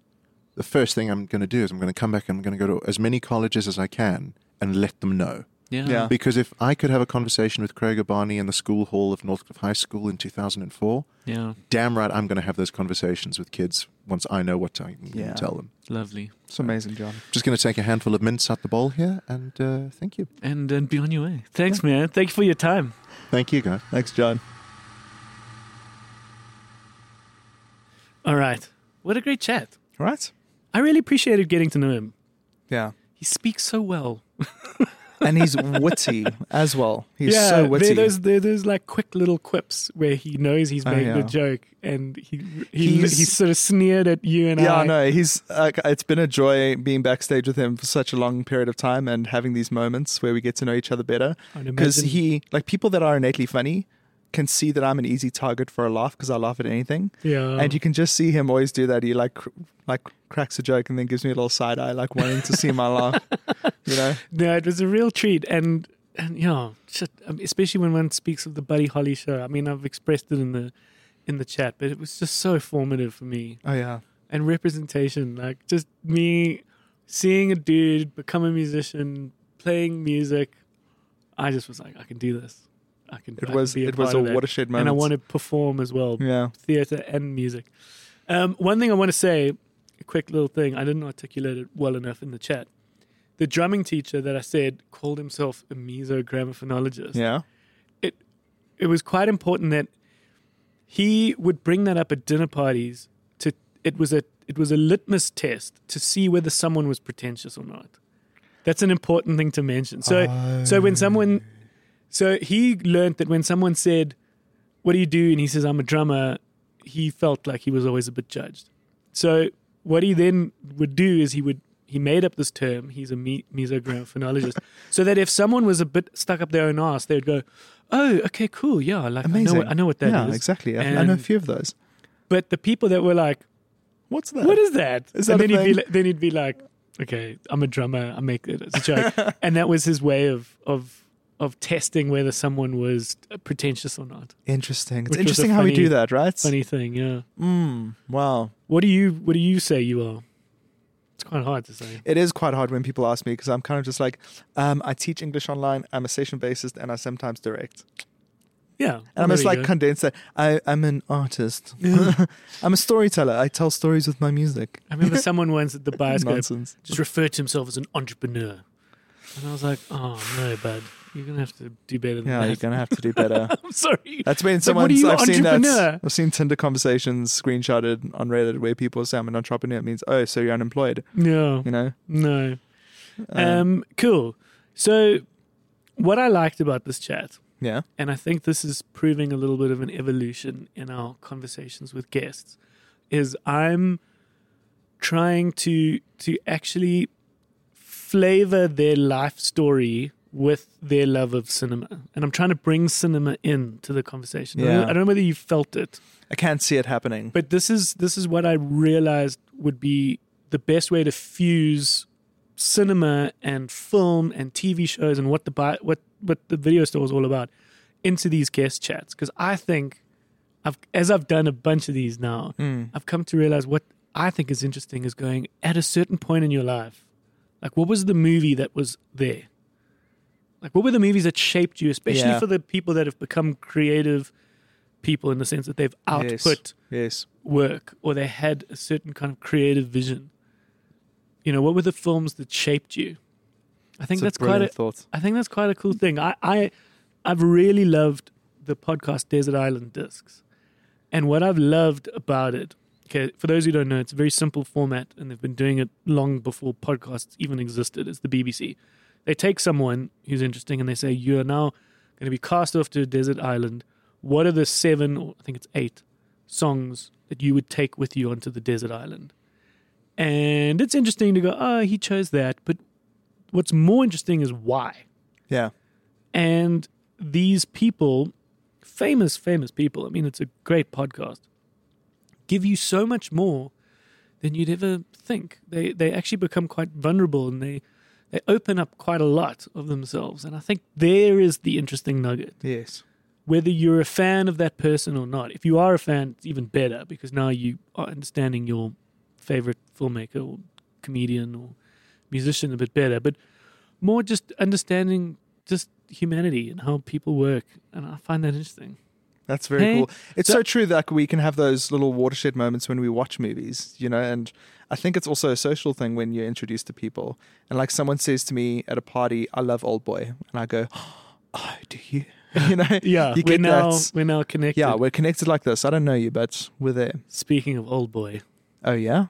[SPEAKER 4] the first thing I'm going to do is I'm going to come back and I'm going to go to as many colleges as I can and let them know.
[SPEAKER 3] Yeah.
[SPEAKER 4] Because if I could have a conversation with Craig Barney in the school hall of Northcliffe High School in 2004,
[SPEAKER 1] yeah,
[SPEAKER 4] damn right I'm going to have those conversations with kids once I know what I can
[SPEAKER 3] Yeah.
[SPEAKER 4] tell them.
[SPEAKER 1] lovely.
[SPEAKER 3] It's amazing, John.
[SPEAKER 4] Just going to take a handful of mints out the bowl here and uh, thank you.
[SPEAKER 1] and and be on your way. Thanks, man. Thank you for your time.
[SPEAKER 4] Thank you, guys.
[SPEAKER 3] Thanks, John.
[SPEAKER 1] All right. What a great chat.
[SPEAKER 3] Right?
[SPEAKER 1] I really appreciated getting to know him.
[SPEAKER 3] Yeah.
[SPEAKER 1] He speaks so well.
[SPEAKER 3] and he's witty as well. He's so witty.
[SPEAKER 1] There, there's there, there's like quick little quips where he knows he's
[SPEAKER 3] Oh,
[SPEAKER 1] making
[SPEAKER 3] yeah.
[SPEAKER 1] a joke, and he he
[SPEAKER 3] He's-
[SPEAKER 1] he sort of sneered at you and
[SPEAKER 3] yeah,
[SPEAKER 1] I.
[SPEAKER 3] I know. He's. Uh, it's been a joy being backstage with him for such a long period of time and having these moments where we get to know each other better.
[SPEAKER 1] I'd
[SPEAKER 3] Because
[SPEAKER 1] imagine-
[SPEAKER 3] he, like people that are innately funny, can see that I'm an easy target for a laugh because I laugh at anything.
[SPEAKER 1] Yeah.
[SPEAKER 3] And you can just see him always do that. He like, cr- like cracks a joke and then gives me a little side eye, like wanting to see my laugh. You know.
[SPEAKER 1] No, it was a real treat, and and you know, shit, um, especially when one speaks of the Buddy Holly show. I mean, I've expressed it in the in the chat, but it was just so formative for me.
[SPEAKER 3] Oh yeah.
[SPEAKER 1] and representation. Like just me seeing a dude become a musician, playing music. I just was like, I can do this. I can. I
[SPEAKER 3] It
[SPEAKER 1] can
[SPEAKER 3] was.
[SPEAKER 1] be
[SPEAKER 3] It was
[SPEAKER 1] part
[SPEAKER 3] a
[SPEAKER 1] of that.
[SPEAKER 3] watershed moment.
[SPEAKER 1] and I want to perform as well,
[SPEAKER 3] Yeah.
[SPEAKER 1] theater and music. Um, one thing I want to say, a quick little thing. I didn't articulate it well enough in the chat. The drumming teacher that I said called himself a mesogramophonologist
[SPEAKER 3] Yeah.
[SPEAKER 1] it was quite important that he would bring that up at dinner parties to it was a it was a litmus test to see whether someone was pretentious or not that's an important thing to mention so so when someone so he learnt that when someone said what do you do and he says i'm a drummer he felt like he was always a bit judged so what he then would do is he would he made up this term he's a me- mesogramophonologist so that if someone was a bit stuck up their own ass they would go oh okay cool yeah like I, know
[SPEAKER 3] Amazing.
[SPEAKER 1] what, I know what that is."
[SPEAKER 3] yeah. Exactly. I, I know a
[SPEAKER 1] And-
[SPEAKER 3] few of those.
[SPEAKER 1] but the people that were like
[SPEAKER 3] What's that?
[SPEAKER 1] what is that?
[SPEAKER 3] Is that
[SPEAKER 1] and
[SPEAKER 3] a
[SPEAKER 1] then he'd be
[SPEAKER 3] thing?
[SPEAKER 1] like, then he'd be like, okay, I'm a drummer. I make it as a joke, and that was his way of of of testing whether someone was pretentious or not.
[SPEAKER 3] Interesting. It's
[SPEAKER 1] Which was a
[SPEAKER 3] interesting how we
[SPEAKER 1] funny-
[SPEAKER 3] do that, right?
[SPEAKER 1] Funny thing, yeah.
[SPEAKER 3] Mm, wow.
[SPEAKER 1] What do you what do you say you are? It's quite hard to say.
[SPEAKER 3] It is quite hard when people ask me because I'm kind of just like, um, I teach English online, I'm a session bassist, and I sometimes direct.
[SPEAKER 1] Yeah. well,
[SPEAKER 3] And I must
[SPEAKER 1] there you
[SPEAKER 3] like
[SPEAKER 1] go.
[SPEAKER 3] condense that. I, I'm an artist. I'm a storyteller. I tell stories with my music.
[SPEAKER 1] I remember someone once at the bioscope
[SPEAKER 3] Nonsense.
[SPEAKER 1] just referred to himself as an entrepreneur. And I was like, oh, no, bud. You're going to have to do better than
[SPEAKER 3] Yeah, you're
[SPEAKER 1] that.
[SPEAKER 3] gonna have to do better.
[SPEAKER 1] I'm sorry.
[SPEAKER 3] That's been someone
[SPEAKER 1] what are you,
[SPEAKER 3] I've seen
[SPEAKER 1] entrepreneur?
[SPEAKER 3] that I've seen Tinder conversations screenshotted on Reddit where people say I'm an entrepreneur. It means oh, so you're unemployed.
[SPEAKER 1] No,
[SPEAKER 3] You know.
[SPEAKER 1] no.
[SPEAKER 3] Uh,
[SPEAKER 1] Um, cool. So, what I liked about this chat,
[SPEAKER 3] yeah.
[SPEAKER 1] and I think this is proving a little bit of an evolution in our conversations with guests, is I'm trying to to actually flavor their life story with their love of cinema, and I'm trying to bring cinema in to the conversation. I don't-
[SPEAKER 3] Yeah.
[SPEAKER 1] I don't know whether you felt it.
[SPEAKER 3] I can't see it happening.
[SPEAKER 1] But this is this is what I realized would be the best way to fuse cinema and film and TV shows and what the bi- what what the video store is all about into these guest chats because I think I've as I've done a bunch of these now
[SPEAKER 3] Mm.
[SPEAKER 1] I've come to realize what I think is interesting is going at a certain point in your life like what was the movie that was there like what were the movies that shaped you especially
[SPEAKER 3] Yeah.
[SPEAKER 1] for the people that have become creative people in the sense that they've
[SPEAKER 3] Yes.
[SPEAKER 1] output
[SPEAKER 3] Yes.
[SPEAKER 1] work or they had a certain kind of creative vision. You know, what were the films that shaped you? I think
[SPEAKER 3] It's a
[SPEAKER 1] that's quite a
[SPEAKER 3] brilliant thought.
[SPEAKER 1] I think that's quite a cool thing. I, I I've really loved the podcast Desert Island Discs. And what I've loved about it, okay, for those who don't know, it's a very simple format and they've been doing it long before podcasts even existed. It's the BBC. They take someone who's interesting and they say, You are now going to be cast off to a desert island. What are the seven, or I think it's eight, songs that you would take with you onto the desert island? And it's interesting to go, Oh, he chose that. But what's more interesting is why
[SPEAKER 3] Yeah.
[SPEAKER 1] and these people famous famous people i mean it's a great podcast give you so much more than you'd ever think they they actually become quite vulnerable and they they open up quite a lot of themselves and i think there is the interesting nugget
[SPEAKER 3] Yes.
[SPEAKER 1] whether you're a fan of that person or not if you are a fan it's even better because now you are understanding your favorite filmmaker or comedian or musician a bit better but more just understanding just humanity and how people work and i find that interesting
[SPEAKER 3] That's very
[SPEAKER 1] Hey,
[SPEAKER 3] cool. It's so true that we can have those little watershed moments when we watch movies, you know, and I think it's also a social thing when you're introduced to people. And like someone says to me at a party, I love Old Boy. And I go, Oh, do you? You know?
[SPEAKER 1] yeah
[SPEAKER 3] You
[SPEAKER 1] we're
[SPEAKER 3] get
[SPEAKER 1] now
[SPEAKER 3] that.
[SPEAKER 1] we're now connected
[SPEAKER 3] Yeah, we're connected like this. I don't know you, but we're there.
[SPEAKER 1] speaking of old boy
[SPEAKER 3] Oh, yeah?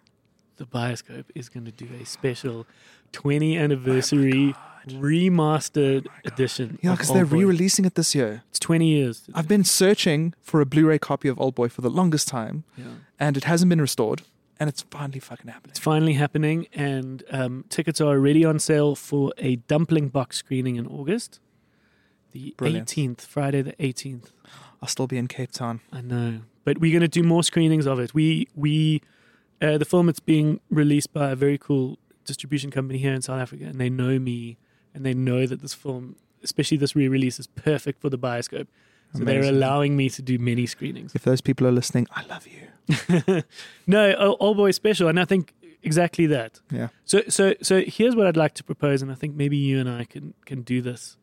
[SPEAKER 1] the bioscope is going to do a special 20 anniversary
[SPEAKER 3] Oh
[SPEAKER 1] remastered edition
[SPEAKER 3] Yeah,
[SPEAKER 1] of
[SPEAKER 3] because
[SPEAKER 1] Old
[SPEAKER 3] they're
[SPEAKER 1] Boy.
[SPEAKER 3] re releasing it this year.
[SPEAKER 1] it's 20 years
[SPEAKER 3] I've been searching for a Blu ray copy of Old Boy for the longest time,
[SPEAKER 1] yeah.
[SPEAKER 3] and it hasn't been restored, and it's finally fucking happening.
[SPEAKER 1] It's finally happening, and um, tickets are already on sale for a dumpling box screening in August, the
[SPEAKER 3] Brilliant.
[SPEAKER 1] 18th, Friday the 18th.
[SPEAKER 3] I'll still be in Cape Town.
[SPEAKER 1] I know, but we're going to do more screenings of it. We we uh, the film it's being released by a very cool distribution company here in South Africa, and they know me, and they know that this film, especially this re-release, is perfect for the bioscope. So they're
[SPEAKER 3] Amazing.
[SPEAKER 1] allowing me to do many screenings.
[SPEAKER 3] If those people are listening, I love you.
[SPEAKER 1] no, O- old boy special, and I think exactly that.
[SPEAKER 3] Yeah.
[SPEAKER 1] So, so, so here's what I'd like to propose, and I think maybe you and I can can do this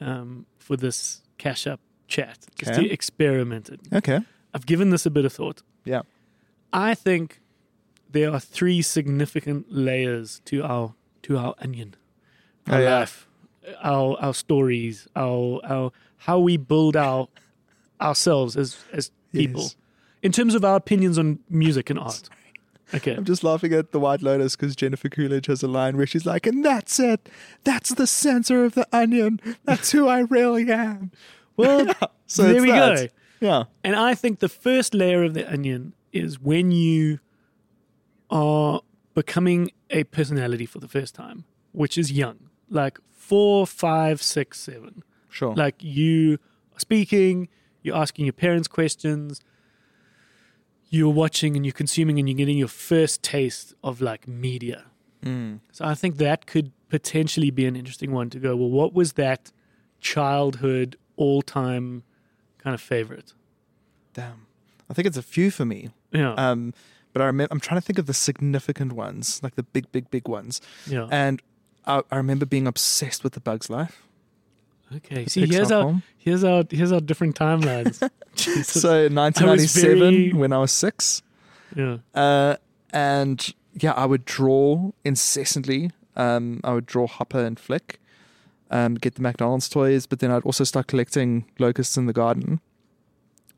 [SPEAKER 1] um, for this cash up chat, just
[SPEAKER 3] Okay.
[SPEAKER 1] to experiment it.
[SPEAKER 3] Okay.
[SPEAKER 1] I've given this a bit of thought.
[SPEAKER 3] Yeah.
[SPEAKER 1] I think there are three significant layers to our to our onion, our
[SPEAKER 3] Oh, yeah.
[SPEAKER 1] life, our our stories, our our how we build our ourselves as as people,
[SPEAKER 3] Yes.
[SPEAKER 1] in terms of our opinions on music and art. Okay.
[SPEAKER 3] I'm just laughing at the White Lotus because Jennifer Coolidge has a line where she's like, and that's it. That's the center of the onion. That's who I really am.
[SPEAKER 1] Well,
[SPEAKER 3] So
[SPEAKER 1] there
[SPEAKER 3] it's
[SPEAKER 1] we
[SPEAKER 3] that.
[SPEAKER 1] go.
[SPEAKER 3] Yeah.
[SPEAKER 1] And I think the first layer of the onion is when you are becoming a personality for the first time, which is young, like four, five, six, seven.
[SPEAKER 3] Sure.
[SPEAKER 1] Like you are speaking, you're asking your parents questions, you're watching and you're consuming and you're getting your first taste of like media. So I think that could potentially be an interesting one to go, well, what was that childhood all time kind of favorite?
[SPEAKER 3] Damn. I think it's a few for me.
[SPEAKER 1] Yeah.
[SPEAKER 3] Um, but I remember, I'm trying to think of the significant ones, like the big, big, big ones.
[SPEAKER 1] yeah.
[SPEAKER 3] And I, I remember being obsessed with The Bug's Life.
[SPEAKER 1] Okay.
[SPEAKER 3] The
[SPEAKER 1] See, here's
[SPEAKER 3] Pixar
[SPEAKER 1] our
[SPEAKER 3] film.
[SPEAKER 1] here's our here's our different timelines. Jesus.
[SPEAKER 3] So 1997
[SPEAKER 1] very-
[SPEAKER 3] when I was six,
[SPEAKER 1] yeah.
[SPEAKER 3] uh, and yeah, I would draw incessantly. Um, I would draw Hopper and Flick, um, get the McDonald's toys, but then I'd also start collecting locusts in the garden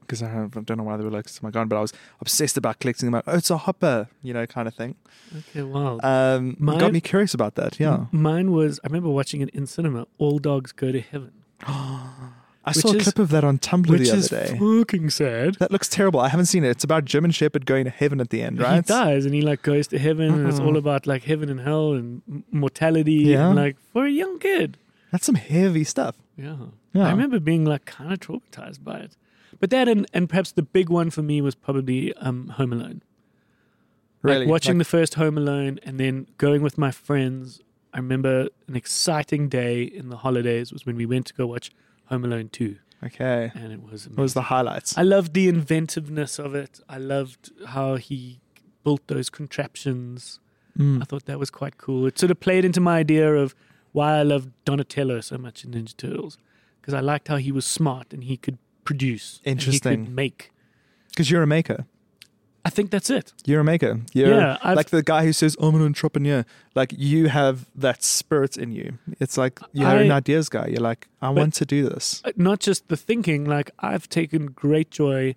[SPEAKER 3] because I, have- I don't know why there were locusts in my garden, but I was obsessed about collecting them. Like, oh, it's a Hopper, you know, kind of thing.
[SPEAKER 1] Okay. Wow.
[SPEAKER 3] Um, it
[SPEAKER 1] Mine-
[SPEAKER 3] got me curious about that. Yeah,
[SPEAKER 1] Mine was. I remember watching it in cinema. All dogs go to heaven,
[SPEAKER 3] I
[SPEAKER 1] Which
[SPEAKER 3] saw a
[SPEAKER 1] is-
[SPEAKER 3] clip of that on Tumblr
[SPEAKER 1] which
[SPEAKER 3] the other
[SPEAKER 1] is
[SPEAKER 3] day.
[SPEAKER 1] fucking sad.
[SPEAKER 3] that looks terrible. I haven't seen it. It's about German Shepherd going to heaven at the end,
[SPEAKER 1] He
[SPEAKER 3] right?
[SPEAKER 1] dies and he like goes to heaven, and it's
[SPEAKER 3] Mhm.
[SPEAKER 1] all about like heaven and hell and m- mortality.
[SPEAKER 3] Yeah.
[SPEAKER 1] And, like for a young kid.
[SPEAKER 3] That's some heavy stuff.
[SPEAKER 1] Yeah.
[SPEAKER 3] Yeah.
[SPEAKER 1] I remember being like kind of traumatized by it. But that and, and perhaps the big one for me was probably um, Home Alone. Like,
[SPEAKER 3] Really?
[SPEAKER 1] watching
[SPEAKER 3] Like-
[SPEAKER 1] the first Home Alone and then going with my friends. I remember an exciting day in the holidays was when we went to go watch Home Alone 2.
[SPEAKER 3] Okay.
[SPEAKER 1] And it was amazing.
[SPEAKER 3] What was the highlights?
[SPEAKER 1] I loved the inventiveness of it. I loved how he built those contraptions. I thought that was quite cool. It sort of played into my idea of why I loved Donatello so much in Ninja Turtles because I liked how he was smart and he could produce, and he could
[SPEAKER 3] Interesting.
[SPEAKER 1] make.
[SPEAKER 3] Because you're a maker.
[SPEAKER 1] I think that's it.
[SPEAKER 3] You're a maker. You're
[SPEAKER 1] Yeah, I've-
[SPEAKER 3] like the guy who says, I'm an entrepreneur. Like you have that spirit in you. It's like you're
[SPEAKER 1] I-
[SPEAKER 3] an ideas guy. You're like, I want to do this.
[SPEAKER 1] Uh, Not just the thinking. Like I've taken great joy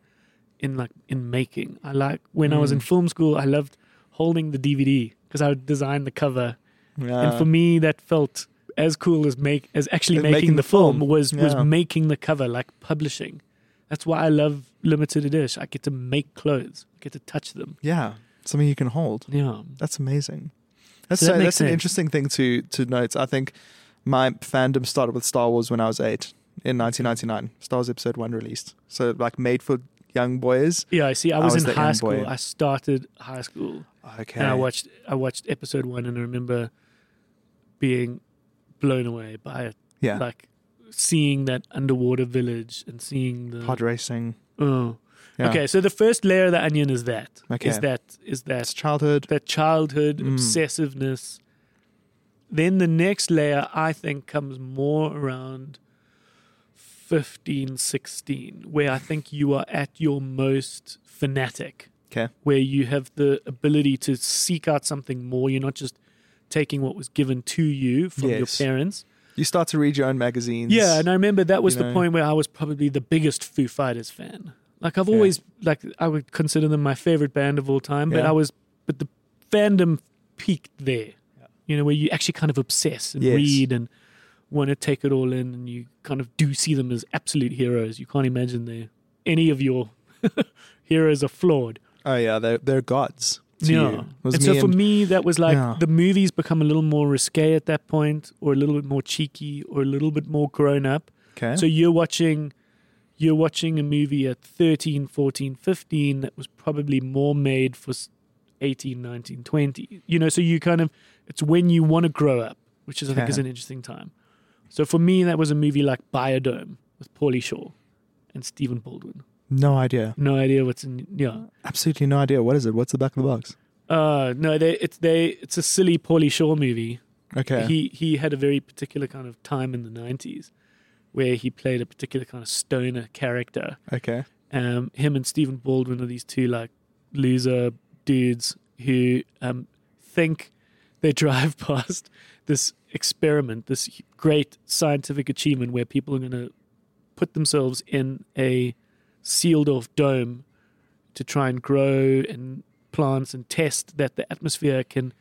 [SPEAKER 1] in like in making. I like when I was in film school, I loved holding the DVD because I would design the cover and
[SPEAKER 3] Yeah.
[SPEAKER 1] for me that felt as cool as make Uh. as actually
[SPEAKER 3] As
[SPEAKER 1] making, the, film, was was
[SPEAKER 3] Yeah.
[SPEAKER 1] making the cover like publishing that's why i love limited edition i get to make clothes i get to touch them
[SPEAKER 3] yeah. Something you can hold.
[SPEAKER 1] yeah
[SPEAKER 3] That's amazing. That's
[SPEAKER 1] So that
[SPEAKER 3] so-
[SPEAKER 1] makes
[SPEAKER 3] that's an
[SPEAKER 1] sense.
[SPEAKER 3] interesting thing to to note. I think my fandom started with Star Wars when I was eight in 1999. Star Wars Episode One released, so like made for young boys.
[SPEAKER 1] yeah i see i
[SPEAKER 3] I
[SPEAKER 1] was,
[SPEAKER 3] was
[SPEAKER 1] in
[SPEAKER 3] the
[SPEAKER 1] high
[SPEAKER 3] end boy.
[SPEAKER 1] school i started high school
[SPEAKER 3] Okay,
[SPEAKER 1] and i watched i watched episode one and i remember being blown away by it
[SPEAKER 3] yeah,
[SPEAKER 1] like seeing that underwater village and seeing the
[SPEAKER 3] pod racing.
[SPEAKER 1] oh.
[SPEAKER 3] Yeah.
[SPEAKER 1] okay so the first layer of the onion is that is
[SPEAKER 3] Okay.
[SPEAKER 1] that is that
[SPEAKER 3] it's childhood.
[SPEAKER 1] that childhood
[SPEAKER 3] Mm.
[SPEAKER 1] obsessiveness. Then the next layer, I think, comes more around 15, 16, where I think you are at your most fanatic,
[SPEAKER 3] Okay,
[SPEAKER 1] where you have the ability to seek out something more. You're not just taking what was given to you from
[SPEAKER 3] Yes.
[SPEAKER 1] your parents.
[SPEAKER 3] you start to read your own magazines.
[SPEAKER 1] Yeah, and I remember that was
[SPEAKER 3] you
[SPEAKER 1] the
[SPEAKER 3] know.
[SPEAKER 1] point where I was probably the biggest Foo Fighters fan. Like I've always like I would consider them my favorite band of all time, but
[SPEAKER 3] Yeah.
[SPEAKER 1] I was but the fandom peaked there. You know, where you actually kind of obsess and
[SPEAKER 3] Yes.
[SPEAKER 1] read and want to take it all in and you kind of do see them as absolute heroes. You can't imagine they any of your heroes are flawed.
[SPEAKER 3] oh yeah, they're they're gods. To
[SPEAKER 1] yeah.
[SPEAKER 3] you. It was
[SPEAKER 1] and
[SPEAKER 3] me
[SPEAKER 1] so for
[SPEAKER 3] and-
[SPEAKER 1] me that was like
[SPEAKER 3] Yeah.
[SPEAKER 1] the movies become a little more risque at that point or a little bit more cheeky or a little bit more grown up.
[SPEAKER 3] okay,
[SPEAKER 1] So you're watching you're watching a movie at 13, 14, 15 that was probably more made for s- 18, 19, 20. You know, so you kind of it's when you want to grow up, which is I think is
[SPEAKER 3] Okay.
[SPEAKER 1] an interesting time. So for me that was a movie like Biodome with Paulie Shaw and Stephen Baldwin.
[SPEAKER 3] no idea,
[SPEAKER 1] No idea what's in yeah.
[SPEAKER 3] absolutely no idea. What is it? What's the back of the box?
[SPEAKER 1] Uh no, they it's they it's a silly Paulie Shaw movie.
[SPEAKER 3] Okay,
[SPEAKER 1] He he had a very particular kind of time in the 90s where he played a particular kind of stoner character.
[SPEAKER 3] okay,
[SPEAKER 1] um, him and Stephen Baldwin are these two like loser dudes who um, think they drive past this experiment, this h- great scientific achievement where people are going to put themselves in a sealed off dome to try and grow and plants and test that the atmosphere can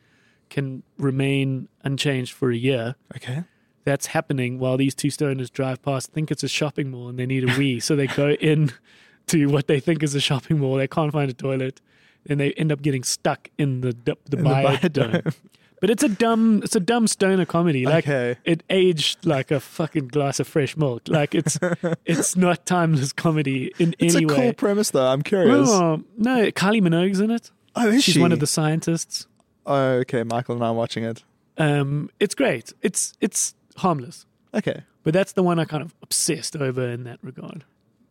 [SPEAKER 1] can remain unchanged for a year
[SPEAKER 3] okay.
[SPEAKER 1] that's happening while these two stoners drive past, think it's a shopping mall and they need a wee. so they go in to what they think is a shopping mall. They can't find a toilet and they end up getting stuck in the d- the,
[SPEAKER 3] the
[SPEAKER 1] biodome.
[SPEAKER 3] biodome.
[SPEAKER 1] But it's a dumb it's a dumb stoner comedy. Like
[SPEAKER 3] Okay.
[SPEAKER 1] it aged like a fucking glass of fresh milk. Like it's it's not timeless comedy in
[SPEAKER 3] It's
[SPEAKER 1] any
[SPEAKER 3] a cool
[SPEAKER 1] way.
[SPEAKER 3] premise though. I'm curious.
[SPEAKER 1] Oh, no, Kylie Minogue's in it.
[SPEAKER 3] Oh, is
[SPEAKER 1] She's
[SPEAKER 3] she?
[SPEAKER 1] one of the scientists.
[SPEAKER 3] Oh, okay, Michael and I are watching it.
[SPEAKER 1] Um, it's great. It's it's harmless.
[SPEAKER 3] Okay.
[SPEAKER 1] But that's the one I kind of obsessed over in that regard,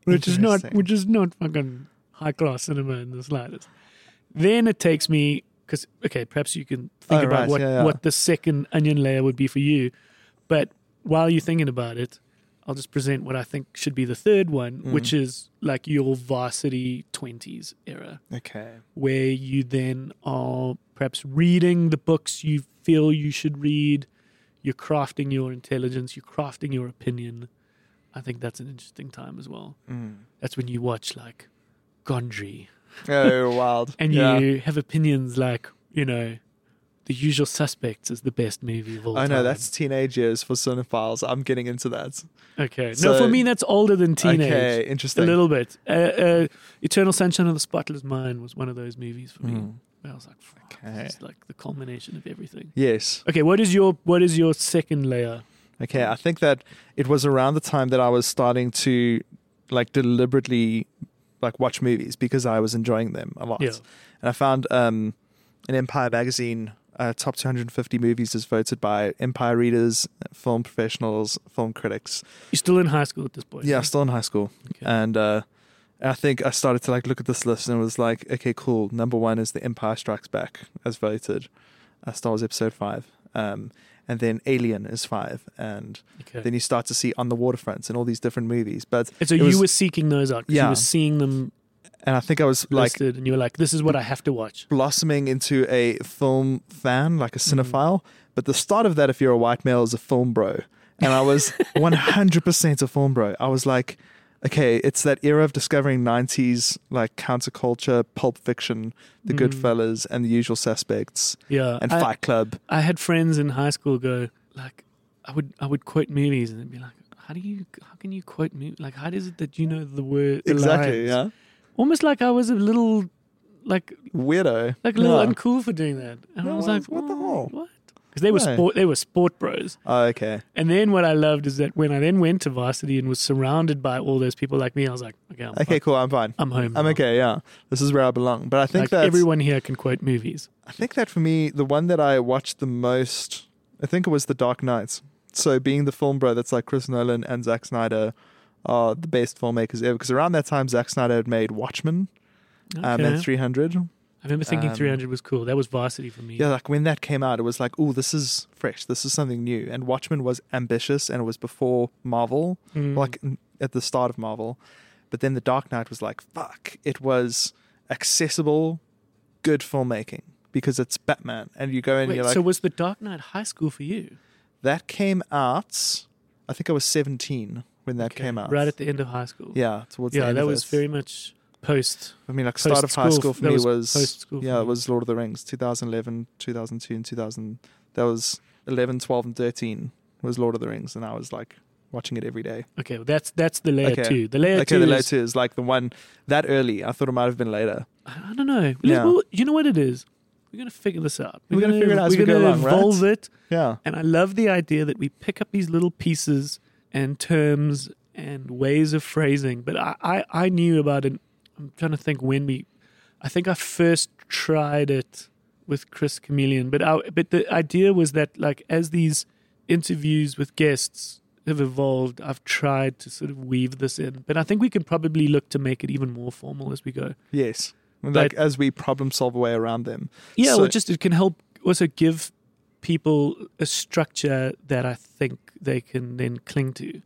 [SPEAKER 1] which is not
[SPEAKER 3] Interesting.
[SPEAKER 1] which is not fucking high class cinema in the slightest. Then it takes me because okay, perhaps you can think
[SPEAKER 3] Oh,
[SPEAKER 1] about
[SPEAKER 3] right,
[SPEAKER 1] what
[SPEAKER 3] yeah, yeah.
[SPEAKER 1] what the second onion layer would be for you, but while you're thinking about it, I'll just present what I think should be the third one, which
[SPEAKER 3] Mm.
[SPEAKER 1] is like your varsity 20s era,
[SPEAKER 3] Okay.
[SPEAKER 1] where you then are perhaps reading the books you feel you should read. You're crafting your intelligence, you're crafting your opinion. I think that's an interesting time as well.
[SPEAKER 3] Hmm.
[SPEAKER 1] That's when you watch like Gondry
[SPEAKER 3] Oh, wild.
[SPEAKER 1] and
[SPEAKER 3] yeah.
[SPEAKER 1] you have opinions like, you know, The Usual Suspects is the best movie of all
[SPEAKER 3] I
[SPEAKER 1] time.
[SPEAKER 3] know that's teenage years for cinephiles. I'm getting into that.
[SPEAKER 1] Okay. no,
[SPEAKER 3] So-
[SPEAKER 1] for me, that's older than teenage.
[SPEAKER 3] Okay,
[SPEAKER 1] A
[SPEAKER 3] interesting.
[SPEAKER 1] little bit. Uh, uh, Eternal Sunshine of the Spotless Mind was one of those movies for me. Where I was like, fuck,
[SPEAKER 3] Hmm. Okay.
[SPEAKER 1] this is like the culmination of everything.
[SPEAKER 3] Yes.
[SPEAKER 1] Okay, what is your what is your second layer?
[SPEAKER 3] Okay.
[SPEAKER 1] Mm.
[SPEAKER 3] I think that it was around the time that I was starting to like deliberately like watch movies because I was enjoying them a lot.
[SPEAKER 1] Yeah.
[SPEAKER 3] And I found um an Empire magazine uh, top 250 movies is voted by Empire readers, film professionals, film critics.
[SPEAKER 1] You're still in high school at this point.
[SPEAKER 3] Yeah,
[SPEAKER 1] right?
[SPEAKER 3] still in high school.
[SPEAKER 1] Oh, Okay.
[SPEAKER 3] And uh, I think I started to like look at this list and was like, okay, cool. Number one is The Empire Strikes Back as voted, uh, Star Wars Episode Five, um, and then Alien is five, and
[SPEAKER 1] Okay.
[SPEAKER 3] then you start to see On the Waterfronts and all these different movies. But
[SPEAKER 1] and so
[SPEAKER 3] it
[SPEAKER 1] you
[SPEAKER 3] was-
[SPEAKER 1] were seeking those out 'cause you
[SPEAKER 3] Yeah.
[SPEAKER 1] were seeing them
[SPEAKER 3] and I think I was like
[SPEAKER 1] listed and you were like, this is what I have to watch.
[SPEAKER 3] blossoming into a film fan, like a
[SPEAKER 1] Mm-hmm.
[SPEAKER 3] cinephile. But the start of that, if you're a white male, is a film bro. And I was 100% a film bro. I was like, okay, it's that era of discovering 90s, like counterculture, pulp fiction, The Goodfellas, and The Usual Suspects,
[SPEAKER 1] Yeah.
[SPEAKER 3] and
[SPEAKER 1] Mm-hmm. I-
[SPEAKER 3] Fight Club.
[SPEAKER 1] I had friends in high school go like I would I would quote movies and they'd be like, how do you how can you quote movies? Like how is it that you know the word the lines? Almost like I was a little like
[SPEAKER 3] Weirdo.
[SPEAKER 1] like a little
[SPEAKER 3] Yeah.
[SPEAKER 1] uncool for doing that, and I
[SPEAKER 3] No,
[SPEAKER 1] was
[SPEAKER 3] what-
[SPEAKER 1] like,
[SPEAKER 3] what the
[SPEAKER 1] "Oh,
[SPEAKER 3] hell?"
[SPEAKER 1] What? Because they were
[SPEAKER 3] No.
[SPEAKER 1] sport they were sport bros.
[SPEAKER 3] Oh, okay.
[SPEAKER 1] And then what I loved is that when I then went to varsity and was surrounded by all those people like me, I was like, okay, I'm,
[SPEAKER 3] Okay,
[SPEAKER 1] okay.
[SPEAKER 3] cool. I'm fine.
[SPEAKER 1] I'm home.
[SPEAKER 3] I'm
[SPEAKER 1] now.
[SPEAKER 3] okay, yeah. This is where I belong. But I think
[SPEAKER 1] Like
[SPEAKER 3] that
[SPEAKER 1] everyone here can quote movies.
[SPEAKER 3] I think that for me, the one that I watched the most, I think it was The Dark Knights. So being the film bro, that's like Chris Nolan and Zack Snyder are the best filmmakers ever. Because around that time, Zack Snyder had made Watchmen um,
[SPEAKER 1] Okay.
[SPEAKER 3] and 300.
[SPEAKER 1] I remember thinking
[SPEAKER 3] um,
[SPEAKER 1] 300 was cool. That was varsity for me.
[SPEAKER 3] Yeah, like when that came out, it was like, oh, this is fresh. This is something new. And Watchmen was ambitious and it was before Marvel,
[SPEAKER 1] Mm.
[SPEAKER 3] like n- at the start of Marvel. But then The Dark Knight was like, fuck, it was accessible, good filmmaking because it's Batman. And you go in and
[SPEAKER 1] Wait,
[SPEAKER 3] you're like,
[SPEAKER 1] so was the Dark Knight high school for you?
[SPEAKER 3] That came out. I think I was 17 when that
[SPEAKER 1] Okay,
[SPEAKER 3] came out.
[SPEAKER 1] right at the end of high school.
[SPEAKER 3] yeah, towards the
[SPEAKER 1] yeah,
[SPEAKER 3] end
[SPEAKER 1] that
[SPEAKER 3] of
[SPEAKER 1] was
[SPEAKER 3] it.
[SPEAKER 1] very much post.
[SPEAKER 3] I mean, like start of high
[SPEAKER 1] post-school.
[SPEAKER 3] school for
[SPEAKER 1] That
[SPEAKER 3] me
[SPEAKER 1] was
[SPEAKER 3] was,
[SPEAKER 1] post-school for
[SPEAKER 3] yeah,
[SPEAKER 1] me.
[SPEAKER 3] it was Lord of the Rings, 2011, 2002, and 2000. That was 11, 12, and 13 was Lord of the Rings, and I was like watching it every day.
[SPEAKER 1] Okay, well, that's that's the layer
[SPEAKER 3] Okay.
[SPEAKER 1] two. The layer
[SPEAKER 3] okay,
[SPEAKER 1] two.
[SPEAKER 3] the
[SPEAKER 1] is,
[SPEAKER 3] later is like the one that early. I thought it might have been later.
[SPEAKER 1] I I don't know. Let's-
[SPEAKER 3] Yeah.
[SPEAKER 1] well, you know what it is. We're gonna figure this out.
[SPEAKER 3] We're gonna figure it out as
[SPEAKER 1] We're
[SPEAKER 3] we go
[SPEAKER 1] gonna
[SPEAKER 3] along, right?
[SPEAKER 1] evolve it.
[SPEAKER 3] Yeah,
[SPEAKER 1] And I love the idea that we pick up these little pieces and terms and ways of phrasing. But I, I, I knew about it. I'm trying to think when we. I think I first tried it with Chris Chameleon. But I, but the idea was that like as these interviews with guests have evolved, I've tried to sort of weave this in. But I think we can probably look to make it even more formal as we go.
[SPEAKER 3] yes. Like as we problem solve our way around them.
[SPEAKER 1] Yeah,
[SPEAKER 3] So-
[SPEAKER 1] well, just it can help also give people a structure that I think they can then cling to,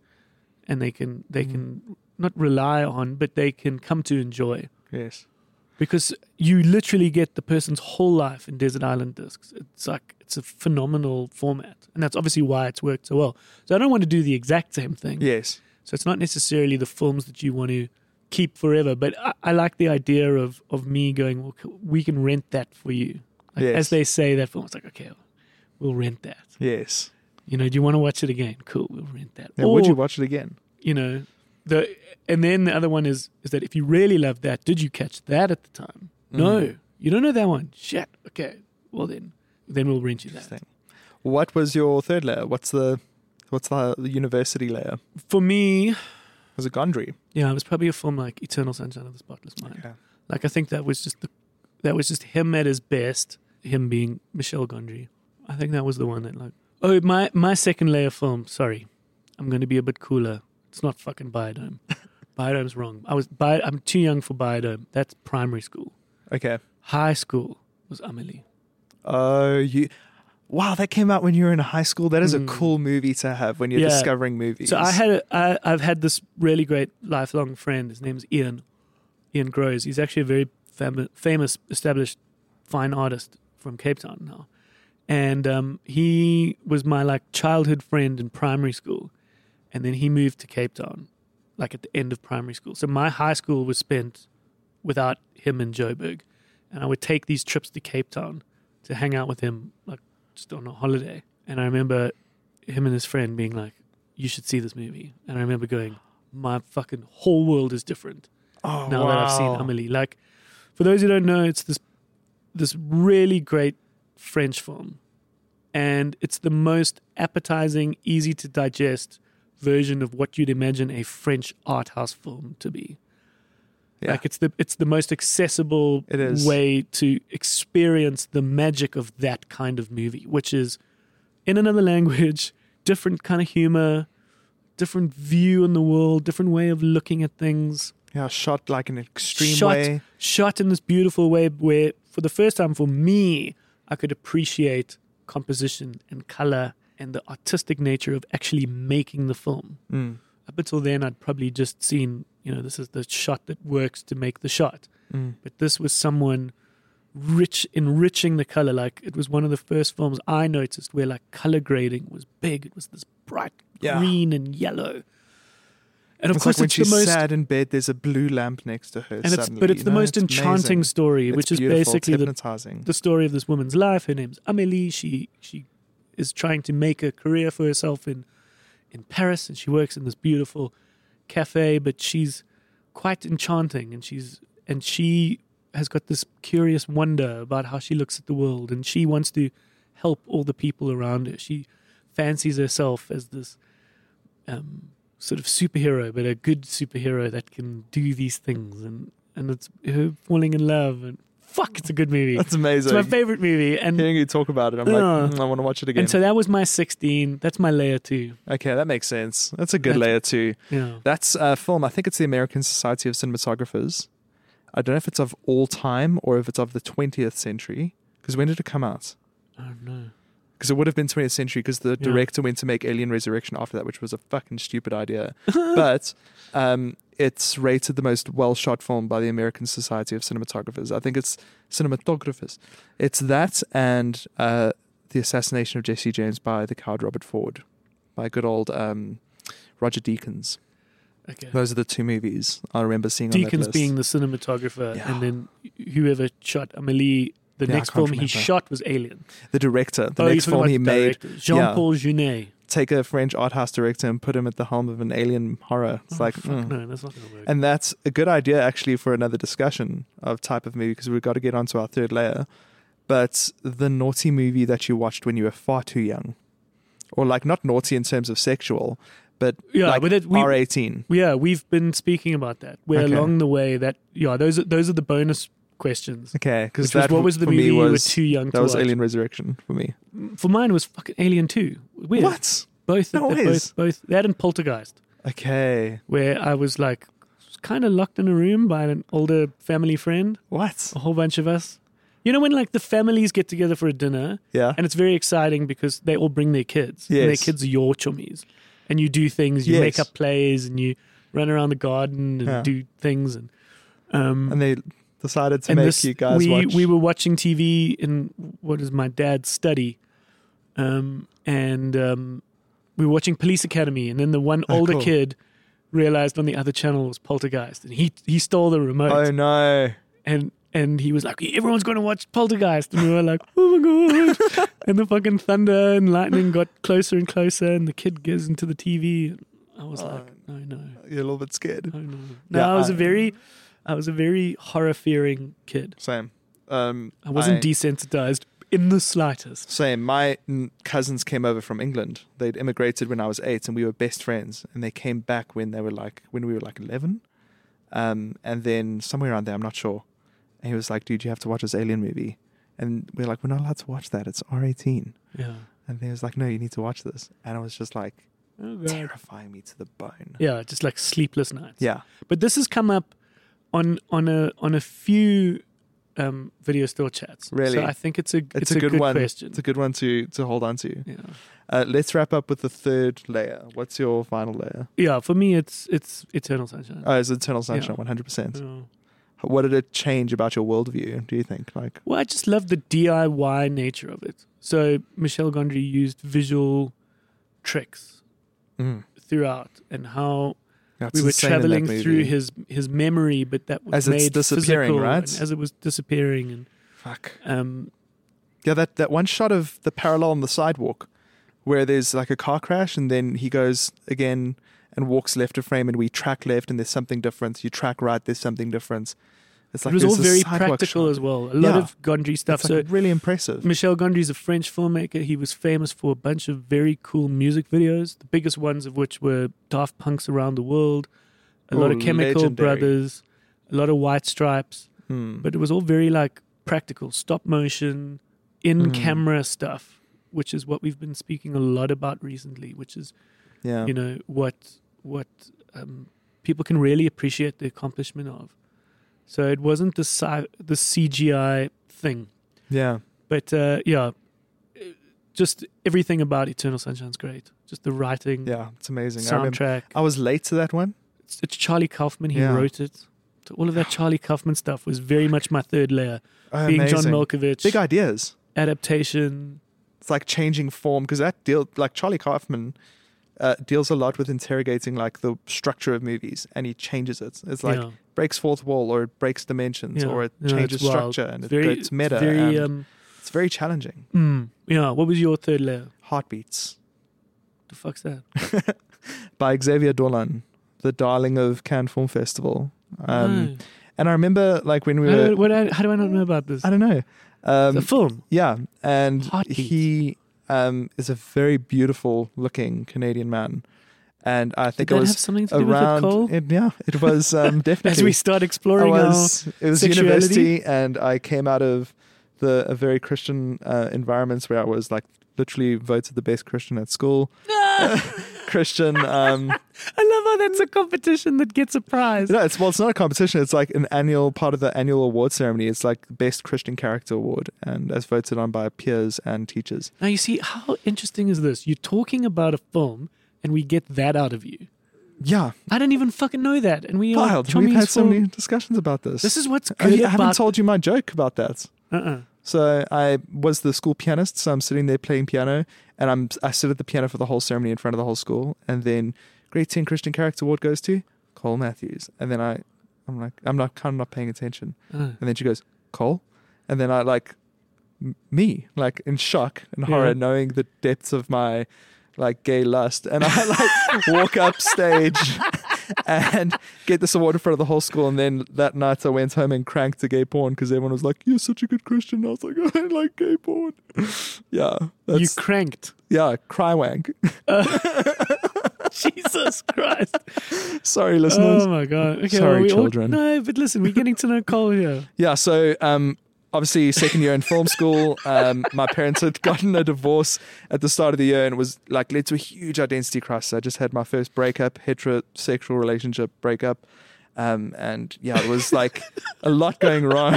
[SPEAKER 1] and they can they can not rely on, but they can come to enjoy
[SPEAKER 3] Yes.
[SPEAKER 1] because you literally get the person's whole life in Desert Island Discs. It's like it's a phenomenal format, and that's obviously why it's worked so well. So I don't want to do the exact same thing.
[SPEAKER 3] Yes.
[SPEAKER 1] So it's not necessarily the films that you want to keep forever, but I, I like the idea of of me going, well, c- we can rent that for you. Like,
[SPEAKER 3] Yes.
[SPEAKER 1] As they say that film, it's like, okay, we'll rent that.
[SPEAKER 3] Yes.
[SPEAKER 1] You know, do you want to watch it again? Cool, we'll rent that.
[SPEAKER 3] Now, would
[SPEAKER 1] Or,
[SPEAKER 3] you watch it again?
[SPEAKER 1] you know, the and then the other one is is that if you really love that, did you catch that at the time?
[SPEAKER 3] Mm.
[SPEAKER 1] No, you don't know that one. Shit. Okay. Well then, then we'll rent you that.
[SPEAKER 3] Interesting. What was your third layer? What's the what's the university layer?
[SPEAKER 1] For me,
[SPEAKER 3] Was it Gondry?
[SPEAKER 1] Yeah, it was probably a film like Eternal Sunshine of the Spotless Mind.
[SPEAKER 3] Okay.
[SPEAKER 1] Like I think that was just the, that was just him at his best. Him being Michelle Gondry. I think that was the one that like. Oh, my my second layer film. Sorry, I'm going to be a bit cooler. It's not fucking Biodome. Biodome's wrong. I was bi- I'm too young for Biodome. That's primary school.
[SPEAKER 3] Okay.
[SPEAKER 1] High school was Amelie.
[SPEAKER 3] Oh, you. wow, that came out when you were in high school. That is a cool movie to have when you're
[SPEAKER 1] Hmm. Yeah.
[SPEAKER 3] discovering movies.
[SPEAKER 1] So I had a, I, I've had this really great lifelong friend. His name's Ian. Ian Groves. He's actually a very fam- famous, established fine artist from Cape Town now, and um, he was my like childhood friend in primary school, and then he moved to Cape Town, like at the end of primary school. So my high school was spent without him in Joburg, and I would take these trips to Cape Town to hang out with him, like just on a holiday. And I remember him and his friend being like, "You should see this movie." And I remember going, "My fucking whole world is different
[SPEAKER 3] oh,
[SPEAKER 1] now that I've seen
[SPEAKER 3] wow.
[SPEAKER 1] Amelie." Like, for those who don't know, it's this this really great French film, and it's the most appetizing, easy to digest version of what you'd imagine a French art house film to be.
[SPEAKER 3] Yeah.
[SPEAKER 1] Like it's the it's the most accessible
[SPEAKER 3] It is.
[SPEAKER 1] way to experience the magic of that kind of movie, which is in another language, different kind of humor, different view on the world, different way of looking at things.
[SPEAKER 3] yeah, shot like an extreme
[SPEAKER 1] shot
[SPEAKER 3] way.
[SPEAKER 1] shot in this beautiful way where for the first time for me, I could appreciate composition and color and the artistic nature of actually making the film
[SPEAKER 3] Mm.
[SPEAKER 1] up until then I'd probably just seen, you know, this is the shot that works to make the shot.
[SPEAKER 3] Mm.
[SPEAKER 1] But this was someone rich enriching the color. Like it was one of the first films I noticed where like color grading was big. It was this bright
[SPEAKER 3] Yeah.
[SPEAKER 1] green and yellow. And of
[SPEAKER 3] It's
[SPEAKER 1] course
[SPEAKER 3] like when
[SPEAKER 1] it's the
[SPEAKER 3] she's
[SPEAKER 1] most
[SPEAKER 3] sad in bed, there's a blue lamp next to her.
[SPEAKER 1] and it's
[SPEAKER 3] suddenly,
[SPEAKER 1] but it's
[SPEAKER 3] you
[SPEAKER 1] the
[SPEAKER 3] know?
[SPEAKER 1] most
[SPEAKER 3] It's
[SPEAKER 1] enchanting
[SPEAKER 3] amazing.
[SPEAKER 1] story,
[SPEAKER 3] It's
[SPEAKER 1] which is
[SPEAKER 3] beautiful. It's
[SPEAKER 1] basically the
[SPEAKER 3] hypnotizing.
[SPEAKER 1] the story of this woman's life. Her name's Amélie. She she is trying to make a career for herself in in Paris, and she works in this beautiful cafe. But she's quite enchanting, and she's and she has got this curious wonder about how she looks at the world, and she wants to help all the people around her. She fancies herself as this um, sort of superhero, but a good superhero that can do these things, and and it's her falling in love, and fuck, it's a good movie.
[SPEAKER 3] That's amazing.
[SPEAKER 1] It's my favorite movie, and
[SPEAKER 3] Hearing you talk about it, I'm
[SPEAKER 1] Yeah.
[SPEAKER 3] like, mm, I want to watch it again.
[SPEAKER 1] and so that was my 16. That's my layer two.
[SPEAKER 3] okay, that makes sense. That's a good
[SPEAKER 1] That's-
[SPEAKER 3] layer too.
[SPEAKER 1] Yeah,
[SPEAKER 3] That's a film. I think it's the American Society of Cinematographers. I don't know if it's of all time or if it's of the 20th century. Because when did it come out?
[SPEAKER 1] I don't know.
[SPEAKER 3] Because it would have been 20th century because the
[SPEAKER 1] Yeah.
[SPEAKER 3] director went to make Alien Resurrection after that, which was a fucking stupid idea. but um, it's rated the most well shot film by the American Society of Cinematographers. I think it's cinematographers. It's that and uh, the assassination of Jesse James by the coward Robert Ford, by good old um, Roger Deakins.
[SPEAKER 1] Okay.
[SPEAKER 3] Those are the two movies I remember seeing. on that
[SPEAKER 1] Deacons
[SPEAKER 3] list.
[SPEAKER 1] being the cinematographer,
[SPEAKER 3] Yeah.
[SPEAKER 1] and then whoever shot Amelie. The
[SPEAKER 3] Yeah, I
[SPEAKER 1] next
[SPEAKER 3] can't
[SPEAKER 1] film he
[SPEAKER 3] remember.
[SPEAKER 1] shot was Alien.
[SPEAKER 3] the director, the
[SPEAKER 1] oh,
[SPEAKER 3] next
[SPEAKER 1] you're talking
[SPEAKER 3] film he
[SPEAKER 1] about the
[SPEAKER 3] made,
[SPEAKER 1] director. Jean-Paul Junet.
[SPEAKER 3] take a French art house director and put him at the helm of an alien horror. It's
[SPEAKER 1] Oh,
[SPEAKER 3] like,
[SPEAKER 1] fuck
[SPEAKER 3] mm.
[SPEAKER 1] no, that's not gonna work.
[SPEAKER 3] and that's a good idea actually for another discussion of type of movie because we've got to get onto our third layer. But the naughty movie that you watched when you were far too young, or like not naughty in terms of sexual, but
[SPEAKER 1] Yeah,
[SPEAKER 3] like
[SPEAKER 1] but it- we-
[SPEAKER 3] R eighteen.
[SPEAKER 1] Yeah, we've been speaking about that. Where
[SPEAKER 3] Okay.
[SPEAKER 1] along the way that yeah, those are those are the bonus questions.
[SPEAKER 3] Okay, because
[SPEAKER 1] Which was,
[SPEAKER 3] that
[SPEAKER 1] what was the
[SPEAKER 3] for
[SPEAKER 1] movie
[SPEAKER 3] me
[SPEAKER 1] you were
[SPEAKER 3] was
[SPEAKER 1] too young
[SPEAKER 3] that
[SPEAKER 1] to
[SPEAKER 3] was
[SPEAKER 1] watch?
[SPEAKER 3] Alien Resurrection for me.
[SPEAKER 1] For mine was fucking Alien Two. Weird.
[SPEAKER 3] What?
[SPEAKER 1] Both,
[SPEAKER 3] No
[SPEAKER 1] they're
[SPEAKER 3] ways.
[SPEAKER 1] both both that and Poltergeist,
[SPEAKER 3] Okay,
[SPEAKER 1] where I was like kind of locked in a room by an older family friend,
[SPEAKER 3] what?
[SPEAKER 1] a whole bunch of us. You know when like the families get together for a dinner
[SPEAKER 3] Yeah,
[SPEAKER 1] and it's very exciting because they all bring their kids. And their
[SPEAKER 3] Yes.
[SPEAKER 1] kids are your chummies. And you do things, you
[SPEAKER 3] Yes.
[SPEAKER 1] make up plays and you run around the garden and
[SPEAKER 3] Yeah.
[SPEAKER 1] do things and um
[SPEAKER 3] Mm-hmm. and they decided to
[SPEAKER 1] and
[SPEAKER 3] make
[SPEAKER 1] this-
[SPEAKER 3] you guys
[SPEAKER 1] we,
[SPEAKER 3] watch.
[SPEAKER 1] We were watching TV in what is my dad's study, um, and um, we were watching Police Academy. And then the one
[SPEAKER 3] Oh,
[SPEAKER 1] older
[SPEAKER 3] cool.
[SPEAKER 1] kid realized on the other channel was Poltergeist, and he he stole the remote.
[SPEAKER 3] oh no!
[SPEAKER 1] And and he was like, everyone's going to watch Poltergeist, and we were like, oh my god! and the fucking thunder and lightning got closer and closer, and the kid goes into the TV. And I was like, no, no,
[SPEAKER 3] You're a little bit scared.
[SPEAKER 1] no, no. No,
[SPEAKER 3] Oh, Yeah,
[SPEAKER 1] I was a
[SPEAKER 3] I-
[SPEAKER 1] very, I was a very horror fearing kid.
[SPEAKER 3] Same. Um,
[SPEAKER 1] I wasn't desensitized in the slightest.
[SPEAKER 3] Same. My mm, cousins came over from England. They'd immigrated when I was eight, and we were best friends. And they came back when they were like when we were like eleven, um, and then somewhere around there, I'm not sure. And he was like, "Dude, you have to watch this Alien movie." And we are like, "We're not allowed to watch that. It's R18."
[SPEAKER 1] Yeah.
[SPEAKER 3] And he was like, "No, you need to watch this." And I was just like, terrifying me to the bone.
[SPEAKER 1] Oh, Yeah, just like sleepless nights.
[SPEAKER 3] Yeah.
[SPEAKER 1] But this has come up on on a on a few um, video store chats.
[SPEAKER 3] Really?
[SPEAKER 1] So I think it's a it's,
[SPEAKER 3] It's, a, good, one.
[SPEAKER 1] question.
[SPEAKER 3] It's a good one to to hold on to.
[SPEAKER 1] yeah.
[SPEAKER 3] Uh, let's wrap up with the third layer. What's your final layer?
[SPEAKER 1] yeah, for me, it's it's Eternal Sunshine.
[SPEAKER 3] Oh, it's Eternal Sunshine,
[SPEAKER 1] Yeah.
[SPEAKER 3] one hundred percent.
[SPEAKER 1] Yeah.
[SPEAKER 3] What did it change about your worldview? Do you think? Like,
[SPEAKER 1] Well, I just love the DIY nature of it. So Michel Gondry used visual tricks throughout, and how
[SPEAKER 3] mm, that's
[SPEAKER 1] we were
[SPEAKER 3] insane in that
[SPEAKER 1] traveling
[SPEAKER 3] movie.
[SPEAKER 1] through his his memory, but that was
[SPEAKER 3] As
[SPEAKER 1] made
[SPEAKER 3] it's disappearing,
[SPEAKER 1] physical
[SPEAKER 3] right?
[SPEAKER 1] and as it was disappearing, and
[SPEAKER 3] Fuck.
[SPEAKER 1] um,
[SPEAKER 3] Yeah, that, that one shot of the parallel on the sidewalk where there's like a car crash and then he goes again and walks left of frame and we track left and there's something different. You track right, there's something different. It's like
[SPEAKER 1] it was all
[SPEAKER 3] there's
[SPEAKER 1] very
[SPEAKER 3] this sidewalk
[SPEAKER 1] practical
[SPEAKER 3] shot.
[SPEAKER 1] as well. A lot
[SPEAKER 3] Yeah.
[SPEAKER 1] of Gondry stuff.
[SPEAKER 3] It's
[SPEAKER 1] so
[SPEAKER 3] like really impressive.
[SPEAKER 1] Michel Gondry is a French filmmaker. He was famous for a bunch of very cool music videos, the biggest ones of which were Daft Punk's Around the World, a lot
[SPEAKER 3] Ooh,
[SPEAKER 1] of Chemical
[SPEAKER 3] legendary.
[SPEAKER 1] Brothers, a lot of White Stripes,
[SPEAKER 3] Hmm.
[SPEAKER 1] but it was all very like practical, stop motion,
[SPEAKER 3] Mm.
[SPEAKER 1] in camera stuff, which is what we've been speaking a lot about recently, which is,
[SPEAKER 3] yeah.
[SPEAKER 1] you know, what what um, people can really appreciate the accomplishment of. So it wasn't the sci- the CGI thing
[SPEAKER 3] yeah.
[SPEAKER 1] but uh, yeah, it- just everything about Eternal Sunshine's great. Just the writing,
[SPEAKER 3] Yeah. It's amazing. I, remember,
[SPEAKER 1] soundtrack.
[SPEAKER 3] I was late to that one.
[SPEAKER 1] It's, it's Charlie Kaufman. He
[SPEAKER 3] Yeah.
[SPEAKER 1] wrote it. So all of that Charlie Kaufman stuff was very much my third layer.
[SPEAKER 3] Oh,
[SPEAKER 1] Being
[SPEAKER 3] amazing.
[SPEAKER 1] John Malkovich,
[SPEAKER 3] Big ideas.
[SPEAKER 1] adaptation.
[SPEAKER 3] it's like changing form because that deal like charlie kaufman uh, deals a lot with interrogating like the structure of movies and he changes it it's like
[SPEAKER 1] yeah,
[SPEAKER 3] breaks fourth wall or it breaks dimensions
[SPEAKER 1] yeah,
[SPEAKER 3] or it
[SPEAKER 1] yeah,
[SPEAKER 3] changes
[SPEAKER 1] it's wild.
[SPEAKER 3] structure and it
[SPEAKER 1] very,
[SPEAKER 3] gets meta
[SPEAKER 1] Very,
[SPEAKER 3] and
[SPEAKER 1] um,
[SPEAKER 3] it's very challenging
[SPEAKER 1] mm, yeah. What was your third layer?
[SPEAKER 3] heartbeats
[SPEAKER 1] The fuck's that?
[SPEAKER 3] by xavier dolan the darling of cannes film festival um,
[SPEAKER 1] No.
[SPEAKER 3] and i remember like when we
[SPEAKER 1] How do I-
[SPEAKER 3] were
[SPEAKER 1] what I- how do I not know about this?
[SPEAKER 3] Uh, i don't know um,
[SPEAKER 1] the film.
[SPEAKER 3] Yeah, and
[SPEAKER 1] Heartbeat.
[SPEAKER 3] he um, is a very beautiful looking Canadian man, and I think
[SPEAKER 1] that
[SPEAKER 3] it was
[SPEAKER 1] have something to do with the
[SPEAKER 3] around.
[SPEAKER 1] cold?
[SPEAKER 3] it- yeah, it was um, definitely.
[SPEAKER 1] As we start
[SPEAKER 3] I
[SPEAKER 1] exploring
[SPEAKER 3] was. It was
[SPEAKER 1] sexuality?
[SPEAKER 3] university, and I came out of the a very Christian uh, environments where I was like literally voted the best Christian at school. Christian. Um,
[SPEAKER 1] our, I love how that's a competition that gets a prize.
[SPEAKER 3] No, it's well, it's not a competition. It's like an annual part of the annual award ceremony. It's like best Christian character award, and as voted on by peers and teachers.
[SPEAKER 1] Now you see how interesting is this? You're talking about a film, and we get that out of you.
[SPEAKER 3] Yeah,
[SPEAKER 1] I didn't even fucking know that, and we are
[SPEAKER 3] Wild.
[SPEAKER 1] chummies
[SPEAKER 3] We've had so
[SPEAKER 1] for-
[SPEAKER 3] many discussions about this.
[SPEAKER 1] This is what's
[SPEAKER 3] I,
[SPEAKER 1] great
[SPEAKER 3] Oh, I haven't
[SPEAKER 1] about.
[SPEAKER 3] told you my joke about that.
[SPEAKER 1] uh-uh.
[SPEAKER 3] So I was the school pianist, so I'm sitting there playing piano, and I'm I sit at the piano for the whole ceremony in front of the whole school, and then Grade Ten Christian Character Award goes to Cole Matthews, and then I, I'm like I'm not kind of not paying attention,
[SPEAKER 1] Uh.
[SPEAKER 3] and then she goes Cole, and then I like m- me like in shock and horror,
[SPEAKER 1] Yeah.
[SPEAKER 3] knowing the depths of my like gay lust, and I like walk up stage. and get this award in front of the whole school. And then that night I went home and cranked to gay porn because everyone was like, "You're such a good Christian." I was like, "I don't like gay porn." Yeah,
[SPEAKER 1] You
[SPEAKER 3] that's
[SPEAKER 1] cranked.
[SPEAKER 3] yeah, cry wank.
[SPEAKER 1] Jesus Christ!
[SPEAKER 3] Sorry, listeners.
[SPEAKER 1] Oh my God! Okay,
[SPEAKER 3] Sorry,
[SPEAKER 1] well, we all-
[SPEAKER 3] children.
[SPEAKER 1] no, but listen, we're getting to know Cole here.
[SPEAKER 3] Yeah, so um, obviously second year in film school, um, my parents had gotten a divorce at the start of the year and it was like led to a huge identity crisis. I just had my first breakup, heterosexual relationship breakup, um, and yeah, it was like a lot going wrong,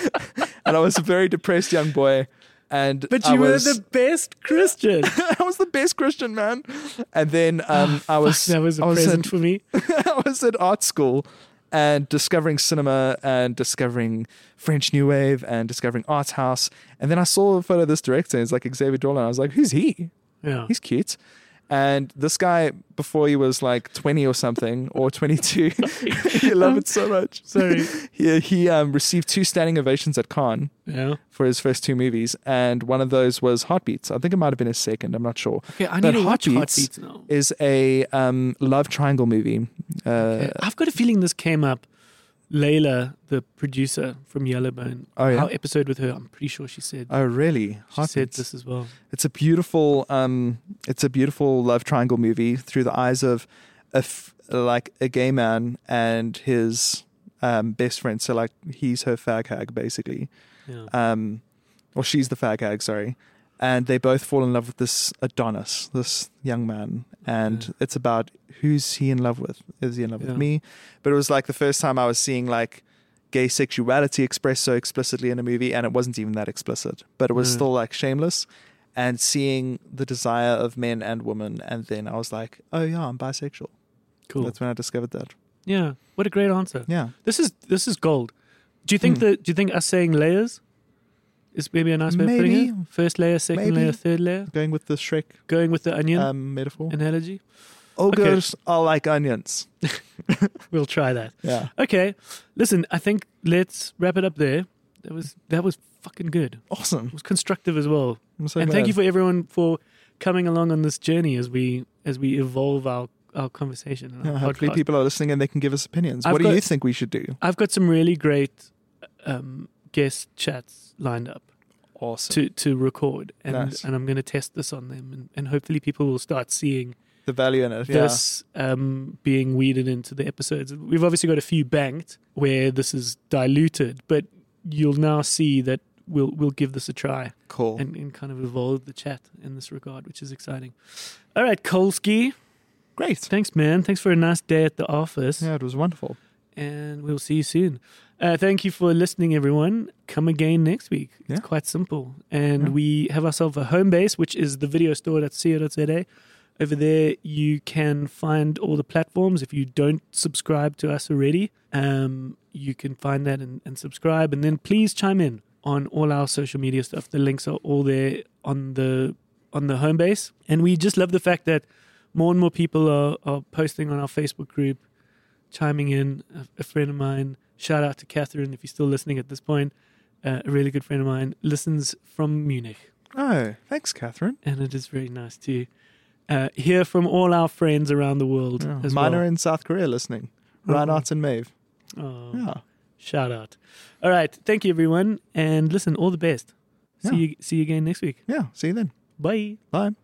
[SPEAKER 3] and I was a very depressed young boy. And
[SPEAKER 1] But
[SPEAKER 3] I
[SPEAKER 1] you
[SPEAKER 3] was,
[SPEAKER 1] were the best Christian.
[SPEAKER 3] I was the best Christian man, and then um, I was
[SPEAKER 1] Ah, that was a
[SPEAKER 3] I was
[SPEAKER 1] present
[SPEAKER 3] at-
[SPEAKER 1] for me.
[SPEAKER 3] I was at art school and discovering cinema and discovering French New Wave and discovering Art House. And then I saw a photo of this director. It's like Xavier Dolan. I was like, who's he?
[SPEAKER 1] Yeah.
[SPEAKER 3] He's cute. And this guy, before he was like 20 or something, or 22, you love it so much.
[SPEAKER 1] Sorry.
[SPEAKER 3] He, he um, received two standing ovations at Cannes
[SPEAKER 1] Yeah.
[SPEAKER 3] for his first two movies. And one of those was Heartbeats. I think it might have been his second. I'm not sure
[SPEAKER 1] Okay, I
[SPEAKER 3] But
[SPEAKER 1] need to watch
[SPEAKER 3] Heartbeats
[SPEAKER 1] Heartbeats now.
[SPEAKER 3] is a um, love triangle movie. Uh,
[SPEAKER 1] Okay. I've got a feeling this came up. Layla, the producer from Yellowbone,
[SPEAKER 3] Oh, yeah?
[SPEAKER 1] our episode with her, I'm pretty sure she said
[SPEAKER 3] Oh, really?
[SPEAKER 1] she said
[SPEAKER 3] Heartbeats.
[SPEAKER 1] this as well.
[SPEAKER 3] It's a beautiful, um, it's a beautiful love triangle movie through the eyes of a f- like a gay man and his um, best friend. So like he's her fag hag basically,
[SPEAKER 1] Yeah.
[SPEAKER 3] um, or she's the fag hag. Sorry, and they both fall in love with this Adonis, this young man, and
[SPEAKER 1] Okay.
[SPEAKER 3] it's about who's he in love with? Is he in love
[SPEAKER 1] Yeah.
[SPEAKER 3] with me? But it was like the first time I was seeing like gay sexuality expressed so explicitly in a movie, and it wasn't even that explicit, but it was
[SPEAKER 1] Mm.
[SPEAKER 3] still like shameless. And seeing the desire of men and women, and then I was like, oh yeah, I'm bisexual.
[SPEAKER 1] Cool.
[SPEAKER 3] That's when I discovered that.
[SPEAKER 1] yeah. What a great answer.
[SPEAKER 3] Yeah,
[SPEAKER 1] This is this is gold. Do you think
[SPEAKER 3] Hmm.
[SPEAKER 1] that? Do you think us saying layers is maybe a nice way of putting
[SPEAKER 3] Maybe.
[SPEAKER 1] it? First layer, second
[SPEAKER 3] Maybe.
[SPEAKER 1] layer, third layer.
[SPEAKER 3] going with the Shrek
[SPEAKER 1] Going with the onion
[SPEAKER 3] um, metaphor.
[SPEAKER 1] analogy.
[SPEAKER 3] Ogres are like onions.
[SPEAKER 1] We'll try that.
[SPEAKER 3] Yeah,
[SPEAKER 1] Okay. Listen, I think let's wrap it up there. That was that was fucking good. It
[SPEAKER 3] awesome.
[SPEAKER 1] was constructive as well.
[SPEAKER 3] I'm so
[SPEAKER 1] and thank
[SPEAKER 3] glad.
[SPEAKER 1] you for everyone for coming along on this journey as we as we evolve our our conversation. and our
[SPEAKER 3] Yeah, hopefully,
[SPEAKER 1] podcast.
[SPEAKER 3] people are listening and they can give us opinions.
[SPEAKER 1] I've
[SPEAKER 3] what do
[SPEAKER 1] got-
[SPEAKER 3] you think we should do?
[SPEAKER 1] I've got some really great um, guest chats lined up
[SPEAKER 3] Awesome.
[SPEAKER 1] to to record, and
[SPEAKER 3] Nice.
[SPEAKER 1] and I'm going to test this on them, and, and hopefully people will start seeing
[SPEAKER 3] the value in it. Yeah.
[SPEAKER 1] this um, being weeded into the episodes. We've obviously got a few banked where this is diluted, but you'll now see that we'll we'll give this a try
[SPEAKER 3] Cool.
[SPEAKER 1] and, and kind of evolve the chat in this regard, which is exciting. All right, Kolsky,
[SPEAKER 3] Great.
[SPEAKER 1] thanks, man. Thanks for a nice day at the office,
[SPEAKER 3] Yeah, it was wonderful.
[SPEAKER 1] and we'll see you soon. Uh, thank you for listening, everyone. Come again next week.
[SPEAKER 3] Yeah.
[SPEAKER 1] It's quite simple. And
[SPEAKER 3] Yeah.
[SPEAKER 1] we have ourselves a home base, which is the video store.co.za. Over there, you can find all the platforms. If you don't subscribe to us already, um, you can find that and, and subscribe. And then please chime in on all our social media stuff. The links are all there on the on the home base. And we just love the fact that more and more people are, are posting on our Facebook group, chiming in. A, a friend of mine, shout out to Catherine if you're still listening at this point. Uh, a really good friend of mine listens from Munich
[SPEAKER 3] Oh, thanks, Catherine.
[SPEAKER 1] and it is very nice to uh, hear from all our friends around the world
[SPEAKER 3] Yeah.
[SPEAKER 1] as
[SPEAKER 3] Mine
[SPEAKER 1] well. Mm-hmm.
[SPEAKER 3] are in South Korea listening. Reinhardt's and Maeve.
[SPEAKER 1] Oh,
[SPEAKER 3] Yeah.
[SPEAKER 1] Shout out! All right, thank you everyone, and listen, all the best. See
[SPEAKER 3] Yeah.
[SPEAKER 1] you, see you again next week.
[SPEAKER 3] Yeah. See you then.
[SPEAKER 1] Bye.
[SPEAKER 3] Bye.